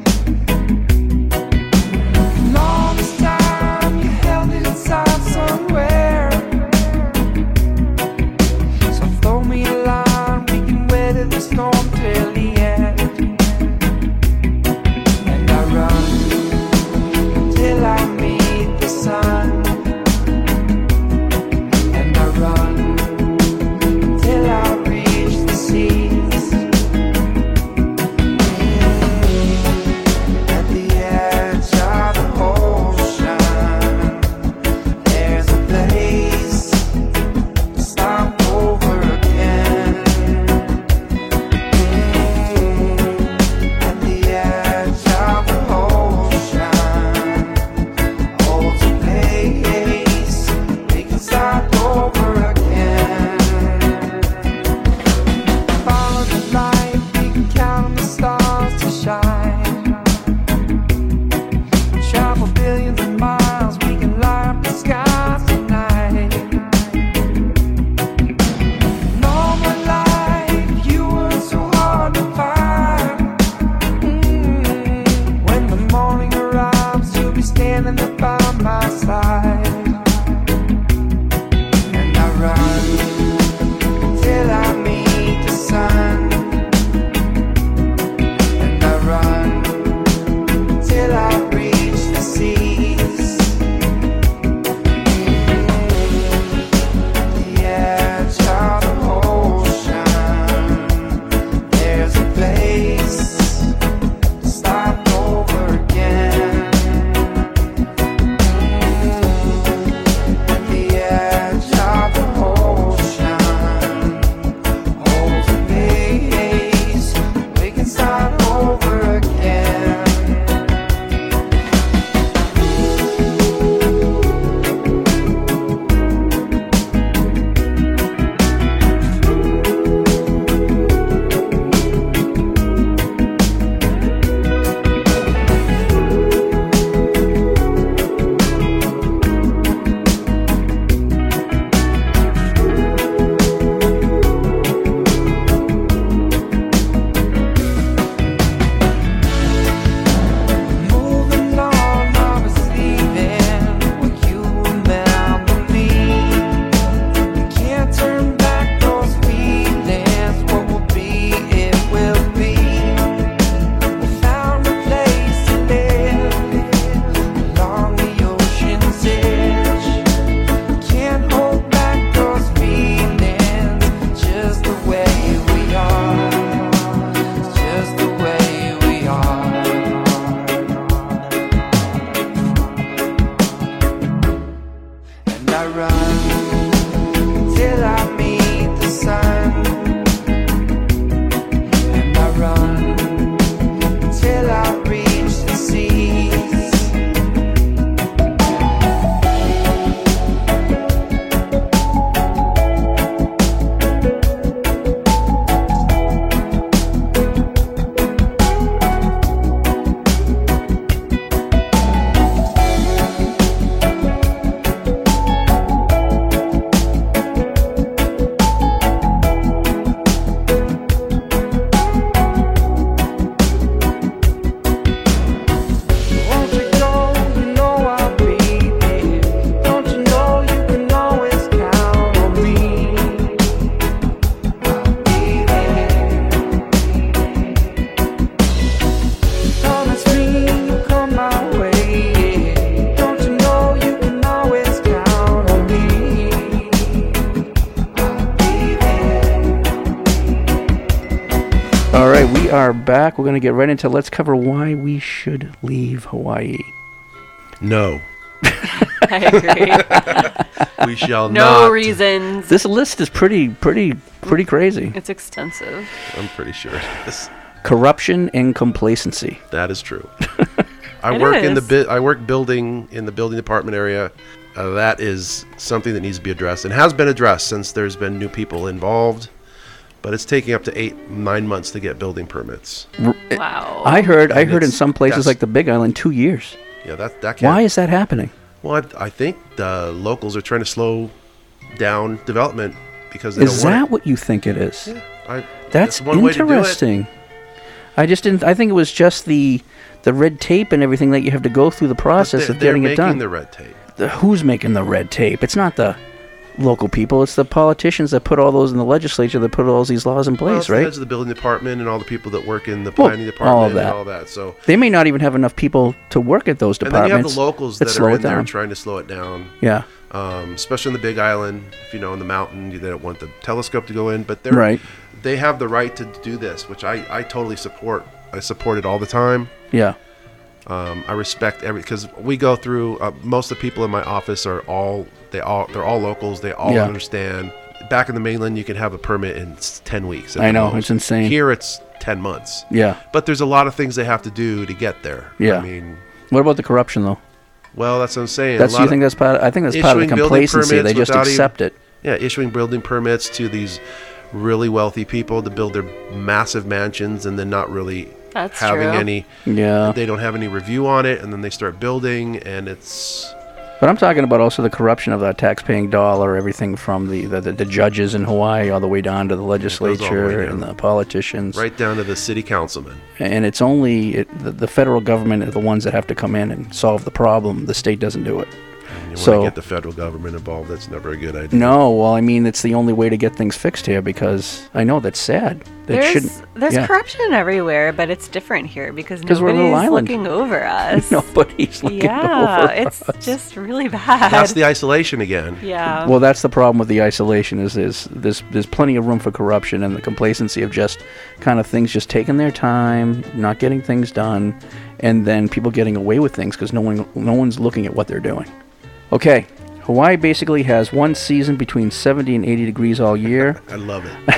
J: Mm-hmm.
K: back, we're going to get right into let's cover why we should leave Hawaii.
H: No.
L: I agree.
H: we shall
L: no
H: not.
L: reasons.
K: This list is pretty, pretty, pretty crazy.
L: It's extensive.
H: I'm pretty sure it is.
K: Corruption and complacency.
H: That is true. I
L: It
H: work in the
L: is.
H: bit. I work building in the building department area. Uh, that is something that needs to be addressed and has been addressed since there's been new people involved. But it's taking up to eight, nine months to get building permits.
L: Wow.
K: I heard, I
H: Oh, And
K: heard in
H: it's-
K: some places
H: that's-
K: like the Big Island, two years.
H: Yeah, that that can.
K: Why is that happening?
H: Well, I, I think the locals are trying to slow down development because they
K: Is
H: don't
K: that
H: want
K: what you think it is?
H: it. I,
K: That's
H: one way to do it.
K: interesting. I just didn't. I think it was just the the red tape and everything that you have to go through the process
H: they-
K: of
H: they're
K: getting it
H: making
K: done.
H: the red tape.
K: The- who's making the red tape? It's not the local people. It's the politicians that put all those in the legislature that put all these laws in
H: Well,
K: place,
H: it's the
K: right?
H: heads of the building department and all the people that work in the
K: Well,
H: planning department
K: all of that.
H: and all that. So
K: they may not even have enough people to work at those
H: and then
K: departments.
H: you have the locals that
K: slow
H: are
K: it
H: in there
K: down.
H: trying to slow it down.
K: Yeah.
H: Um, especially on the Big Island, if you know, on the mountain, you- they don't want the telescope to go in, but they're
K: Right.
H: They have the right to do this, which I, I totally support. I support it all the time.
K: Yeah.
H: Um, I respect every because we go through. Uh, most of the people in my office are all they all they're all locals. They all
K: Yeah.
H: understand. Back in the mainland, you can have a permit in s- ten weeks. at
K: I
H: the
K: know, it's insane.
H: Here, it's ten months.
K: Yeah.
H: but there's a lot of things they have to do to get there.
K: Yeah.
H: I mean,
K: What about the corruption though?
H: well, that's what I'm saying. A
K: That's
H: lot
K: you
H: of
K: think that's part. Of, I think that's part of the
H: issuing building
K: complacency. They
H: permits
K: just
H: without even-
K: accept it.
H: Yeah, issuing building permits to these really wealthy people to build their massive mansions and then not really
L: That's
H: having
L: true.
H: any.
K: Yeah.
H: They don't have any review on it, and then they start building, and it's
K: But I'm talking about also the corruption of that taxpaying dollar, everything from the, the, the, judges in Hawaii all the way down to the legislature
H: way
K: and
H: down.
K: the politicians.
H: right down to the city councilman.
K: And it's only it, the, the federal government are the ones that have to come in and solve the problem. The state doesn't do it.
H: You want
K: So-
H: to get the federal government involved? That's never a good idea.
K: No, well, I mean, it's the only way to get things fixed here because I know that's sad. It
L: There's
K: shouldn't.
L: there's
K: yeah.
L: corruption everywhere, but it's different here because
K: 'Cause
L: nobody's
K: we're a little island.
L: looking over us.
K: Nobody's looking
L: yeah,
K: over
L: it's just really bad.
H: That's the isolation again.
L: yeah.
K: Well, that's the problem with the isolation is is there's there's plenty of room for corruption and the complacency of just kind of things just taking their time, not getting things done, and then people getting away with things because no one no one's looking at what they're doing. Okay, Hawaii basically has one season between 70 and 80 degrees all year.
H: I love it.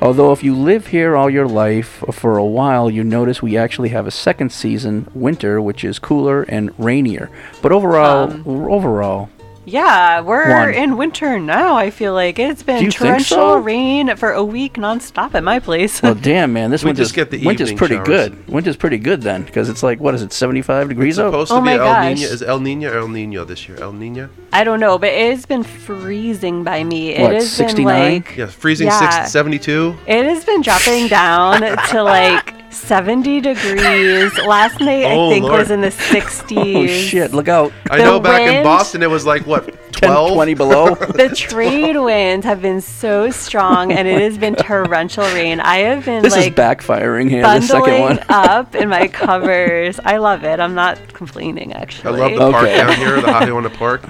K: Although if you live here all your life or for a while, you notice we actually have a second season, winter, which is cooler and rainier. But overall, overall,
L: yeah, we're
K: One.
L: in winter now. I feel like it's
K: Do
L: been
K: you think
L: torrential
K: so?
L: rain for a week nonstop at my place.
K: Well, damn, man, this
H: We
K: winter's,
H: just get the
K: winter's
H: evening
K: pretty
H: showers.
K: good. Winter's pretty good then, because it's like what is it, seventy-five degrees out?
H: Supposed
L: Oh
H: to be
L: my
H: El
L: gosh.
H: Nino. Is El Nino or El Nino this year? El Nino.
L: I don't know, but it has been freezing by me.
K: What,
L: it has
K: 69?
L: been like
H: Yeah, freezing
L: Yeah.
H: six seventy-two.
L: It has been dropping down to like 70 degrees. Last night,
H: Oh,
L: I think,
H: Lord.
L: was in the 60s.
K: Oh shit! Look out!
H: I
L: The
H: know. Back in
L: wind-
H: Boston, it was like what
K: 10,
H: twelve.
K: 20 below.
L: The trade winds have been so strong, and it has been torrential rain. I have been
K: this is
L: like
K: backfiring here. The second
L: bundling
K: one.
L: up in my covers. I love it. I'm not complaining,
H: I
L: actually.
H: love the park
K: Okay.
H: down here, the Hacienda Park.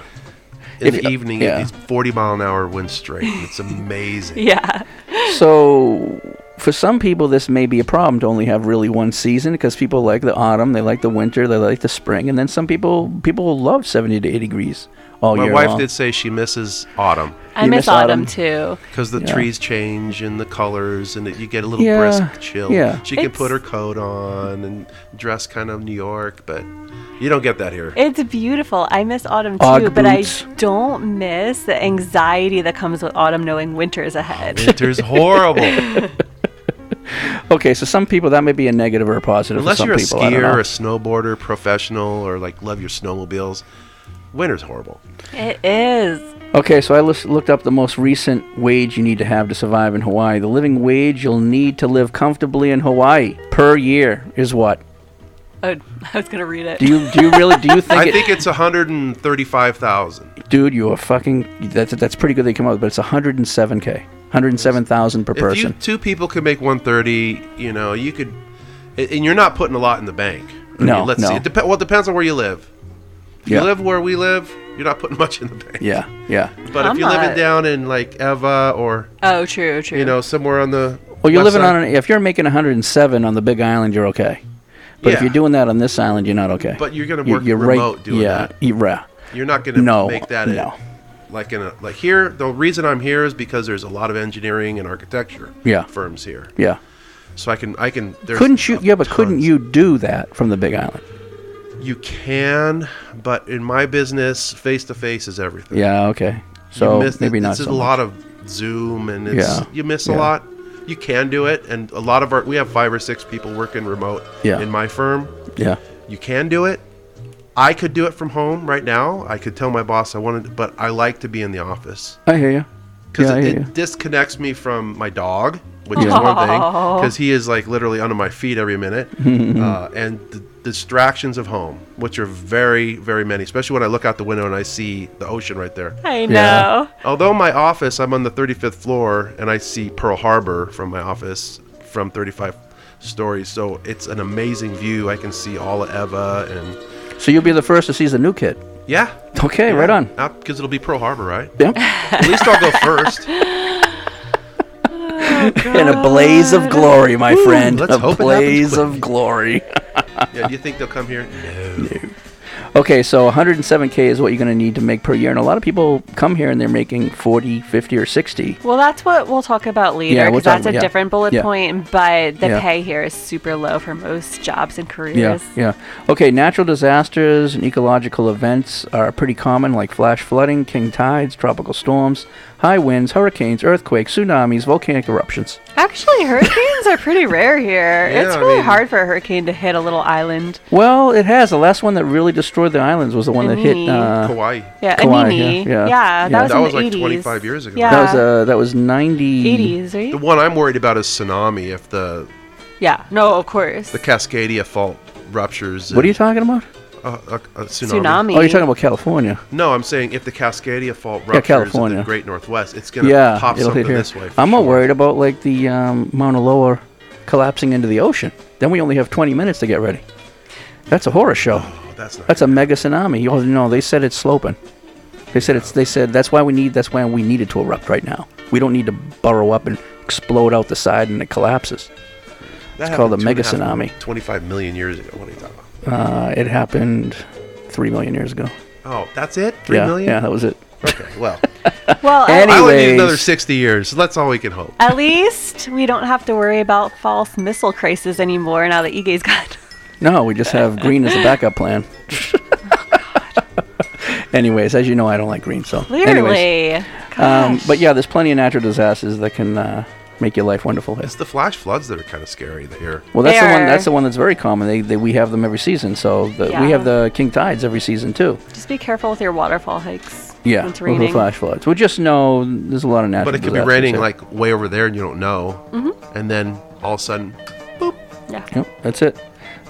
H: In
K: If-
H: the evening,
K: yeah.
H: it's 40 mile an hour wind straight. It's amazing.
L: yeah.
K: so, for some people, this may be a problem to only have really one season, because people like the autumn, they like the winter, they like the spring, and then some people people will love seventy to eighty degrees all
H: My
K: year
H: wife
K: long.
H: did say she misses autumn
L: I
K: You
L: miss,
K: miss
L: autumn,
K: autumn.
L: too.
H: because the
K: Yeah.
H: trees change and the colors, and it, you get a little
K: Yeah,
H: brisk chill.
K: yeah.
H: She can
L: It's-
H: put her coat on and dress kind of New York, but you don't get that here.
L: It's beautiful. I miss autumn too,
K: Ugg
L: but I
K: boots.
L: don't miss the anxiety that comes with autumn knowing winter is ahead.
H: Winter's horrible.
K: okay, so some people that may be a negative or a positive.
H: Unless
K: for some
H: you're a
K: people, I don't know.
H: skier, a snowboarder, professional, or like love your snowmobiles, winter's horrible.
L: It is.
K: Okay, so I lis- looked up the most recent wage you need to have to survive in Hawaii. The living wage you'll need to live comfortably in Hawaii per year is what?
L: Oh, I was gonna read it.
K: Do you do you really do you think,
H: I
K: it,
H: think it's 135,000.
K: dude? You are fucking. That's that's pretty good. They come up, with, but it's 107k, 107,000 per
H: If you,
K: person.
H: two people could make 130, you know, you could, a- and you're not putting a lot in the bank.
K: No,
H: let's
K: no.
H: see. It dep- well, it depends on where you live. If
K: Yeah.
H: you live where we live, you're not putting much in the bank.
K: Yeah, yeah.
H: But
L: I'm
H: if you're living
L: not.
H: down in like Eva or
L: Oh, true, true.
H: you know somewhere on the
K: Well, you're
H: West
K: living
H: side-
K: on an, if you're making 107 on the Big Island, you're okay. But if
H: Yeah.
K: you're doing that on this island, you're not okay.
H: But you're gonna
K: You-
H: work
K: right-
H: remote doing
K: yeah,
H: that.
K: Yeah, right.
H: You're not going to
K: No,
H: make that
K: no.
H: in, like in a, like here. The reason I'm here is because there's a lot of engineering and architecture
K: Yeah.
H: firms here.
K: Yeah.
H: So I can I can there's
K: Couldn't you? Yeah, but couldn't you do that from the Big Island?
H: you can, but in my business, face to face is everything.
K: Yeah. Okay.
H: You
K: So
H: miss-
K: maybe not.
H: It's
K: So
H: a
K: much.
H: lot of Zoom and it's
K: Yeah.
H: you miss
K: Yeah.
H: a lot. You can do it, and a lot of our we have five or six people working remote
K: Yeah.
H: in my firm.
K: Yeah.
H: You can do it. I could do it from home right now. I could tell my boss I wanted, but I like to be in the office
K: I hear you.
H: because
K: Yeah, I
H: it,
K: hear
H: it
K: you.
H: disconnects me from my dog, which is
K: Yeah.
H: one thing,
K: Aw.
H: because he is like literally under my feet every minute, uh, and the distractions of home, which are very, very many. Especially when I look out the window and I see the ocean right there.
L: I Yeah. know.
H: Although my office, I'm on the 35th floor, and I see Pearl Harbor from my office from 35 stories, so it's an amazing view. I can see all of Eva and.
K: So you'll be the first to seize the new kid.
H: Yeah.
K: Okay. Right on.
H: Because it'll be Pearl Harbor, right?
K: Yep.
H: At least I'll go first.
K: In a blaze of glory, my
H: Woo,
K: friend.
H: let's
K: a
H: hope it happens
K: blaze of
H: quick.
K: glory.
H: yeah, do you think they'll come here? No.
K: Okay, so 107k is what you're going to need to make per year, and a lot of people come here and they're making 40, 50, or 60.
L: Well, that's what we'll talk about later
K: Yeah,
L: 'cause
K: we'll talk
L: that's a
K: about- yeah.
L: different bullet
K: Yeah.
L: point. But the
K: Yeah.
L: pay here is super low for most jobs and careers.
K: Yeah, yeah. Okay, natural disasters and ecological events are pretty common, like flash flooding, king tides, tropical storms, high winds, hurricanes, earthquakes, tsunamis, volcanic eruptions.
L: Actually, hurricanes are pretty rare here.
K: Yeah,
L: it's
K: I
L: really
K: mean-
L: hard for a hurricane to hit a little island.
K: Well, it has. The last one that really destroyed the islands was the one that hit
L: Anini.
K: uh,
L: Kauai. Yeah,
K: Kauai,
L: Anini.
K: Yeah, yeah.
L: Yeah, that was in the
H: like
L: 80s.
H: 25 years ago.
L: Yeah.
K: That was uh, that was 90.
L: 80s, right?
H: The one I'm worried about is tsunami. If the
L: Yeah, no, of course.
H: the Cascadia fault ruptures.
K: What are you talking about?
H: Uh, a, a tsunami.
L: Tsunami.
K: Oh, you're talking about California.
H: No, I'm saying if the Cascadia fault
K: Yeah,
H: ruptures in
K: California.
H: the Great Northwest, it's gonna pop
K: it'll hit
H: something
K: here.
H: this way.
K: I'm more worried about like the um, Mauna Loa collapsing into the ocean. Then we only have 20 minutes to get ready. That's a horror show.
H: Oh, that's not
K: a mega tsunami. You all know they said it's sloping. They said it's. They said that's why we need. That's why we need it to erupt right now. We don't need to burrow up and explode out the side and it collapses.
H: That
K: it's called a
H: happened
K: mega
H: two and
K: tsunami.
H: half- 25 million years ago. What are you talking about?
K: Uh, it happened three million years ago.
H: Oh, that's it. Three
K: yeah,
H: million?
K: yeah, that was it.
H: Okay, well.
L: Well, at-
H: I only need another 60 years. That's all we can hope.
L: At least we don't have to worry about false missile crises anymore now that Ige's got.
K: No, we just have green as a backup plan. Anyways, as you know, I don't like green, so. anyways.
L: Clearly.
K: Um, but yeah, there's plenty of natural disasters that can uh, make your life wonderful. Here.
H: It's the flash floods that are kind of scary here.
K: Well, that's the one. That's the
H: one.
K: one that's very common. They, they we have them every season. So the,
L: Yeah.
K: we have the king tides every season too.
L: Just be careful with your waterfall hikes.
K: Yeah,
L: When it's
K: with the
L: raining.
K: flash floods. We just know there's a lot of natural.
H: But it could be
K: disasters
H: raining
K: here.
H: like way over there and you don't know.
L: Mhm.
H: And then all of a sudden,
K: Yep, that's it.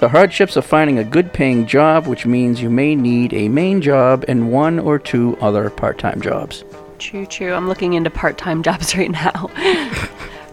K: The hardships of finding a good paying job, which means you may need a main job and one or two other part time jobs.
L: True, true. I'm looking into part time jobs right now.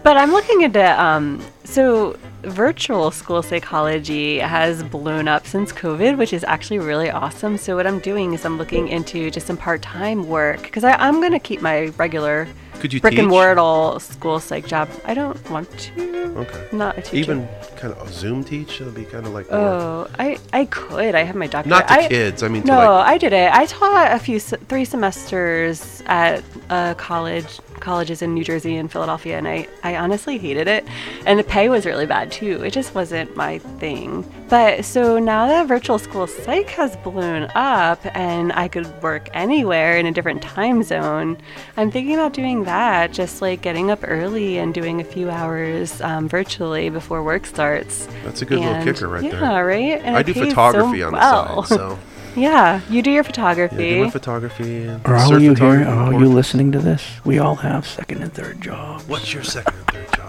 L: but I'm looking into, um, so virtual school psychology has blown up since COVID, which is actually really awesome. So, what I'm doing is I'm looking into just some part time work because I'm going to keep my regular
H: Could you
L: brick and
H: teach?
L: mortar school psych job. I don't want to.
H: okay.
L: Not a teacher.
H: Even kind of Zoom teach. It'll be kind of like. more-
L: Oh, I, I could. I have my doctorate.
H: Not to
L: I-
H: kids, I mean to,
L: no,
H: like-
L: I did it. I taught a few se- three semesters at uh, college colleges in New Jersey and Philadelphia, and I I honestly hated it, and the pay was really bad too. It just wasn't my thing. But so now that virtual school psych has blown up, and I could work anywhere in a different time zone, I'm thinking about doing that. Just like getting up early and doing a few hours um, virtually before work starts.
H: That's a good little
L: And-
H: kicker right there.
L: Yeah, right.
H: I
L: it
H: do
L: pays so
H: photography on the
L: well.
H: side, so.
L: yeah, you do your
H: Yeah,
L: photography.
H: do my photography. and
K: Are all
H: surf
K: you
H: photography
K: here? Are all
H: report.
K: you listening to this? We all have second and third jobs.
H: What's your second and third job?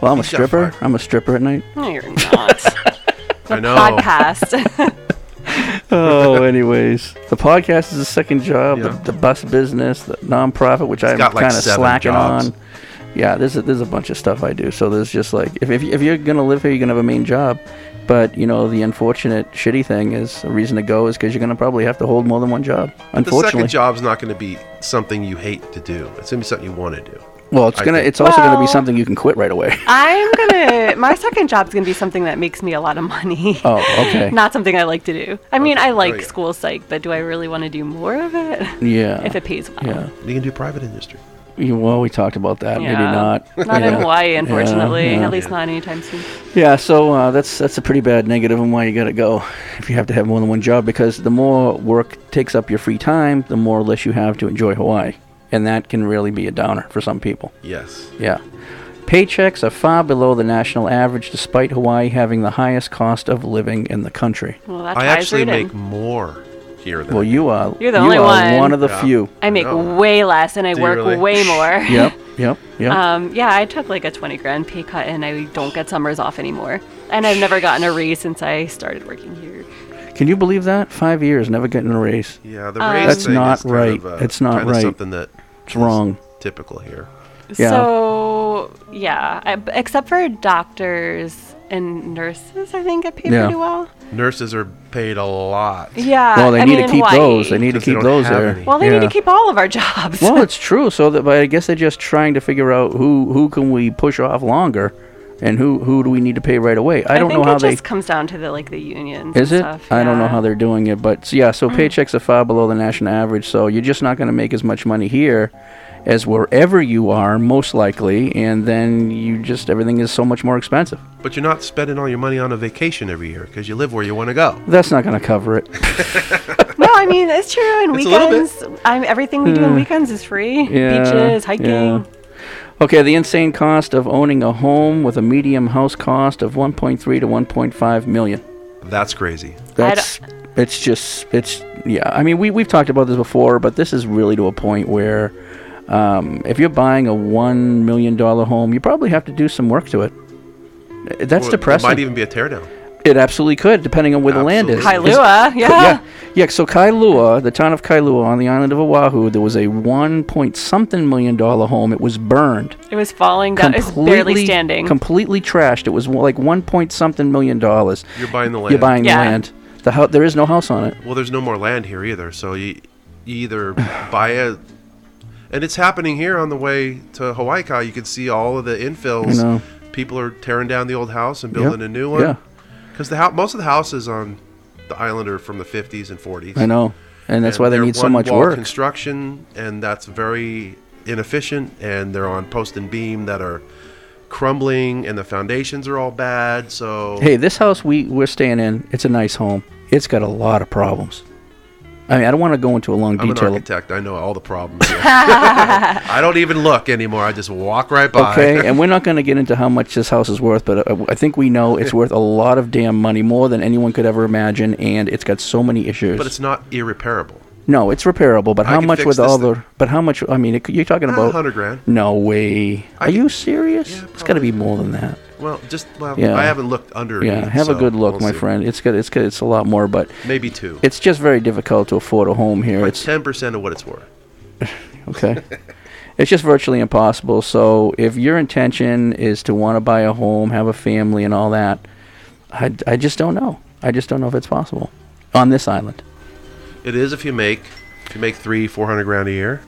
K: Well, I'm a
H: He's got
K: stripper. I'm a stripper at night.
L: No, you're not.
H: I know.
L: Podcast.
K: oh, anyways, the podcast is a second job. The, the bus business, the nonprofit, which I'm
H: got like
K: kind of
H: seven
K: slacking
H: jobs.
K: on. Yeah, there's a, there's a bunch of stuff I do. So there's just like if if, you- if you're gonna live here, you're gonna have a main job. But you know the unfortunate shitty thing is the reason to go is because you're gonna probably have to hold more than one job.
H: But the
K: Unfortunately,
H: second job's not going to be something you hate to do. It's going to be something you want to do.
K: Well, it's
H: I
K: gonna.
H: think-
K: It's also gonna be
L: Well-
K: something you can quit right away.
L: I'm gonna. My second job's gonna be something that makes me a lot of money.
K: Oh, okay.
L: Not something I like to do. I mean, I like
H: great.
L: school psych, but do I really want to do more of it?
K: Yeah.
L: if it pays well.
K: Yeah.
H: You can do private industry.
K: You, well, we talked about that.
L: Yeah.
K: Maybe not.
L: Not in
K: Yeah.
L: Hawaii,
K: Yeah,
L: unfortunately.
K: yeah.
L: At least not anytime soon.
K: Yeah, so uh, that's that's a pretty bad negative on why you got to go if you have to have more than one job because the more work takes up your free time, the more or less you have to enjoy Hawaii, and that can really be a downer for some people.
H: Yes.
K: Yeah. Paychecks are far below the national average despite Hawaii having the highest cost of living in the country.
L: Well, that's
H: I
L: why
H: actually
L: I was reading.
H: make more here than
K: Well, you are
L: You're the
K: you
L: only
K: are
L: one.
K: of the
H: Yeah.
K: few.
L: I make
H: No.
L: way less and I
H: Do you
L: work
H: really?
L: way more.
K: Yep, yep, yep.
L: Um, yeah, I took like a 20 grand pay cut and I don't get summers off anymore. And I've never gotten a raise since I started working here.
K: Can you believe that? 5 years never getting a raise.
H: Yeah, the
L: Um,
H: raise
K: That's
H: thing
K: not
H: is kind
K: right.
H: of, uh,
K: It's not
H: kind of
K: right.
H: something that
K: It's wrong.
H: typical here.
K: Yeah.
L: So, yeah, I, b- except for doctors and nurses, I think get paid
K: Yeah.
L: pretty well.
H: Nurses are paid a lot.
L: Yeah.
K: well, they
L: uh, I
K: need
L: mean,
K: to keep
L: Hawaii.
K: those. They need to
H: 'Cause they
K: keep
H: don't
K: those
H: have
K: there.
H: any.
L: Well, they need
K: Yeah.
L: to keep all of our jobs.
K: well, it's true. So that, but I guess they're just trying to figure out who who can we push off longer, and who who do we need to pay right away. I don't
L: think
K: know how
L: it
K: they.
L: just comes down to the like the unions.
K: Is
L: and
K: it?
L: Stuff.
K: I don't know
L: yeah. Mm.
K: how they're doing it, but s- yeah. So paychecks are far below the national average. So you're just not going to make as much money here as wherever you are, most likely. And then you just everything is so much more expensive.
H: But you're not spending all your money on a vacation every year because you live where you want to go.
K: That's not going to cover it.
L: No, I mean it's true. And
H: It's a little bit.
L: weekends, I'm everything we do on
K: Yeah.
L: weekends is free.
K: Hmm. Yeah,
L: Beaches, hiking.
K: yeah. Okay, the insane cost of owning a home with a medium house cost of 1.3 to 1.5 million.
H: That's crazy.
K: That's it's just it's yeah. I mean, we we've talked about this before, but this is really to a point where um, if you're buying a one million dollar home, you probably have to do some work to it. Uh, That's
H: Well,
K: depressing.
H: It might even be a teardown.
K: It absolutely could, depending on where the land is.
L: Absolutely.
K: 'Cause-
L: Kailua,
K: ca-
L: yeah.
K: yeah. So Kailua, the town of Kailua on the island of Oahu, there was a one point something million dollar home. It was burned
L: It was falling down. It was barely standing.
K: completely trashed. It was wa- like one point something million dollars.
H: You're buying the
K: You're
H: land.
K: buying
L: Yeah.
K: the land. The house. There is no house on it.
H: Well, there's no more land here either, so you, you either buy a, and it's happening here on the way to Hawaii. Kai. You can see all of the infills.
K: I know.
H: People are tearing down the old house and building a new one.
K: yeah.
H: Because the hou- most of the houses on the island are from the 50s and 40s.
K: I know, and that's why they
H: they're
K: need so
H: one
K: much
H: wall
K: work.
H: Construction, and that's very inefficient. And they're on post and beam that are crumbling, and the foundations are all bad. So
K: Hey, this house we we're staying in, it's a nice home. It's got a lot of problems. I mean, I don't want to go into a long
H: I'm an
K: detail.
H: architect. I know all the problems. here. I don't even look anymore. I just walk right by.
K: Okay, and we're not going to get into how much this house is worth, but uh, I, I think we know it's worth a lot of damn money, more than anyone could ever imagine, and it's got so many issues.
H: but it's not irreparable.
K: no, it's repairable, but
H: I
K: how
H: can
K: much
H: fix
K: with
H: this
K: all
H: thing.
K: the? But how much? I mean, it, you're talking
H: Ah,
K: about
H: 100 grand.
K: No way.
H: I
K: Are
H: can-
K: you serious?
H: Yeah,
K: it's got to be more than that.
H: Well, just well,
K: Yeah.
H: I haven't looked under.
K: Yeah, have a good look, my friend. It's good. It's good. It's a lot more, but
H: Maybe two.
K: it's just very difficult to afford a home here.
H: Like
K: It's
H: ten percent of what it's worth.
K: okay. it's just virtually impossible. So if your intention is to want to buy a home, have a family, and all that, I, I just don't know. I just don't know if it's possible on this island.
H: It is if you make if you make three four hundred grand a year,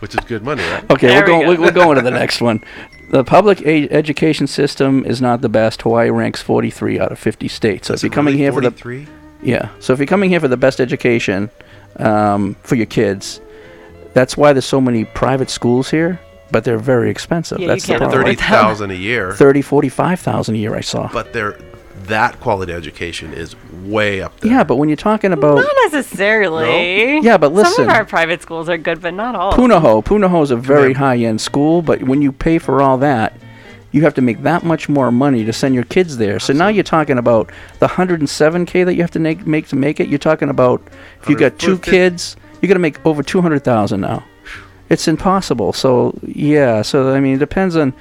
H: which is good money, right?
K: Okay, we're
L: There we
K: going.
L: go.
K: We're, we're going to the next one. The public e- education system is not the best. Hawaii ranks 43 out of 50 states. So if you're coming here for the
H: three,
K: Yeah. So if you're coming here for the best education um, for your kids, that's why there's so many private schools here, but they're very expensive.
L: Yeah, you
K: that's Oh, the
L: can't
K: problem.
H: thirty
L: afford
H: thousand a year,
K: 30, 45,000 a year I saw.
H: but they're that quality education is way up there.
K: yeah, but when you're talking about
L: Not necessarily.
K: No? Yeah, but
L: Some
K: listen.
L: of our private schools are good, but not all.
K: Punahou, Punahou is a very
H: here.
K: high-end school, but when you pay for all that, you have to make that much more money to send your kids there. So now you're talking about the 107k that you have to make, make to make it. You're talking about if you got two
H: 150.
K: kids, you're gonna make over 200,000 now. It's impossible. So yeah. So I mean, it depends on.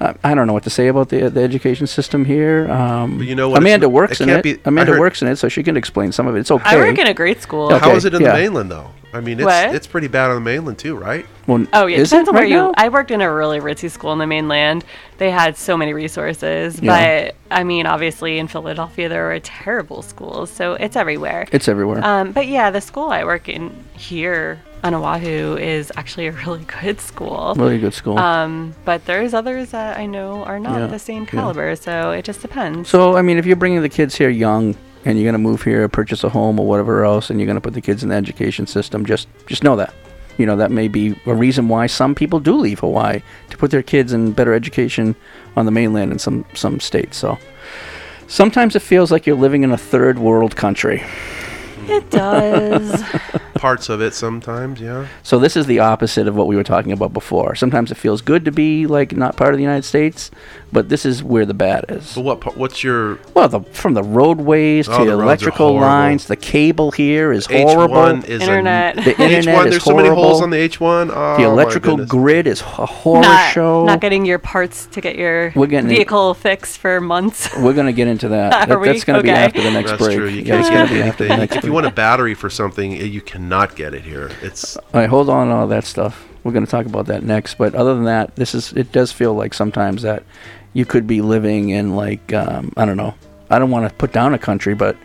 K: I I don't know what to say about the the education system here. Um,
H: But you know what, it's
K: Amanda
H: n-
K: works
H: it
K: in
H: can't
K: it.
H: be- I
K: Amanda
H: heard-
K: works in it, so she can explain some of it. It's okay.
L: I work in a great school.
K: Yeah.
H: How
K: okay,
H: is it in
K: yeah.
H: the mainland though? I mean, it's
L: What?
H: it's pretty bad on the mainland too, right?
K: Well,
L: Oh yeah, depends on where you. I worked in a really ritzy school in the mainland. They had so many resources,
K: Yeah.
L: but I mean, obviously in Philadelphia there were terrible schools, so it's everywhere.
K: It's everywhere.
L: Um, but yeah, the school I work in here on Oahu is actually a really good school.
K: Really good school.
L: Um, but there's others that I know are not
K: Yeah,
L: the same
K: yeah.
L: caliber, so it just depends.
K: So, I mean, if you're bringing the kids here young and you're going to move here, purchase a home or whatever else, and you're going to put the kids in the education system, just just know that. You know, that may be a reason why some people do leave Hawaii to put their kids in better education on the mainland in some, some states. So sometimes it feels like you're living in a third world country.
L: It does.
H: Parts of it sometimes, yeah.
K: So this is the opposite of what we were talking about before. Sometimes it feels good to be like not part of the United States, but this is where the bad is.
H: But what pa- what's your
K: Well, the, from the roadways to
H: Oh, the roads are
K: electrical
H: horrible.
K: lines, the cable here is horrible.
H: H1 is a-
L: Internet.
K: The internet
H: H1,
K: is
H: there's so many holes
K: horrible.
H: on the H1. Oh, my
K: the electrical
H: goodness.
K: grid is a horror
L: not,
K: show.
L: not getting your parts to get your
K: We're getting it.
L: vehicle fixed for months.
K: We're gonna get into that.
L: Are
K: That- that's
L: we?
K: gonna be
L: Okay.
K: after the next
H: That's
K: break.
H: true. You
K: Yeah,
H: can't
K: it's
H: get
K: gonna be after the next
H: anything. If you
K: break.
H: want a battery for something, eh, you cannot get it here. It's
K: All right, hold on to all that stuff. We're going to talk about that next. But other than that, this is it does feel like sometimes that you could be living in like um, I don't know. I don't want to put down a country, but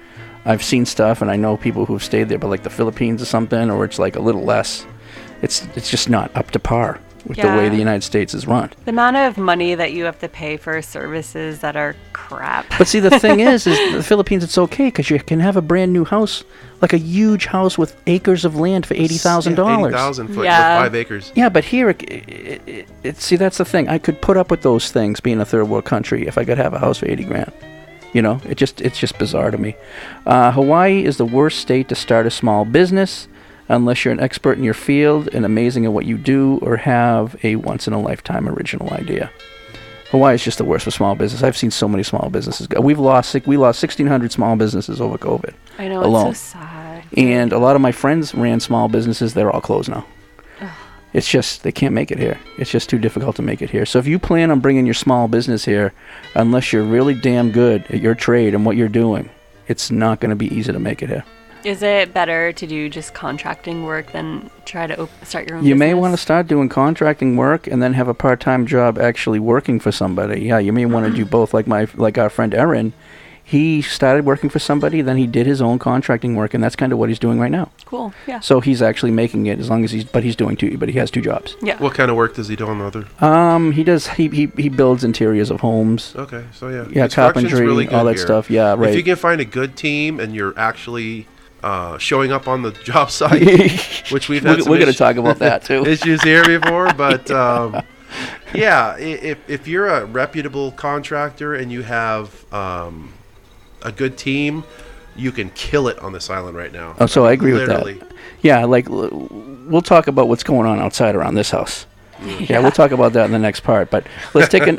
K: I've seen stuff and I know people who've stayed there, but like the Philippines or something, or it's like a little less. It's it's just not up to par with the way
L: Yeah.
K: the United States is run.
L: The amount of money that you have to pay for services that are crap.
K: But see, the thing is, is the Philippines it's okay because you can have a brand new house, like a huge house with acres of land for eighty thousand dollars.
H: $80,000 for- for
L: Yeah.
H: five acres.
K: Yeah, but here, it, it, it, it, see, that's the thing. I could put up with those things being a third world country if I could have a house for eighty grand. You know, it just it's just bizarre to me. Uh, Hawaii is the worst state to start a small business unless you're an expert in your field and amazing at what you do or have a once in a lifetime original idea. Hawaii is just the worst for small business. I've seen so many small businesses go. We've lost six- we lost 1,600 small businesses over COVID.
L: I know, it's so
K: alone.
L: sad.
K: And a lot of my friends ran small businesses. They're all closed now. It's just they can't make it here. It's just too difficult to make it here. So if you plan on bringing your small business here, unless you're really damn good at your trade and what you're doing, it's not going to be easy to make it here.
L: Is it better to do just contracting work than try to op- start your own
K: You
L: business?
K: may want to start doing contracting work and then have a part-time job actually working for somebody. Yeah, you may want to do both. Like my like our friend Erin, he started working for somebody, then he did his own contracting work, and that's kind of what he's doing right now.
L: Cool. Yeah.
K: So he's actually making it as long as he's but he's doing two but he has two jobs.
L: Yeah.
H: What kind of work does he do on the other?
K: Um, he does. He, he, he builds interiors of homes.
H: Okay, so yeah,
K: yeah,
H: Construction's
K: carpentry,
H: really good
K: all that
H: here.
K: stuff. Yeah, right.
H: If you can find a good team and you're actually uh, showing up on the job site, which we've had
K: We're-
H: some
K: we're gonna
H: issu-
K: talk about that, too.
H: issues here before, but um, yeah, i- if if you're a reputable contractor and you have um, a good team, you can kill it on this island right now.
K: Oh, so I agree
H: Literally.
K: with that. Yeah, like l- we'll talk about what's going on outside around this house. Yeah. we'll talk about that in the next part. But let's take an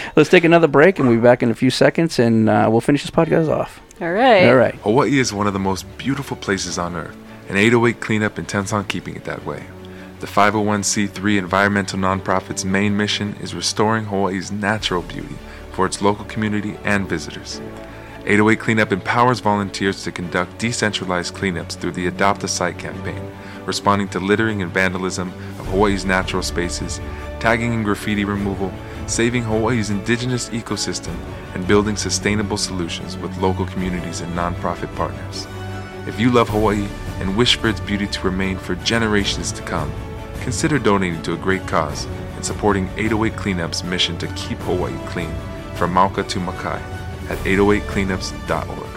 K: let's take another break, and we'll be back in a few seconds, and uh, we'll finish this podcast off.
L: All right.
K: All right.
M: Hawaii is one of the most beautiful places on earth, and 808 Cleanup intends on keeping it that way. The 501c3 environmental nonprofit's main mission is restoring Hawaii's natural beauty for its local community and visitors. 808 Cleanup empowers volunteers to conduct decentralized cleanups through the Adopt a Site campaign, responding to littering and vandalism of Hawaii's natural spaces, tagging and graffiti removal, saving Hawaii's indigenous ecosystem, and building sustainable solutions with local communities and nonprofit partners. If you love Hawaii and wish for its beauty to remain for generations to come, consider donating to a great cause and supporting 808 Cleanup's mission to keep Hawaii clean from Mauka to Makai at 808cleanups.org.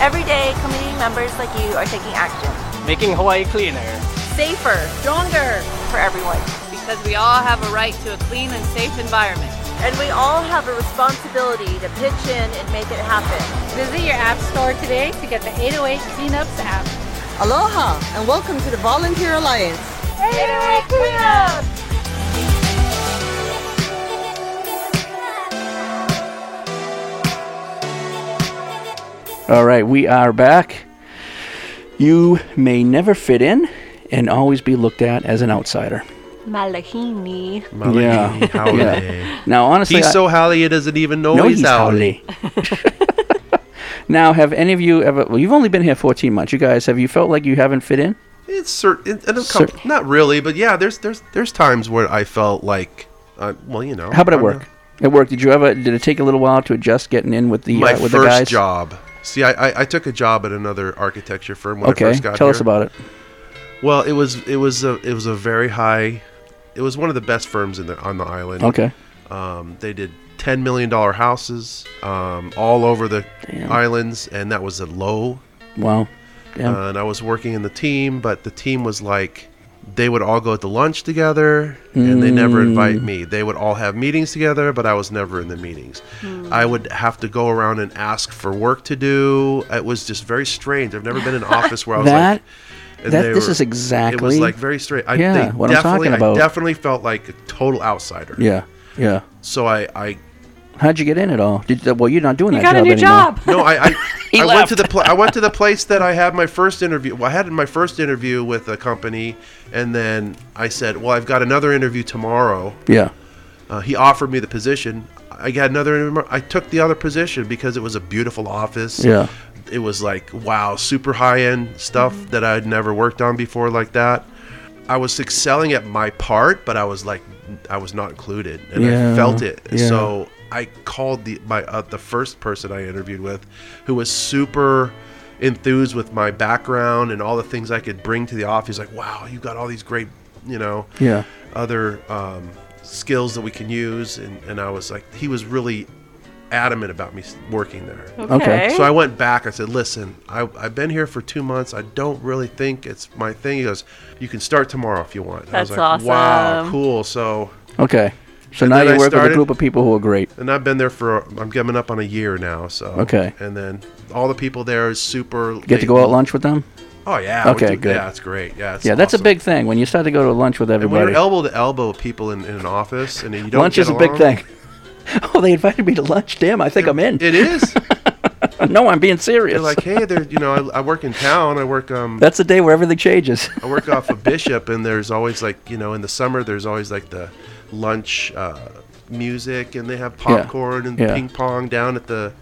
C: Everyday community members like you are taking action.
N: Making Hawaii cleaner.
C: Safer, stronger for everyone.
O: Because we all have a right to a clean and safe environment.
C: And we all have a responsibility to pitch in and make it happen.
O: Visit your app store today to get the 808 Cleanups app.
P: Aloha and welcome to the Volunteer Alliance.
F: oh
K: All right, we are back. You may never fit in, and always be looked at as an outsider.
L: Malahini.
K: Yeah. yeah. Now, honestly,
H: he's
K: I-
H: so howly he doesn't even know
K: No,
H: he's,
K: he's
H: howly.
K: Now, have any of you ever? Well, you've only been here 14 months. You guys, have you felt like you haven't fit in?
H: It's certain, not really, but yeah, there's there's there's times where I felt like, uh, well, you know,
K: How about at
H: I'm
K: work? At work, did you ever? Did it take a little while to adjust getting in with the
H: my
K: uh, with the
H: first
K: guys?
H: job. See, I, I, I took a job at another architecture firm when
K: Okay,
H: I first got
K: tell
H: here.
K: us about it.
H: Well, it was it was a it was a very high. It was one of the best firms in the on the island.
K: Okay.
H: Um, they did ten million dollar houses um, all over the islands, and that was a low.
K: Wow. Damn.
H: Uh, and I was working in the team, but the team was like they would all go out to lunch together and they never
K: Mm.
H: invite me. They would all have meetings together, but I was never in the meetings. I would have to go around and ask for work to do. It was just very strange. I've never been in an office where I was
K: That-
H: like and
K: that-
H: they
K: this is
H: It was
K: exactly-
H: like very strange. I,
K: Yeah,
H: they
K: what I'm
H: definitely,
K: talking about.
H: I definitely felt like a total outsider.
K: Yeah, yeah.
H: So I, I
K: How'd you get in at all? Did, uh, well, you're not doing that job anymore.
H: no, I I, I went to the pla- I went to the place that I had my first interview. Well, I had my first interview with a company, and then I said, "Well, I've got another interview tomorrow."
K: Yeah.
H: Uh, he offered me the position. I got another. interview. I took the other position because it was a beautiful office.
K: Yeah.
H: It was like wow, super high end stuff that I had never worked on before like that. I was excelling at my part, but I was like, I was not included, and
K: Yeah,
H: I felt it.
K: yeah.
H: So I called the my uh, the first person I interviewed with, who was super enthused with my background and all the things I could bring to the office. Like, wow, you got all these great, you know,
K: Yeah.
H: other um, skills that we can use. And, and I was like, he was really adamant about me s- working there.
K: Okay.
H: So I went back. I said, listen, I, I've been here for two months. I don't really think it's my thing. He goes, you can start tomorrow if you want. I was like,
L: That's
H: wow,
L: awesome.
H: cool. So
K: Okay. So
H: And
K: now
H: then
K: you
H: I
K: work with
H: started-
K: a group of people who are great.
H: and I've been there for I'm coming up on a year now. So
K: Okay.
H: and then all the people there is super.
K: You get to go out lunch with them.
H: Oh, yeah, we
K: Okay.
H: do-
K: good.
H: yeah, it's great. Yeah, it's
K: yeah, that's a big thing when you start to go to lunch with
H: And when
K: everybody.
H: you're elbow to elbow with people in, in an office and you don't
K: lunch
H: get
K: is a big
H: along-
K: thing. oh, they invited me to lunch. Damn, I think I'm in.
H: It is.
K: no, I'm being serious.
H: They're like, hey, there. You know, I, I work in town. I work. Um,
K: That's the day where everything changes.
H: I work off of Bishop, and there's always like you know in the summer there's always like the lunch uh, music, and they have
K: Yeah.
H: popcorn and
K: Yeah.
H: ping pong down at the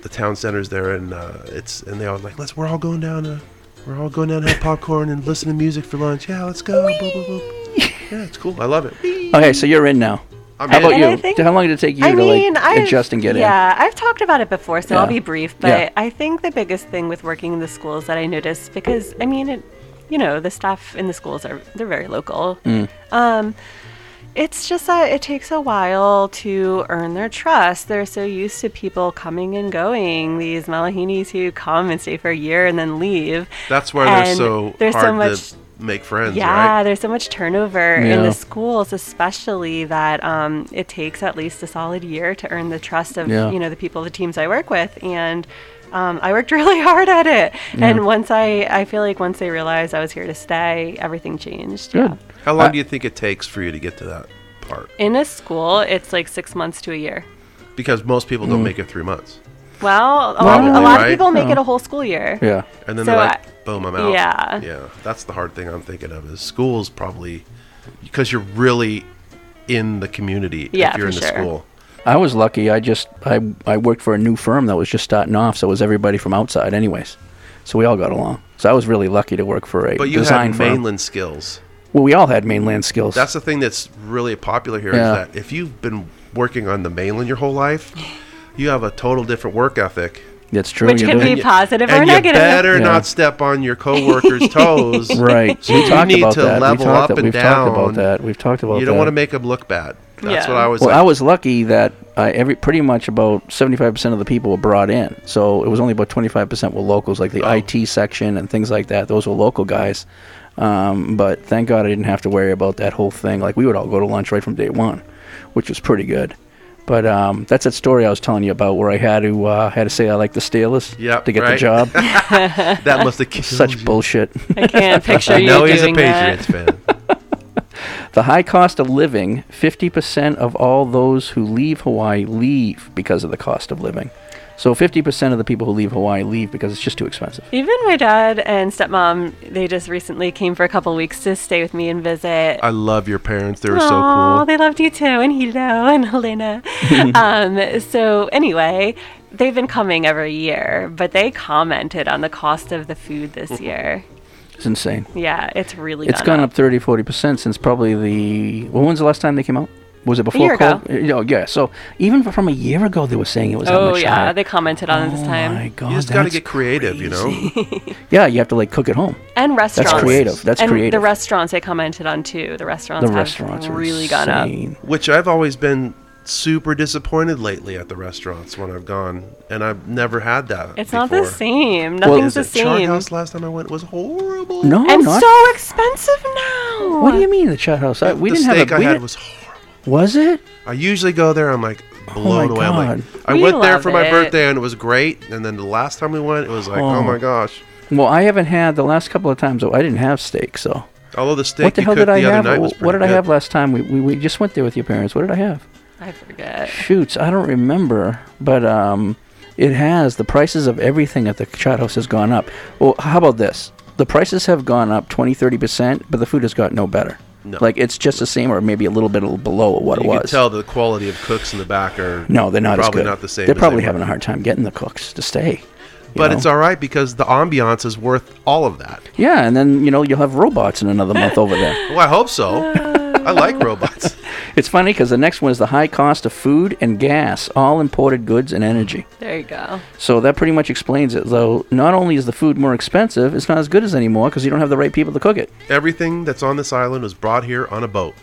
H: the town centers there, and uh, it's and they all like let's we're all going down to we're all going down to have popcorn and listen to music for lunch. Yeah, let's go. Blah, blah, blah. Yeah, it's cool. I love it.
K: Okay, so you're in now.
H: I'm
K: How
H: in.
K: about
H: And
K: you?
H: I
L: think-
K: How long did it take you
L: I
K: to
L: mean,
K: like
L: I've,
K: adjust and get in?
L: Yeah, I've talked about it before, so I'll
K: Yeah.
L: be brief. But
K: Yeah.
L: I think the biggest thing with working in the schools that I noticed, because I mean, it, you know, the staff in the schools are they're very local.
K: Mm.
L: Um, it's just that it takes a while to earn their trust. They're so used to people coming and going. These Malahinis who come and stay for a year and then leave.
H: That's why they're
L: And
H: so
L: there's so
H: hard
L: much-
H: to make friends.
L: Yeah,
H: right?
L: there's so much turnover in
H: Yeah.
L: the schools, especially that um, it takes at least a solid year to earn the trust of
K: Yeah.
L: you know the people, the teams I work with, and um, I worked really hard at it.
K: Yeah.
L: And once I, I feel like once they realized I was here to stay, everything changed. Yeah.
H: How long do you think it takes for you to get to that part?
L: In a school, it's like six months to a year.
H: Because most people
K: Mm.
H: don't make it three months.
L: Well, a lot,
H: Probably,
L: a lot
H: right? Oh.
L: of people make
H: Yeah.
L: it a whole school year.
H: And then
L: So
H: they're like,
L: I-
H: boom, I'm out.
L: Yeah.
H: Yeah. That's the hard thing I'm thinking of is schools probably because you're really in the community
L: Yeah,
H: if you're in
L: for
H: the
L: sure.
H: school.
K: I was lucky. I just I I worked for a new firm that was just starting off, so it was everybody from outside, anyways. So we all got along. So I was really lucky to work for a
H: But you
K: design
H: have
K: firm.
H: mainland skills.
K: Well, we all had mainland skills.
H: That's the thing that's really popular here is
K: Yeah.
H: that if you've been working on the mainland your whole life, you have a total different work ethic.
K: That's true.
L: Which
K: you
L: can
K: do.
L: be positive or
H: and you
L: negative.
H: better
K: Yeah.
H: not step on your coworkers' toes.
K: Right.
H: So
K: We
H: you
K: talked
H: need
K: about
H: to
K: that. We
H: level
K: talked
H: up
K: that-
H: and
K: we've
H: down.
K: talked about that. We've talked about
H: You don't
K: that.
H: want to make them look bad. That's
K: Yeah.
H: what I was
K: Well,
H: like.
K: I was lucky that I, every pretty much about seventy five percent of the people were brought in, so it was only about twenty five percent were locals, like
H: Oh.
K: the IT section and things like that. Those were local guys, um, but thank God I didn't have to worry about that whole thing. Like we would all go to lunch right from day one, which was pretty good. But um, that's that story I was telling you about where I had to uh, had to say I like the Steelers
H: Yep,
K: to get the
H: right.
K: job.
H: That must have killed
K: such bullshit.
L: I can't picture
H: I
L: you
H: know he's a
L: doing that.
H: Patriots fan.
K: The high cost of living, 50% of all those who leave Hawaii leave because of the cost of living. So 50% of the people who leave Hawaii leave because it's just too expensive.
L: Even my dad and stepmom, they just recently came for a couple weeks to stay with me and visit.
H: I love your parents. They were so
L: Aw,
H: cool.
L: They loved you too, and Hilo and Helena. um, so anyway, they've been coming every year, but they commented on the cost of the food this year.
K: It's insane.
L: Yeah, it's really
K: Mm-hmm. It's gone up 30, 40% since probably the. Well, when's the last time they came out? Was it before
L: year ago.
K: COVID? Uh, Oh, yeah. So even f- from a year ago, they were saying it was that
L: Oh
K: much
L: yeah,
K: higher.
L: they commented on it this time.
K: Oh My God,
H: you just got to
K: that's
H: get creative, you know.
K: Yeah, you have to like cook at home.
L: And restaurants.
K: That's creative. That's
L: and
K: creative.
L: the restaurants they commented on too. The restaurants
K: The
L: have
K: restaurants are
L: really gone up.
H: Which I've always been super disappointed lately at the restaurants when I've gone, and I've never had that.
L: It's not the
H: before.
L: same. Nothing's the
H: Is it? Char
L: same.
H: House last time I went was horrible.
K: No,
L: and
K: not.
L: so expensive now.
K: what do you mean the chat house? I, we
H: the
K: didn't
H: steak
K: have a,
H: I
K: we
H: had
K: didn't-
H: was
K: Was it?
H: I usually go there. I'm like blown away. I'm
K: Oh God.
H: like, I
K: We
H: went there for
K: love
H: my
K: it.
H: birthday and it was great. And then the last time we went, it was like, oh,
K: Oh.
H: my gosh.
K: Well, I haven't had the last couple of times. though, I didn't have steak, so.
H: Although the steak
K: What the
H: you
K: hell
H: cooked
K: did I
H: the other
K: have?
H: night was
K: what did
H: pretty
K: I
H: good.
K: have last time? We, we, we just went there with your parents. What did I have?
L: I forget.
K: Shoots, I don't remember, but um, it has the prices of everything at the chat house has gone up. Well, how about this? The prices have gone up 20, 30 percent, but the food has got no better.
H: No.
K: Like it's just the same, or maybe a little bit below what
H: You
K: it was.
H: can tell the quality of cooks in the back are
K: no, they're not
H: probably
K: as good.
H: not the same.
K: They're
H: as they
K: probably
H: were.
K: having a hard time getting the cooks to stay.
H: But
K: know?
H: it's all right because the ambiance is worth all of that.
K: Yeah, and then you know you'll have robots in another month over there.
H: Well, I hope so. I like robots.
K: It's funny because the next one is the high cost of food and gas, all imported goods and energy.
L: There you go.
K: So that pretty much explains it. Though not only is the food more expensive, it's not as good as anymore because you don't have the right people to cook it.
H: Everything that's on this island was brought here on a boat.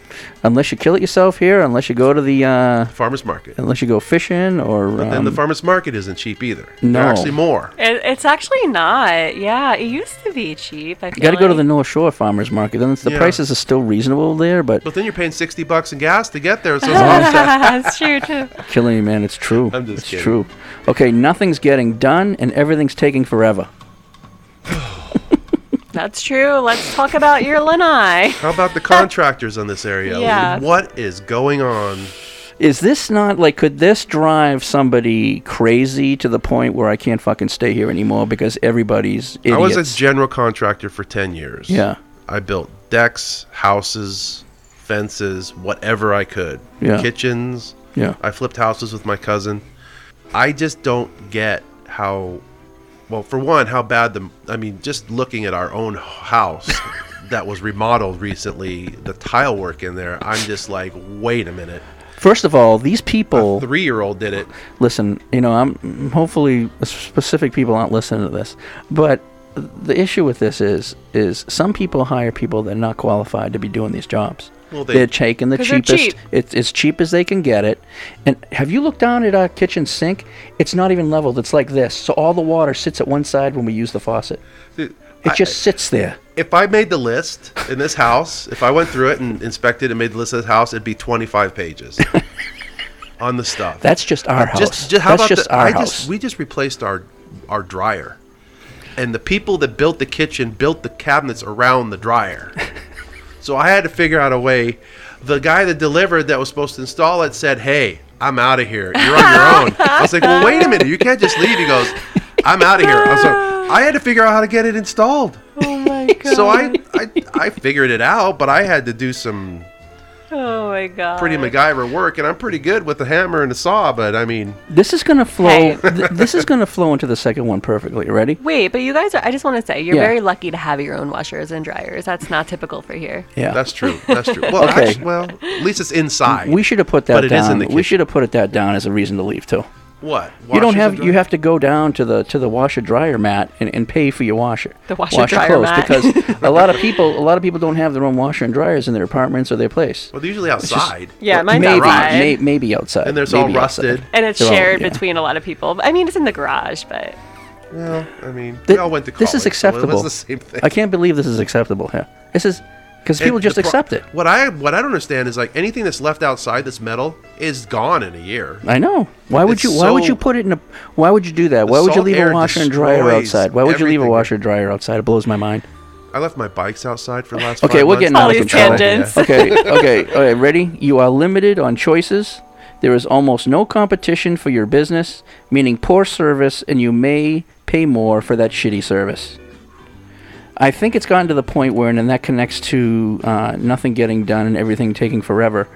K: Unless you kill it yourself here, unless you go to the uh,
H: farmers market,
K: unless you go fishing or.
H: But then the
K: um,
H: farmers market isn't cheap either.
K: No.
H: They're actually more.
L: It, it's actually not. Yeah, it used to be cheap. I
K: you
L: feel
K: got to go to
L: like.
K: the North Shore farmers market. Then it's- the
H: Yeah.
K: prices are still reasonable there, but
H: But then you're paying 60 bucks in gas to get there. So it's almost that-
L: That's true too.
K: killing me, man. It's true.
H: I'm just
K: it's
H: kidding.
K: true. Okay, nothing's getting done and everything's taking forever.
L: That's true. Let's talk about your lanai.
H: How about the contractors on this area?
L: Yeah.
H: What is going on?
K: Is this not like could this drive somebody crazy to the point where I can't fucking stay here anymore because everybody's idiots?
H: I was a general contractor for 10 years.
K: Yeah.
H: I built decks, houses, fences, whatever I could.
K: Yeah.
H: Kitchens.
K: Yeah.
H: I flipped houses with my cousin. I just don't get how well, for one, how bad the I mean, just looking at our own house that was remodeled recently, the tile work in there, I'm just like, "Wait a minute.
K: First of all, these people.
H: 3-year-old did it."
K: listen, you know, I'm hopefully specific people aren't listening to this, but the issue with this is is some people hire people that are not qualified to be doing these jobs.
H: Well, they-
K: they, are taking the
H: 'Cause they're
K: cheapest.
H: cheap.
K: It's as cheap as they can get it. And have you looked down at our kitchen sink? It's not even leveled. It's like this, so all the water sits at one side when we use the faucet.
H: Dude,
K: It
H: I-
K: just sits there.
H: If I made the list in this house, if I went through it and inspected and made the list of this house, it'd be 25 pages on the stuff.
K: That's just our house.
H: Just, just how
K: That's
H: about
K: just
H: the,
K: our
H: I
K: house.
H: Just, we just replaced our our dryer, and the people that built the kitchen built the cabinets around the dryer. so I had to figure out a way. The guy that delivered that was supposed to install it said, "Hey, I'm out of here. You're on your own." I was like, "Well, wait a minute. You can't just leave." He goes, "I'm out of here." I was like, "I had to figure out how to get it installed."
L: Oh my god.
H: So I, I I figured it out, but I had to do some
L: Oh my god.
H: pretty MacGyver work, and I'm pretty good with a hammer and a saw. But I mean,
K: This is gonna flow. th- this is gonna flow into the second one perfectly. Ready?
L: Wait, but you guys are. I just want to say you're
K: Yeah.
L: very lucky to have your own washers and dryers. That's not typical for here.
K: Yeah.
H: That's true. That's true. Well,
K: Okay.
H: actu- well, at least it's inside.
K: We should have put that
H: But it
K: down.
H: is in the
K: we should have put it that down as a reason to leave too.
H: What?
K: you don't
H: Washers
K: have
H: and
K: you have to go down to the to the washer dryer mat and, and pay for your washer.
L: The washer
K: wash your
L: dryer
K: clothes
L: mat.
K: because a lot of people a lot of people don't have their own washer and dryers in their apartments or their place.
H: Well, they're usually
K: It's just-
H: outside.
L: Yeah,
K: well,
L: mine's
K: maybe,
L: outside.
K: May, maybe outside.
H: And there's all
K: maybe outside.
H: rusted.
L: And it's
K: They're all-
L: shared
K: yeah.
L: between a lot of people. I mean, it's in the garage, but
H: Well, I mean,
K: Th-
H: we all went to college.
K: This is
H: so it was
K: acceptable.
H: the same thing.
K: I can't believe this is acceptable here. This is because
H: And
K: people just
H: the pro-
K: accept it.
H: What I what I don't understand is like anything that's left outside that's metal is gone in a year.
K: I know. Why would
H: It's
K: you? Why would
H: so-
K: you put it in a? Why would you do that? Why would you
H: salt
K: leave
H: air
K: a washer and dryer
H: destroys
K: outside? Why would you leave a
H: everything.
K: washer and dryer outside? It blows my mind.
H: I left my bikes outside for the last.
K: Okay,
H: five
K: we're
H: months.
K: getting out of
L: these
K: control.
L: tangents.
K: Okay, okay, okay. Ready? You are limited on choices. There is almost no competition for your business, meaning poor service, and you may pay more for that shitty service. I think it's gotten to the point where, and then that connects to uh, nothing getting done and everything taking forever.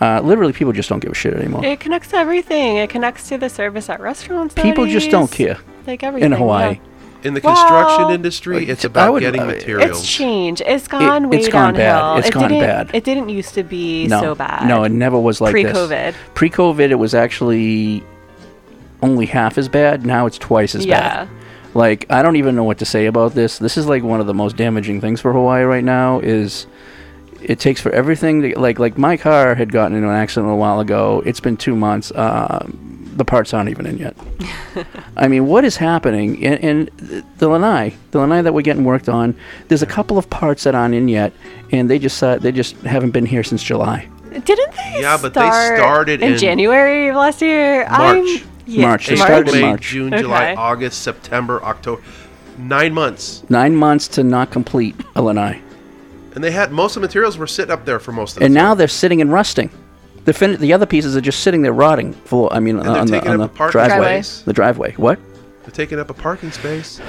K: Uh, literally, people just don't give a shit anymore.
L: it connects to everything. It connects to the service at restaurants.
K: People just don't
L: nowadays.
K: care
L: Like
K: in
L: everything.
K: Hawaii.
L: yeah.
H: in the construction
L: Well,
H: industry, it's
K: I
H: about
K: would-
H: getting
K: uh,
H: materials.
L: It's changed. It's gone way
K: it's gone
L: downhill.
K: bad. It's
L: it
K: gone
L: didn't,
K: bad.
L: It didn't used to be
K: no,
L: so bad.
K: No, it never was like
L: Pre-COVID.
K: this. Pre COVID, it was actually only half as bad. Now it's twice as
L: Yeah.
K: bad. Like I don't even know what to say about this. This is like one of the most damaging things for Hawaii right now. Is it takes for everything to like like my car had gotten into an accident a while ago. It's been two months. Uh, the parts aren't even in yet. I mean, what is happening? And, and th- the lanai, the lanai that we're getting worked on, there's a couple of parts that aren't in yet, and they just uh, they just haven't been here since July.
L: Didn't they?
H: Yeah, but they
L: start
H: started in
L: January of last year.
H: March.
L: I'm, yeah,
K: March. They
H: April,
K: started in
H: May,
K: March.
H: June, July,
L: Okay.
H: August, September, October. Nine months.
K: Nine months to not complete a lanai,
H: And they had most of the materials were sitting up there for most of the
K: and now they're sitting and rusting. The fin- the other pieces are just sitting there rotting. Full. I mean,
H: they're
K: on the
H: taking
K: on
H: up
K: the
H: a parking
K: driveway.
H: space.
K: The driveway. What?
H: They're taking up a parking space.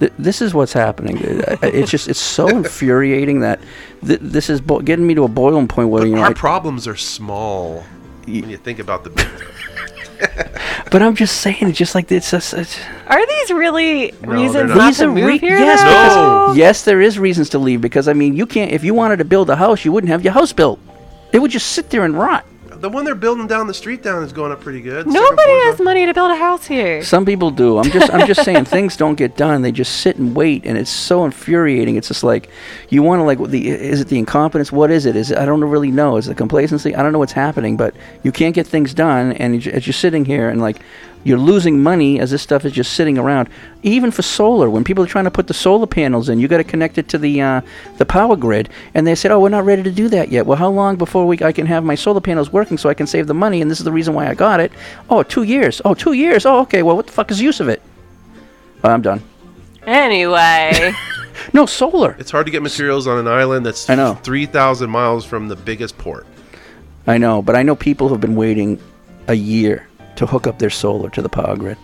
K: Th- this is what's happening. I- I- It's just it's so infuriating that th- this is bo- getting me to a boiling point where you know.
H: Our
K: I-
H: problems are small when you think about the big
K: but I'm just saying, it's just like it's just. It's,
L: Are these really
K: No,
L: reasons
K: they're
L: not
K: Reason-
L: to move
K: re-
L: here?
K: Yes,
L: though?
K: because- yes, there is reasons to leave because I mean, you can't. If you wanted to build a house, you wouldn't have your house built. It would just sit there and rot.
H: The one they're building down the street down is going up pretty good. The second
L: Nobody has money to build a house here.
K: Some people do. I'm just, I'm just saying, things don't get done. They just sit and wait, and it's so infuriating. It's just like you want to like the. Is it the incompetence? What is it? Is it, I don't really know. Is it complacency? I don't know what's happening, but you can't get things done, and you ju- it's just sitting here and like. You're losing money as this stuff is just sitting around. Even for solar, when people are trying to put the solar panels in, you got to connect it to the uh, the power grid, and they said, "Oh, we're not ready to do that yet." Well, how long before we I can have my solar panels working so I can save the money? And this is the reason why I got it. Oh, two years. Oh, two years. Oh, okay. Well, what the fuck is the use of it? Uh, I'm done.
L: Anyway,
K: No solar.
H: It's hard to get materials on an island that's
K: I know.
H: 3,000 miles from the biggest port.
K: I know, but I know people have been waiting a year to hook up their solar to the power grid.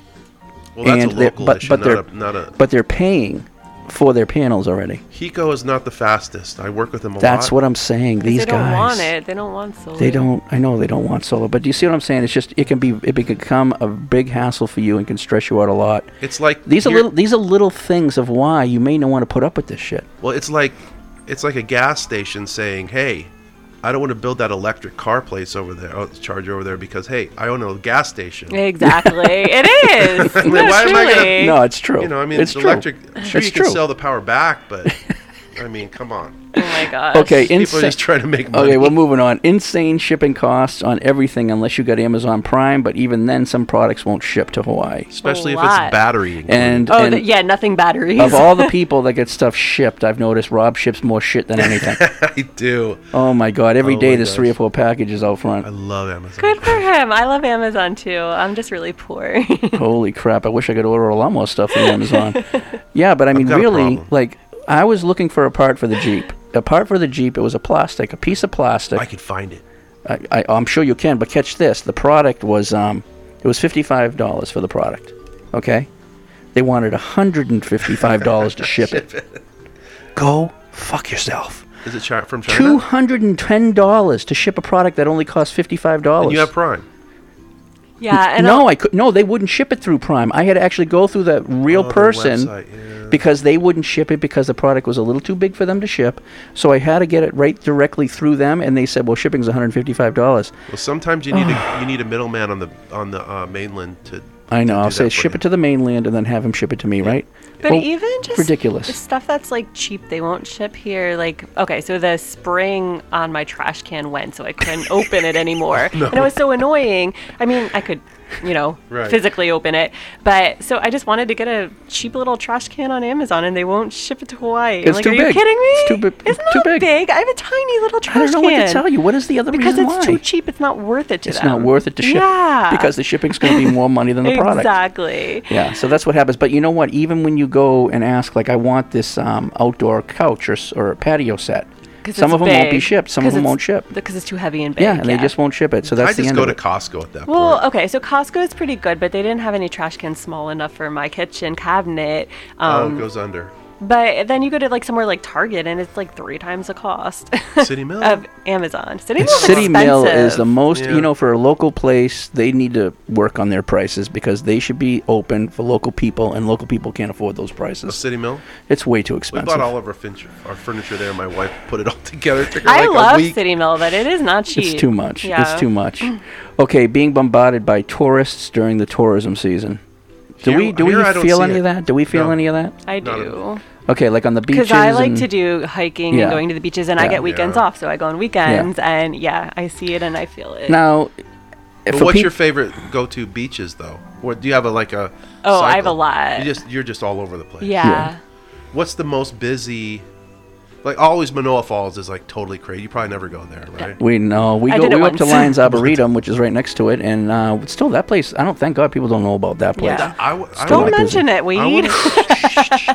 H: Well, that's a
K: they're-
H: local issue, not
K: they're
H: a- not a-
K: but they're paying for their panels already.
H: Hiko is not the fastest. I work with him a
K: That's
H: lot.
K: what I'm saying.
L: 'Cause
K: These
L: they don't
K: guys.
L: want it. They don't want solar.
K: They don't. I know they don't want solar, but do you see what I'm saying? It's just it can be it can become a big hassle for you and can stress you out a lot.
H: It's like
K: These are
H: you're-
K: little these are little things of why you may not want to put up with this shit.
H: Well, it's like it's like a gas station saying, "Hey, I don't want to build that electric car place over there, oh, charger over there, because hey, I own a gas station."
L: Exactly. it is.
H: I mean,
L: No,
H: why am I
L: truly.
H: gonna,
K: No, it's true.
H: You know, I mean,
K: It's
H: the
K: true.
H: electric. Sure,
K: It's
H: you can
K: true.
H: sell the power back, but I mean, come on.
L: Oh my gosh.
K: Okay,
H: uh, People are
K: insa-
H: just trying to make money.
K: Okay, we're moving on. Insane shipping costs on everything unless you got Amazon Prime, but even then, some products won't ship to Hawaii.
H: Especially
L: A
H: if it's
L: lot.
H: battery.
K: And,
L: oh,
K: and
L: the, yeah, nothing batteries.
K: of all the people that get stuff shipped, I've noticed Rob ships more shit than anything.
H: I do.
K: Oh my god! Every
H: Oh
K: day
H: my
K: there's
H: gosh.
K: three or four packages out front. I
H: love Amazon.
L: Good for him. I love Amazon too. I'm just really poor.
K: Holy crap! I wish I could order a lot more stuff from Amazon. yeah, but I mean,
H: got a
K: really,
H: problem.
K: like I was looking for a part for the Jeep. A part for the Jeep. It was a plastic, a piece of plastic.
H: I could find it.
K: I, I, I'm sure you can, but catch this: the product was um, it was fifty-five dollars for the product. Okay, they wanted hundred and fifty-five dollars to ship it. Go fuck yourself.
H: Is it chi- from China?
K: Two hundred and ten dollars to ship a product that only costs fifty-five dollars.
H: And you have Prime.
L: yeah, Uh, and
K: no, I could no. They wouldn't ship it through Prime. I had to actually go through the real
H: Oh, the
K: person
H: website,
K: because they wouldn't ship it because the product was a little too big for them to ship. So I had to get it right directly through them, and they said, "Well, shipping's one hundred fifty-five dollars."
H: Well, sometimes you need a, you need a middleman on the on the uh, mainland to.
K: I know. I'll
H: do
K: say
H: that for
K: ship it to the mainland and then have him ship it to me, right?
L: But
K: Well,
L: even just
K: ridiculous.
L: the stuff that's like cheap, they won't ship here. Like, okay, so the spring on my trash can went, so I couldn't open it anymore,
C: No.
L: and it was so annoying. I mean, I could, you know,
C: Right.
L: physically open it, but so I just wanted to get a cheap little trash can on Amazon, and they won't ship it to Hawaii. I'm
K: It's
L: like,
K: too
L: are you
K: big.
L: kidding me?
K: It's too big.
L: It's not big. I have a tiny little trash
K: I don't know what to
L: can.
K: tell you. What is the other
L: because
K: reason
L: it's
K: why?
L: too cheap. It's not worth it to
K: it's
L: them.
K: not worth it to ship
L: Yeah.
K: because the shipping's going to be more money than the product.
L: Exactly.
K: Yeah, so that's what happens. But you know what? Even when you go and ask, like, I want this um, outdoor couch or, s- or patio set,
L: 'Cause
K: some
L: it's
K: of them won't be
L: big,
K: shipped. Some
L: 'cause
K: of them
L: it's-
K: won't ship.
L: because it's too heavy and big.
K: Yeah, and they just won't ship it. So that's
H: I
K: the
H: just
K: end
H: go
K: of
H: to
K: it.
H: Costco at that
L: Well, uh, okay, so Costco is pretty good, but they didn't have any trash cans small enough for my kitchen cabinet.
H: point.
L: Um,
H: oh, it goes under.
L: But then you go to like somewhere like Target and it's like three times the cost
H: City Mill
L: of Amazon. City Mail.
K: City Mail is the most, you know, for a local place, they need to work on their prices because they should be open for local people, and local people can't afford those prices.
H: City Mill.
K: It's way too
H: We
K: expensive.
H: bought all of our furniture, our furniture there. My wife put it all together. It took her
L: I
H: like a
L: love
H: week.
L: City Mill, but it is not cheap.
K: It's too much.
L: Yeah. Mm.
K: It's too much. Okay, being bombarded by tourists during the tourism season. Do
L: Here-
K: we do
L: here I
K: we
L: don't
K: feel
L: see
K: any
L: it.
K: of that? Do we feel
L: No.
K: any of that?
L: I do.
K: Okay, like on the beaches.
L: Because I like
K: and-
L: to do hiking
K: Yeah.
L: and going to the beaches, and I
K: Yeah.
L: get weekends
K: Yeah.
L: off, so I go on weekends, and yeah, I see it and I feel it.
K: Now,
H: But
K: for
H: what's
K: peop-
H: your favorite go-to beaches though? What do you have a like a?
L: Oh, I have
H: cycle?
L: a lot.
H: You just you're just all over the place.
L: Yeah. Yeah.
H: What's the most busy? Like always, Manoa Falls is like totally crazy. You probably never go there, right?
K: We know we
H: I
K: go
H: did
K: we
H: it
K: go up to
H: once.
K: Lions Arboretum, which is right next to it, and uh, it's still that place. I don't. Thank God people don't know about that place.
L: Yeah.
H: I w-
K: It's
H: I
K: still
L: Don't
K: not busy.
L: mention it, Weed.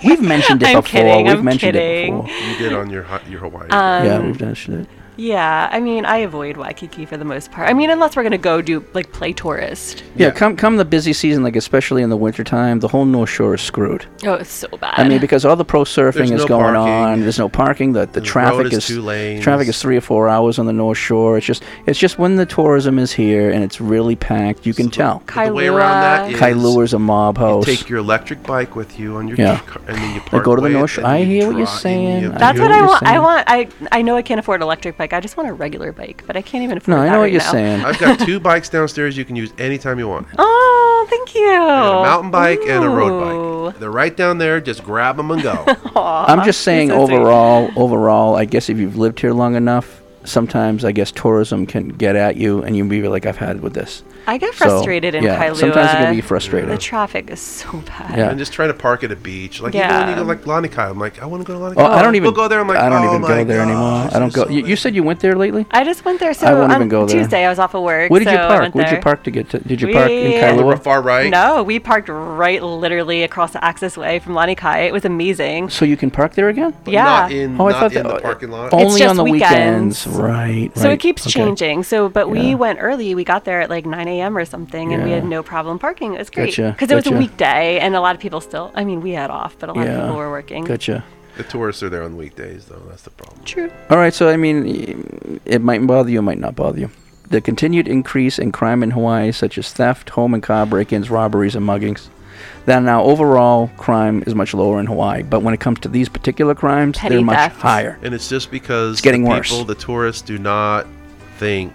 K: We've mentioned it
L: I'm
K: before.
L: kidding,
K: We've
L: I'm
K: mentioned
L: kidding.
K: it before.
H: You did on your hi- your Hawaii.
K: yeah,
L: Um,
K: we've mentioned it.
L: Yeah, I mean, I avoid Waikiki for the most part. I mean, unless we're gonna go do like play tourist.
K: Yeah, come come the busy season, like especially in the wintertime, the whole North Shore is screwed.
L: Oh, it's so bad.
K: I mean, because all the pro surfing
L: There's
K: is
L: no
K: going on. There's no parking. The, the, traffic
H: road is
K: is,
H: two lanes.
K: traffic is three or four hours on the North Shore. It's just it's just when the tourism is here and it's really packed, you can tell.
H: The way around that is
K: Kailua is a mob house.
H: take your electric bike with you on your
K: Yeah.
H: car, and then you
K: They
H: park.
K: go to the
H: way
K: North
H: it,
K: Shore.
H: then
K: I
H: you
K: hear what you're
H: drive in,
K: saying.
H: you-
L: That's
K: hear
L: what I
K: you're
L: want. I
K: saying.
L: want. I I know I can't afford an electric bike. I just want a regular bike, but I can't even afford.
K: No, I
L: that
K: know what
L: right
K: you're
L: now.
K: saying.
H: I've got two bikes downstairs you can use anytime you want.
L: Oh, thank you.
H: A mountain bike and a road bike. They're right down there. Just grab them and go.
K: I'm just saying overall, overall, I guess if you've lived here long enough, sometimes I guess tourism can get at you, and you'll be like, I've had with this.
L: I get
K: So,
L: frustrated in
K: yeah,
L: Kailua.
K: Sometimes it can be frustrating.
L: The traffic is so bad.
K: Yeah.
H: And just trying to park at a beach. Like even when
L: Yeah.
H: you go like Lanikai, I'm like, I want to go to Lanikai.
K: Well,
L: Oh.
K: I don't even
H: We'll go there. I'm like,
K: I don't
H: oh
K: even
H: my
K: go there
H: God.
K: anymore. I don't go. You, you said you went there lately.
L: I just went there. So
K: I won't
L: on
K: even go there.
L: Tuesday, I was off of work.
K: Where did you
L: so I
K: park?
L: went
K: Where did you
L: there.
K: park to get to? Did you park in
L: We-
K: Kailua?
H: far right.
L: No, we parked right literally across the access way from Lanikai. It was amazing.
K: So you can park there again?
L: yeah.
H: Not in,
K: Oh, I
H: not
K: thought
H: in
K: that-
H: the parking lot.
K: Only
L: just
K: on the
L: weekends.
K: weekends, right?
L: So
K: right,
L: it keeps
K: okay.
L: changing. So, but we
K: Yeah.
L: went early. We got there at like 9 a.m. or something, and we had
K: Yeah.
L: no problem parking. It was great
K: Gotcha,
L: because it was a
K: gotcha.
L: weekday, and a lot of people still. I mean, we had off, but a lot of
K: Yeah,
L: people were working.
K: Gotcha.
H: The tourists are there on weekdays though. That's the problem.
L: True.
K: All right, so I mean, it might bother you, it might not bother you. The continued increase in crime in Hawaii, such as theft, home and car break-ins, robberies, and muggings. That now overall crime is much lower in Hawaii, but when it comes to these particular crimes,
L: Petty
K: they're much
L: thefts.
K: higher.
H: And it's just because
K: It's getting
H: the
K: worse.
H: people, the tourists, do not think.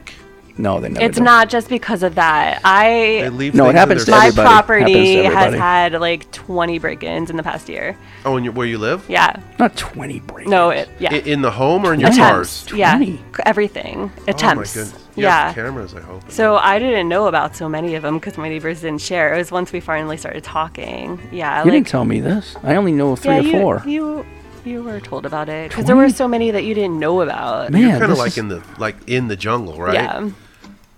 K: No, they
L: it's not just because of that. I
H: They leave
K: No, it
H: things in
K: happens
H: their
K: to
L: my
H: seats.
K: everybody. Happens
L: property
K: to
L: has
K: everybody.
L: had like 20 break-ins in the past year.
H: Oh, and you, where you live?
L: Yeah.
K: Not 20 break.
L: No, it yeah.
H: In, in the home or in your
L: Attempts.
H: cars?
L: Yeah. C- Everything. Attempts.
H: Oh my goodness. You
L: yeah.
H: Have cameras, I hope.
L: So I didn't know about so many of them because my neighbors didn't share. It was once we finally started talking. Yeah.
K: you
L: like,
K: didn't tell me this. I only know of three
L: yeah,
K: or
L: you,
K: four.
L: You you were told about it because there were
K: 20?
L: so many that you didn't know about.
K: Man,
H: You're kind of
K: this
H: like
K: is-
H: in the like in the jungle, right?
L: Yeah.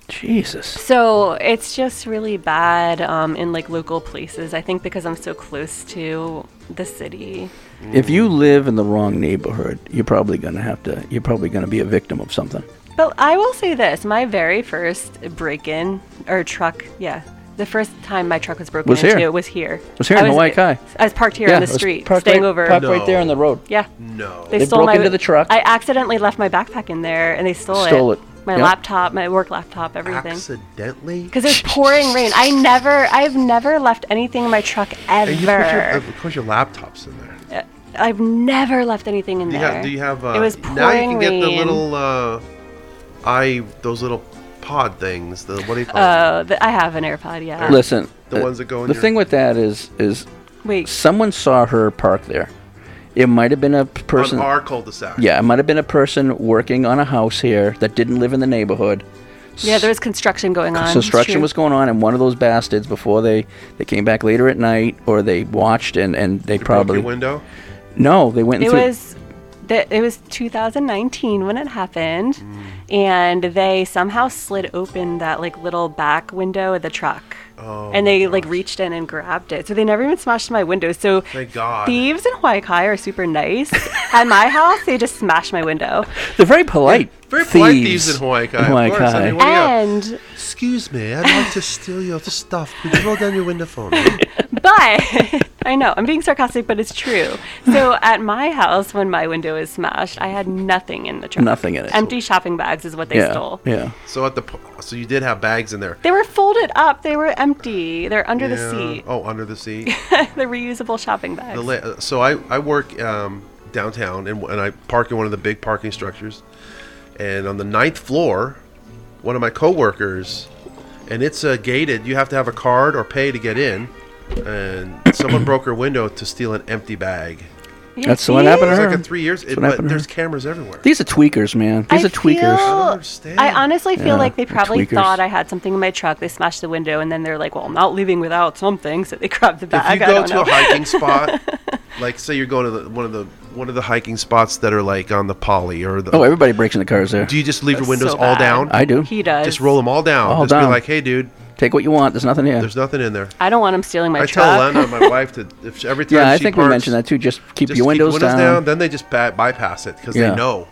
K: Jesus.
L: So it's just really bad um, in like local places. I think because I'm so close to the city.
K: If you
H: Mm.
K: live in the wrong neighborhood, you're probably gonna have to. You're probably gonna be a victim of something.
L: But I will say this: my very first break-in or truck, yeah, the first time my truck was broken
K: Was
L: into
K: here.
L: was here.
K: Was here
L: I
K: in Hawaii Kai.
L: I was parked here
K: Yeah,
L: on the
K: it was
L: street,
K: parked
L: staying
K: right-
L: over.
K: parked right there on the road.
L: Yeah.
H: No.
K: They broke into the truck.
L: I accidentally left my backpack in there, and they stole,
K: Stole it.
L: My
K: Yep.
L: laptop, my work laptop, everything.
H: Accidentally.
L: Because it was pouring rain. I never, I've never left anything in my truck ever.
H: And you put your, uh, of course, your laptops in there.
L: Uh, I've never left anything in
H: Do you
L: there.
H: have? Do you have? Uh,
L: it was pouring
H: now you can get the
L: rain.
H: little uh, i those little pod things. The what do you call?
L: Oh, th- I have an AirPod. Yeah.
K: Listen,
H: The
K: uh,
H: ones that go in
K: The
H: your-
K: thing with that is, is
L: Wait.
K: someone saw her park there. It might have been a p- person
H: our cul-de-sac.
K: Yeah, it might have been a person working on a house here that didn't live in the neighborhood.
L: Yeah, there was construction going on.
K: Construction
L: True.
K: was going on, and one of those bastards before they they came back later at night, or they watched and and they,
H: Broke
K: probably
H: your window.
K: No, they went
L: It
K: through.
L: was that it was 2019 when it happened,
K: Mm.
L: and they somehow slid open that like little back window of the truck.
H: Oh
L: and they like reached in and grabbed it. So they never even smashed my window. So
H: Thank God.
L: thieves in Hawaii Kai are super nice. At my house, they just smashed my window.
K: They're very polite.
H: Very
K: thieves.
H: polite thieves in Hawaii, Kai.
K: in
H: of
K: Hawaii
H: course. I
K: Kai.
H: mean, what do you got?
L: And
H: Excuse me, I'd like to steal your stuff. Could you roll down your window for me?
L: But I know I'm being sarcastic, but it's true. So at my house, when my window was smashed, I had nothing in the trunk.
K: Nothing in it.
L: Empty shopping bags is what they stole.
K: Yeah.
H: So at the p- so you did have bags in there
L: They were folded up. They were empty. They're under
H: Yeah.
L: the seat.
H: Oh, under the seat.
L: the reusable shopping bags.
H: The la- uh, so I, I work um, downtown and, and I park in one of the big parking structures. And on the ninth floor, one of my coworkers, and it's uh, gated. You have to have a card or pay to get in. And someone broke her window to steal an empty bag.
L: Yeah,
K: That's what happened to
H: It's
K: her.
H: like a three years.
K: That's
H: It,
K: what
H: but
K: happened to her.
H: there's cameras everywhere.
K: These are tweakers, man. These are tweakers.
L: Feel, I honestly feel
K: Yeah,
L: like they
K: they're
L: probably
K: tweakers.
L: thought I had something in my truck. They smashed the window, and then they're like, "Well, I'm not leaving without something," so they grabbed the
H: If you
L: bag. I
H: go
L: don't
H: to
L: know.
H: a hiking spot, like say you're going to the, one of the one of the hiking spots that are like on the poly or the
K: Oh, everybody breaks into cars there.
H: Do you just leave your
K: That's
H: windows
K: so
H: all
K: bad.
H: down?
K: I do.
L: He does.
H: Just roll them all down.
K: All
H: just be
K: down.
H: like, hey, dude,
K: Take what you want. There's nothing here.
H: there's nothing in there.
L: I don't want them stealing my
H: I
L: truck.
H: tell Lana, my wife, that if she, every time
K: yeah, I
H: she
K: think
H: parks,
K: we mentioned that too. Just keep
H: just
K: your windows, down.
H: Then they just by- bypass it because
K: Yeah.
H: they know.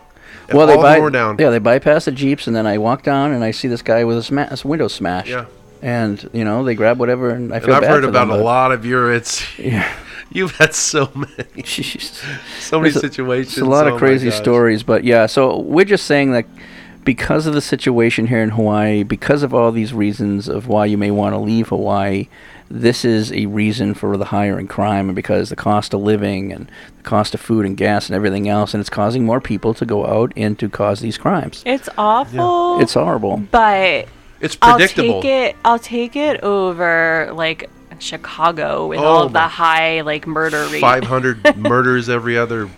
H: If
K: Well,
H: all
K: they
H: of
K: by,
H: them were down.
K: yeah they bypass the jeeps, and then I walk down and I see this guy with his, ma- his window smashed.
H: Yeah.
K: And you know they grab whatever, and I
H: and
K: feel
H: I've
K: bad
H: heard
K: for
H: about
K: them,
H: a
K: but-
H: lot of your it's.
K: Yeah.
H: You've had so many, so many
K: There's a-
H: situations.
K: there's A lot
H: Oh
K: of
H: my
K: crazy
H: gosh.
K: stories, but yeah. So we're just saying that because of the situation here in Hawaii, because of all these reasons of why you may want to leave Hawaii, this is a reason for the higher in crime, and because the cost of living and the cost of food and gas and everything else, and it's causing more people to go out and to cause these crimes.
L: It's awful.
K: It's horrible.
L: But
H: it's
L: I'll
K: predictable.
L: take it. I'll take it over like Chicago with
H: Oh
L: all the
H: my-
L: high like murder rate.
H: Five hundred murders every other.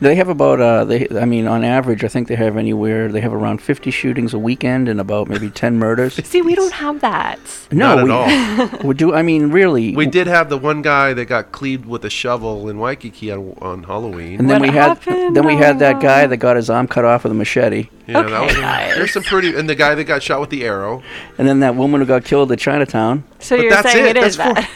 K: They have about uh, they I mean, on average, I think they have anywhere they have around 50 shootings a weekend and about maybe 10 murders.
L: See, we don't have that.
K: No,
H: Not at
K: we,
H: all.
K: we do. I mean, really,
H: We did have the one guy that got cleaved with a shovel in Waikiki on, on Halloween.
K: And then we had then we had that guy that got his arm cut off with a machete.
H: Yeah, that was, There's some pretty, and the guy that got shot with the arrow.
K: And then that woman who got killed at Chinatown.
L: So
H: But
L: you're
H: that's
L: saying
H: it,
L: it is
H: that's
L: that?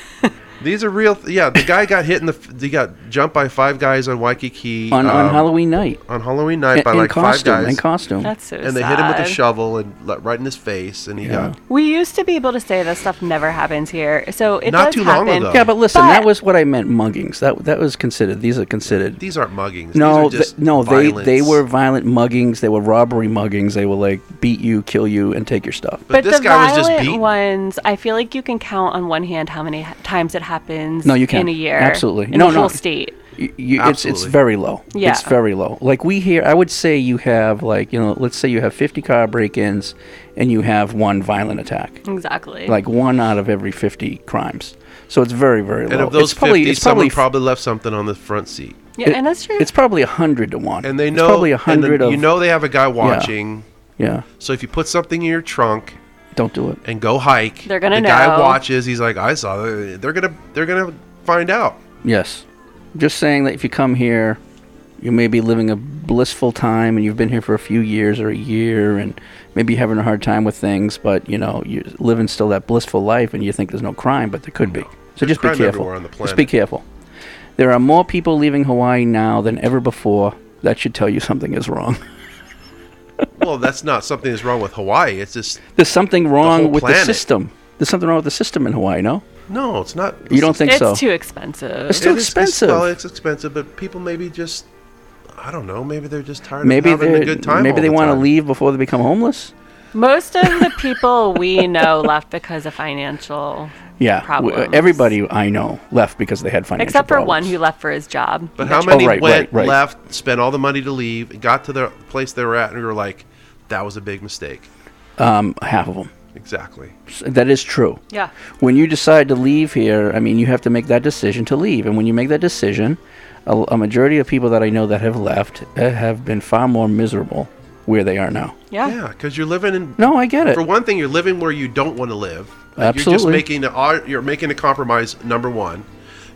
H: These are real. Th- yeah, the guy got hit in the. F- he got jumped by five guys on Waikiki
K: On- on
H: um,
K: Halloween night.
H: On Halloween night
K: In-
H: by
K: in
H: like
K: costume,
H: five guys
K: in costume. That's
L: so
H: And they hit him with a
L: sad.
H: shovel and like, right in his face, and he got.
L: We used to be able to say that stuff never happens here, so it
H: Not
L: does
H: too long
L: happen.
H: ago.
K: Yeah, but listen, that was what I meant. Muggings. That that was considered. These are considered.
H: These aren't muggings. These
K: no,
H: are just
K: th- no,
H: violence.
K: they they were violent muggings. They were robbery muggings. They were like beat you, kill you, and take your stuff.
L: But,
H: this
L: the
H: guy was
L: violent
H: just beaten.
L: ones, I feel like you can count on one hand how many ha- times it happens.
K: No, you can't.
L: in a year.
K: Absolutely.
L: in
K: no,
L: the
K: no.
L: whole state.
K: Y- you- it's it's
L: Absolutely.
K: very low.
L: Yeah.
K: It's very low. Like we here, I would say you have like you know, let's say you have 50 car break-ins, and you have one violent attack.
L: Exactly.
K: Like one out of every 50 crimes. So it's very very low.
H: And of those
K: it's probably,
H: fifty,
K: it's
H: someone
K: probably
H: probably left something on the front seat.
L: Yeah,
K: it-
L: and that's true.
K: It's probably a hundred to one.
H: And they
K: It's
H: know
K: probably a
H: and then
K: hundred of
H: You know they have a guy watching.
K: Yeah.
H: So if you put something in your trunk,
K: don't do it.
H: And go hike.
L: They're gonna
H: the guy
L: know.
H: watches. He's like, I saw. That. They're gonna. They're gonna find out.
K: Yes. Just saying that if you come here, you may be living a blissful time and you've been here for a few years or a year and maybe you're having a hard time with things, but you know, you're living still that blissful life and you think there's no crime, but there could be. So
H: There's
K: just be
H: crime
K: careful.
H: everywhere on the
K: Just be
H: planet.
K: careful. There are more people leaving Hawaii now than ever before. That should tell you something is wrong.
H: well, that's not something that's wrong with Hawaii. It's just
K: There's something wrong
H: whole
K: with
H: planet.
K: the system. There's something wrong with the system in Hawaii, no?
H: no. It's not.
K: You don't think
L: it's
K: so?
L: too expensive.
K: It's too
H: It is-
K: expensive.
H: well, it's expensive, but people maybe just. I don't know. Maybe they're just tired
K: Maybe
H: of having
K: they
H: a good time.
K: maybe
H: all
K: they
H: the
K: want to
H: time.
K: leave before they become homeless.
L: Most of the people we know left because of financial
K: Yeah, w- uh,
L: problems.
K: everybody I know left because they had financial
L: Except for
K: problems.
L: one who left for his job.
H: But how
K: Oh,
H: many
K: right,
H: went,
K: right, right.
H: left, spent all the money to leave, got to the place they were at, and were like, "That was a big mistake."
K: Um, half of them.
H: Exactly.
K: That is true.
L: Yeah.
K: When you decide to leave here, I mean, you have to make that decision to leave, and when you make that decision, a, a majority of people that I know that have left uh, have been far more miserable where they are now.
L: Yeah.
H: Yeah, because you're living in.
K: No, I get it.
H: For one thing, you're living where you don't want to live. You're just
K: Absolutely.
H: making a, au- you're making a compromise. Number one.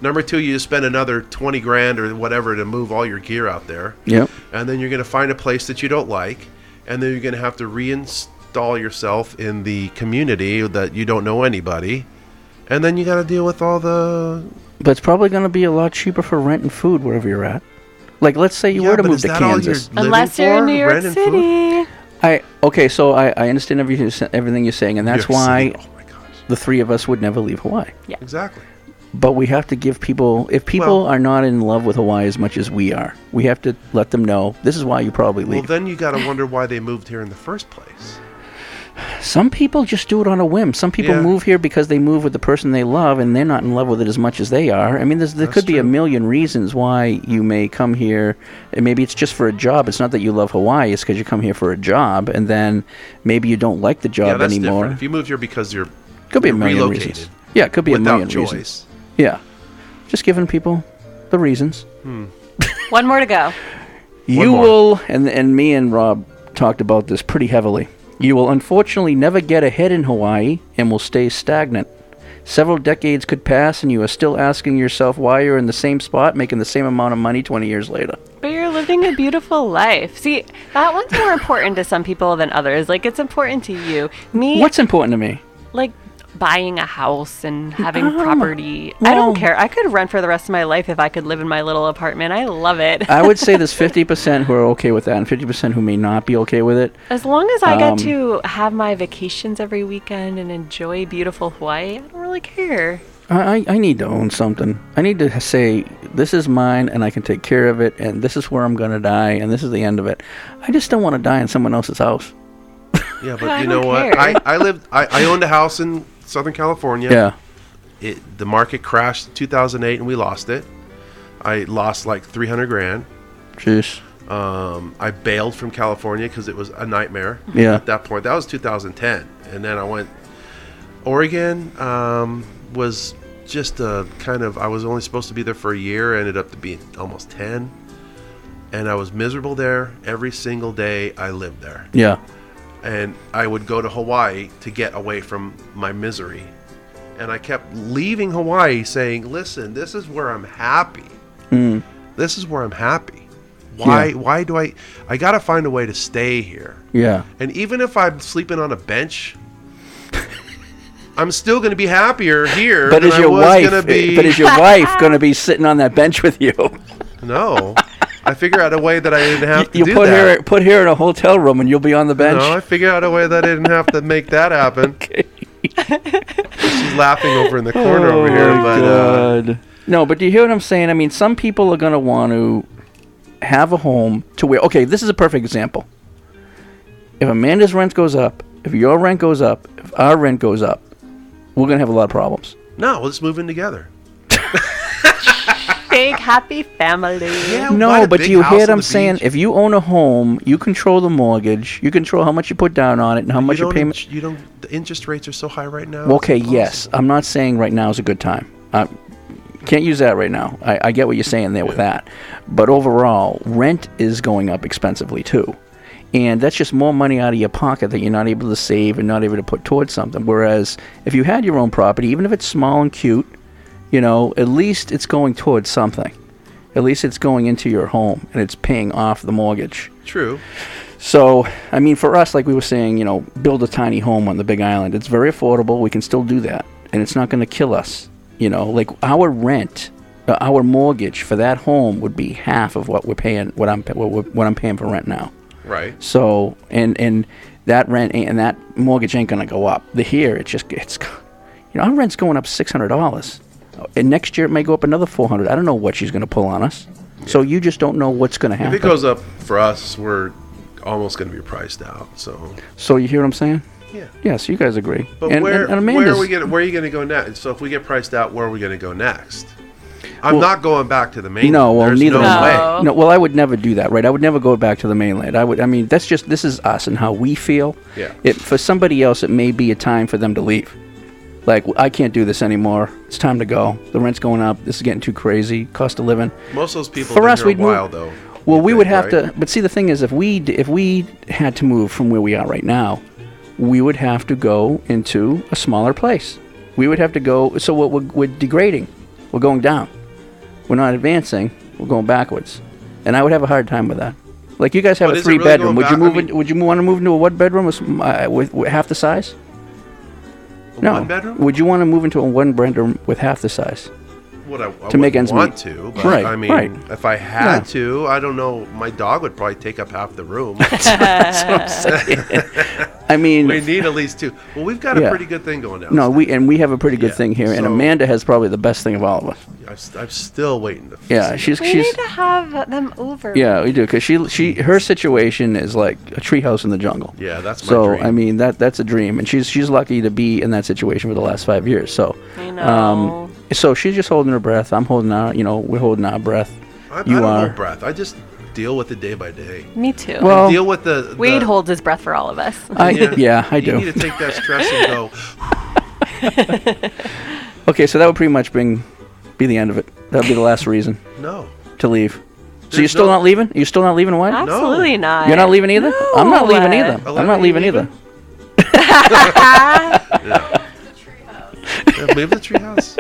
H: Number two, you just spend another twenty grand or whatever to move all your gear out there.
K: Yep.
H: And then you're going to find a place that you don't like, and then you're going to have to reinstall yourself in the community that you don't know anybody, and then you got to deal with all the
K: But it's probably going to be a lot cheaper for rent and food wherever you're at. Like, let's say you
H: Yeah,
K: were to
H: but
K: move
H: is
K: to
H: that all you're
K: Kansas.
H: living Unless you're in for? New York Rent and food?
L: City.
K: I okay, so I, I understand everything you're sa- everything you're saying, and that's
H: You're
K: why the three of us would never leave Hawaii.
L: Yeah.
H: Oh Exactly.
K: But we have to give people if people are not in love with Hawaii as much as we are, we have to let them know this is why you probably
H: Well,
K: leave.
H: then you got to wonder why they moved here in the first place.
K: Some people just do it on a whim. Some people
H: Yeah.
K: move here because they move with the person they love, and they're not in love with it as much as they are. I mean, there's, there could be a million reasons why you may come here. And maybe it's just for a job. It's not that you love Hawaii. It's because you come here for a job, and then maybe you don't like the
H: yeah,
K: job
H: that's
K: anymore.
H: different. If you moved here because you're
K: Could be a
H: you're
K: million
H: relocated
K: reasons. Yeah, it could be a
H: without
K: million
H: choice.
K: reasons. Yeah, just giving people the reasons.
L: One more to go.
K: You will, and and me and Rob talked about this pretty heavily. You will unfortunately never get ahead in Hawaii and will stay stagnant. Several decades could pass, and you are still asking yourself why you're in the same spot, making the same amount of money 20 years later.
L: But you're living a beautiful life. See, that one's more important to some people than others. Like it's important to you. Me,
K: What's important to me?
L: like buying a house and having
K: Oh,
L: property. I don't
K: well-
L: care. I could rent for the rest of my life if I could live in my little apartment. I love it.
K: I would say there's 50% who are okay with that, and 50% who may not be okay with it.
L: As long as I
K: Um,
L: get to have my vacations every weekend and enjoy beautiful Hawaii, I don't really care.
K: I, I- I need to own something. I need to say, this is mine and I can take care of it, and this is where I'm going to die, and this is the end of it. I just don't want to die in someone else's house.
H: Yeah,
L: I
H: but you
L: don't
H: know what?
L: care.
H: I, I lived. I, I owned a house in Southern California.
K: Yeah.
H: It the market crashed in 2008 and we lost it. I lost like 300 grand.
K: Jeez.
H: Um, I bailed from California because it was a nightmare.
K: Yeah.
H: At that point, that was 2010, and then I went. Oregon um, was just a kind of. I was only supposed to be there for a year. Ended up to be almost 10, and I was miserable there every single day I lived there
K: Yeah.
H: and I would go to Hawaii to get away from my misery. And I kept leaving Hawaii saying, "Listen, this is where I'm happy.
K: Mm.
H: This is where I'm happy. Why
K: Yeah.
H: why do I I got to find a way to stay here.
K: Yeah.
H: And even if I'm sleeping on a bench, I'm still going to be happier here
K: But
H: than
K: is
H: I
K: your
H: was
K: wife? eh,
H: gonna be-
K: But is your wife going to be sitting on that bench with you?
H: No. I figure out a way that I didn't have to
K: You
H: do
K: put
H: that.
K: her put her in a hotel room, and you'll be on the bench.
H: No, I figured out a way that I didn't have to make that happen. She's laughing over in the corner over
K: Oh
H: here,
K: my
H: but uh,
K: God. no, but do you hear what I'm saying? I mean, some people are going to want to have a home to where. Okay, this is a perfect example. If Amanda's rent goes up, if your rent goes up, if our rent goes up, we're going to have a lot of problems.
H: no, let's move in together.
L: Big happy family.
K: no, but do you hear what I'm saying? If you own a home, you control the mortgage. You control how much you put down on it and how much
H: you
K: your
H: don't,
K: payment.
H: int- you don't. The interest rates are so high right now.
K: Well, okay, yes. I'm not saying right now is a good time. I can't use that right now. I, I get what you're saying there with that. But overall, rent is going up expensively too. And that's just more money out of your pocket that you're not able to save and not able to put towards something. Whereas if you had your own property, even if it's small and cute, you know, at least it's going towards something. At least it's going into your home and it's paying off the mortgage.
H: True.
K: So, I mean, for us, like we were saying, you know, build a tiny home on the Big Island. It's very affordable. We can still do that, and it's not going to kill us. You know, like our rent, uh, our mortgage for that home would be half of what we're paying, what I'm, what, we're- what I'm paying for rent now.
H: Right.
K: So, and and that rent ain't- and that mortgage ain't going to go up. The here, it's just it's, you know, our rent's going up six hundred dollars, and next year it may go up another four hundred. I don't know what she's going to pull on us. So you just don't know what's going to
H: If
K: happen.
H: it goes up for us, we're almost going to be priced out. So,
K: So you hear what I'm saying?
H: Yeah.
K: Yeah, so you guys agree.
H: but
K: and,
H: where
K: and, and
H: where
K: Amanda's,
H: are we going? Where are you going to go next? So, if we get priced out, where are we going to go next? I'm
K: Well-
H: not going back to the mainland.
K: No, well,
H: There's
K: neither
H: no
K: am I.
H: way.
K: No, well, I would never do that, right? I would never go back to the mainland. I would. I mean, that's just this is us and how we feel.
H: Yeah.
K: It, for somebody else, it may be a time for them to leave. Like I can't do this anymore. It's time to go. The rent's going up. This is getting too crazy. Cost of living.
H: Most of those people
K: for
H: been
K: us,
H: here a
K: we'd move-
H: while, though,
K: Well, we would have
H: right?
K: to. But see, the thing is, if we d- if we had to move from where we are right now, we would have to go into a smaller place. We would have to go. So what we're, we're degrading, we're going down. We're not advancing. We're going backwards, and I would have a hard time with that. Like you guys have
H: But
K: a
H: is it
K: three
H: really
K: bedroom.
H: going
K: Would you
H: back-
K: move?
H: I mean-
K: in, would you want to move into a one bedroom with, some- uh, with, with half the size?
H: A
K: no.
H: one bedroom?
K: Would you want to move into a one bedroom with half the size?
H: Would I, I
K: to make
H: wouldn't
K: ends
H: want
K: meet.
H: to? But
K: right.
H: I mean,
K: right.
H: if I had
K: No.
H: to, I don't know. My dog would probably take up half the room.
K: That's what I'm saying. I mean,
H: we need at least two. Well, we've got a
K: Yeah.
H: pretty good thing going now.
K: No, we and we have a pretty good thing here, and
H: so-
K: Amanda has probably the best thing of all of us.
H: I'm, s- I'm still waiting to.
K: Yeah, she's
L: we
K: she's
L: need to have them over.
K: yeah, we do because she she her situation is like a treehouse in the jungle.
H: Yeah, that's my
K: so.
H: dream.
K: I mean that that's a dream, and she's she's lucky to be in that situation for the last five years. So,
L: I know.
K: um, so she's just holding her breath. I'm holding our, you know, we're holding our breath.
H: I, I
K: you
H: don't
K: are.
H: hold breath. I just deal with it day by day.
L: Me too.
H: I deal with the, the
K: uh,
L: Wade holds his breath for all of us.
K: I- yeah, I
H: you
K: do.
H: need to take that stress and go.
K: Okay, so that would pretty much bring be the end of it. That would be the last reason.
H: No.
K: To leave. so
H: There's
K: you're still
H: no-
K: not leaving? You're still not leaving away?
L: Absolutely not.
K: You're not leaving either? I'm not
L: No.
K: leaving either. I'm not leaving either.
H: Yeah, move the treehouse.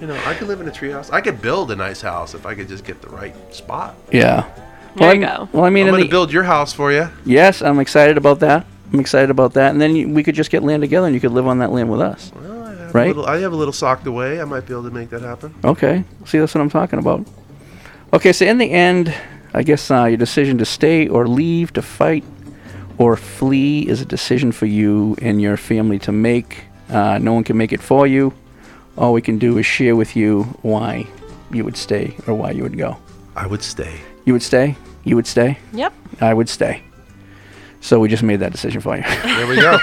H: You know, I could live in a treehouse. I could build a nice house if I could just get the right spot.
K: Yeah.
H: There
K: well,
H: you
K: I'm-
H: go.
K: Well, I mean,
H: I'm
K: in
H: gonna
K: the-
H: build your house for you.
K: Yes, I'm excited about that. I'm excited about that. And then you, we could just get land together and you could live on that land with us.
H: A
K: right?
H: little- I have a little socked away. I might be able to make that happen.
K: Okay. See, that's what I'm talking about. Okay, so in the end, I guess uh, your decision to stay or leave, to fight or flee, is a decision for you and your family to make. Uh, no one can make it for you. All we can do is share with you why you would stay or why you would go.
H: I would stay.
K: You would stay? You would stay?
L: Yep.
K: I would stay. So we just made that decision for you.
H: There we go.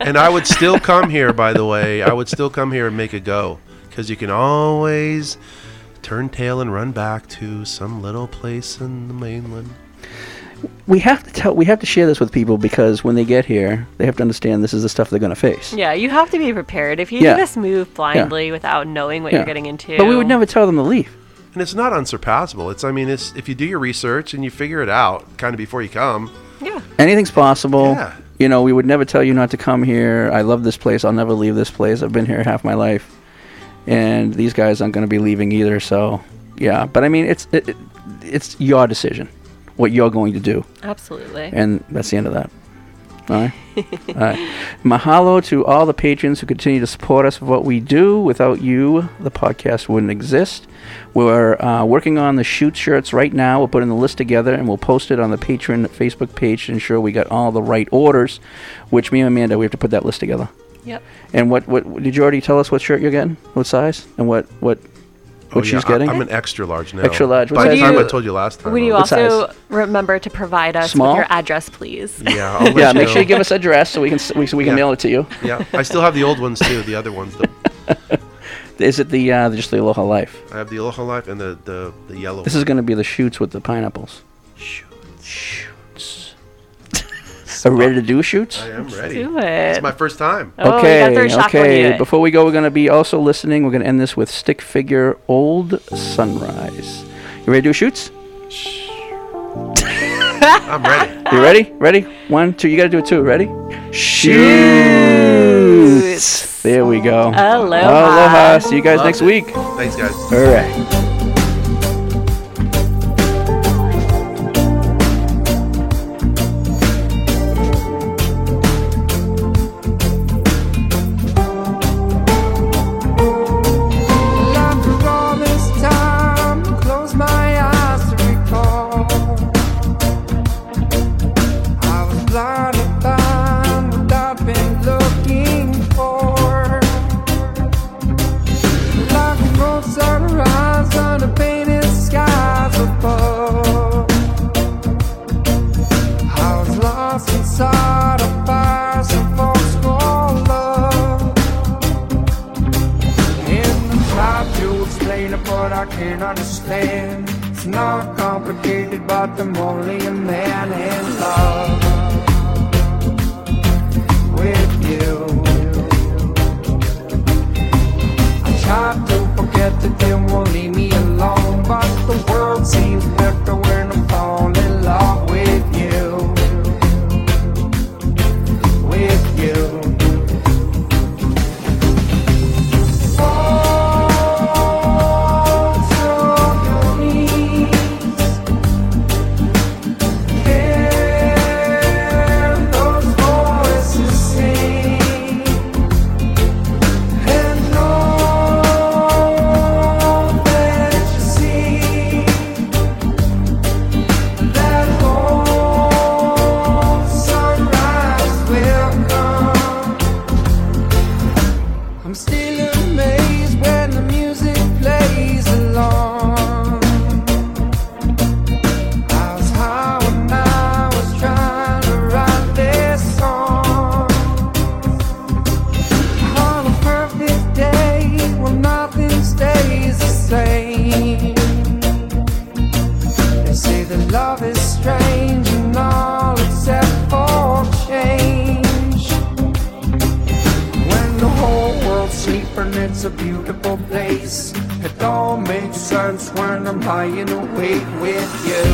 H: and I would still come here, by the way. I would still come here and make a go because you can always turn tail and run back to some little place in the mainland.
K: we have to tell we have to share this with people because when they get here, they have to understand this is the stuff they're going to face.
L: Yeah, you have to be prepared. If you
K: Yeah.
L: do this move
K: Yeah.
L: blindly without knowing what
K: Yeah.
L: you're getting into,
K: But we would never tell them to leave.
H: And it's not unsurpassable. It's I mean, it's if you do your research and you figure it out kind of before you come. oh,
L: Yeah.
K: Anything's possible.
H: Yeah.
K: You know, we would never tell you not to come here. I love this place. I'll never leave this place. I've been here half my life. And these guys aren't going to be leaving either, so yeah, but I mean, it's it, it, it's your decision what you're going to do.
L: Absolutely.
K: And that's the end of that. All right. all right. Mahalo to all the patrons who continue to support us for what we do. Without you, the podcast wouldn't exist. We're uh, working on the shoot shirts right now. We're putting the list together and we'll post it on the patron Facebook page to ensure we got all the right orders. Which me and Amanda, we have to put that list together.
L: Yep.
K: And what what did you already tell us? What shirt you're getting? What size? And what what what
H: Oh,
K: she's
H: yeah, I-
K: getting?
H: I'm an extra large now.
K: Extra large. What
H: By the
K: size
H: time
K: is
H: I
K: it?
H: told you last time.
L: Would you
H: I'll-
L: also remember to provide us
K: Small?
L: with your address, please?
H: Yeah, I'll let
K: yeah,
H: you
K: make sure
H: know.
K: you give us a dress so we can s- we, so we can
H: Yeah.
K: mail it to you.
H: Yeah, I still have the old ones too. The other ones, the,
K: Is it the uh, just the Aloha Life?
H: I have the Aloha Life and the the, the yellow.
K: This is going to be the shoots with the pineapples.
H: Shoots.
K: Are we ready to do shoots?
H: I am ready.
L: do
H: It's
L: it.
H: my first time.
K: Okay, okay. Before we go, we're going to be also listening. We're going to end this with stick figure Old Sunrise. You ready to do shoots?
H: I'm ready.
K: You ready? Ready? One, two. You got to do it too. Ready? Shoots. There we go.
H: Aloha.
K: Aloha. See you guys
H: Loved
K: next
H: it.
K: week.
H: Thanks, guys.
K: All right.
J: Well, after all this time, I close my eyes to recall. I was blinded by what I've been looking for. Like an old sunrise under painted skies above. I was lost inside a fire, some folks call love. In the past, you explain it, but I can't understand. It's not complicated, but I'm only a man in love with you. I tried to forget that they won't leave me alone, but the world seems better when I'm falling in love with you. With you. And no
Q: It's a beautiful place. It all makes sense when I'm lying awake with you.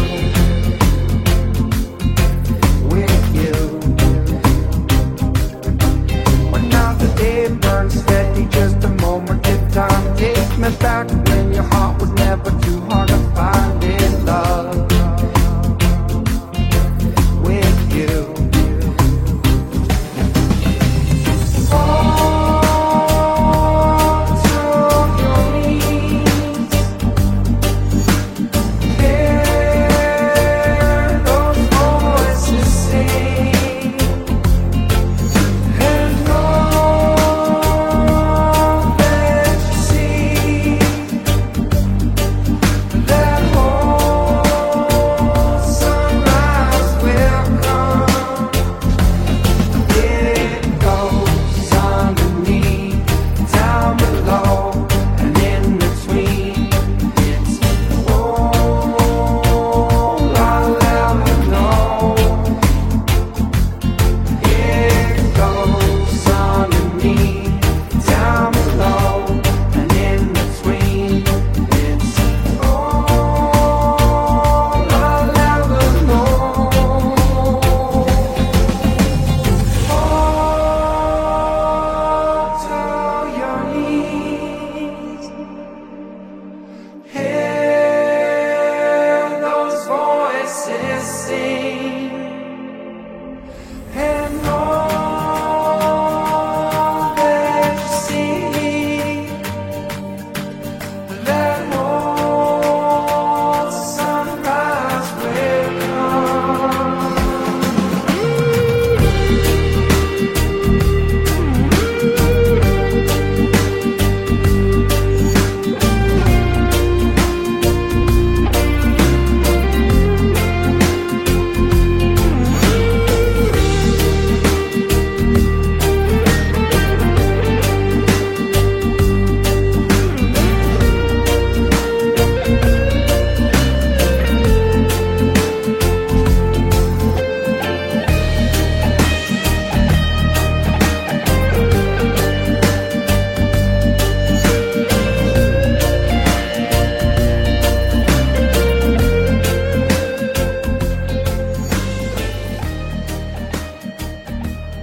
Q: With you. Another day burns steady, just a moment in time. Take me back when your heart was never too hard to find in love. With you.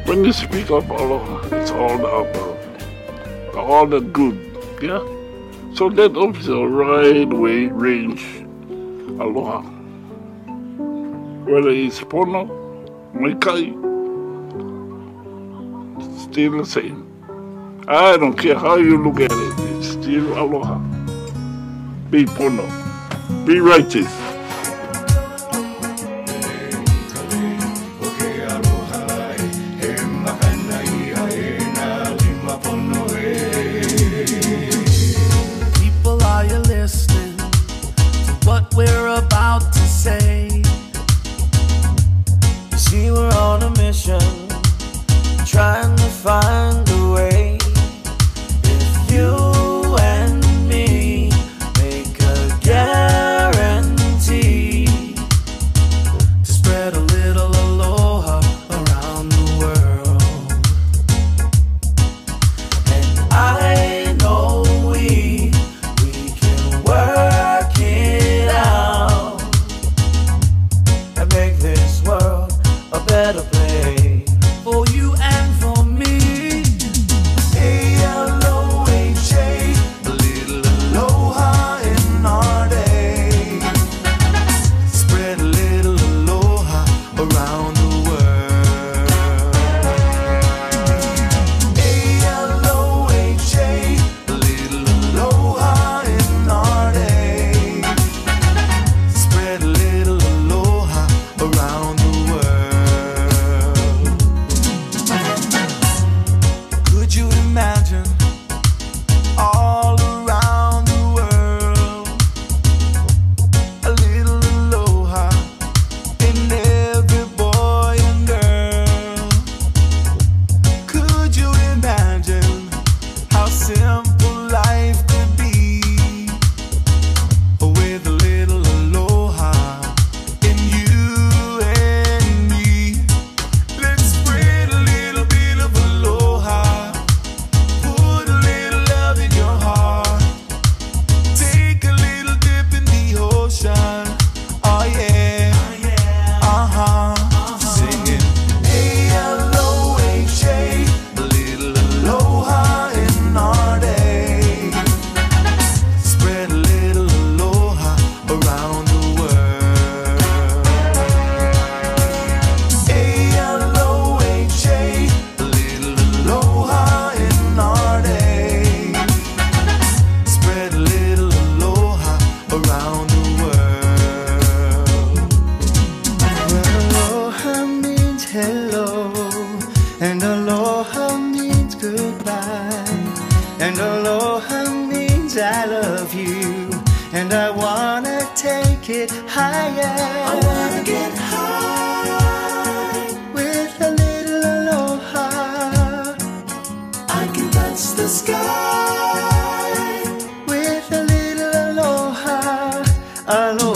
L: When you speak of aloha, it's all about all the good, yeah? So let up the right way range aloha. Whether it's Pono, Maikai, still the same. I don't care how you look at it, it's still aloha. Be Pono, be righteous.
J: People, are you listening to what we're about to say? You see, we're on a mission, trying to find a way. If you and me make a guarantee to spread a little aloha around the world. And I know we work it out and make this world a better place for you and for me. Oh, Uh-huh. I love you, and I wanna take it higher. I wanna get high with a little aloha. I can touch the sky with a little aloha. Aloha. Oh, Uh-huh.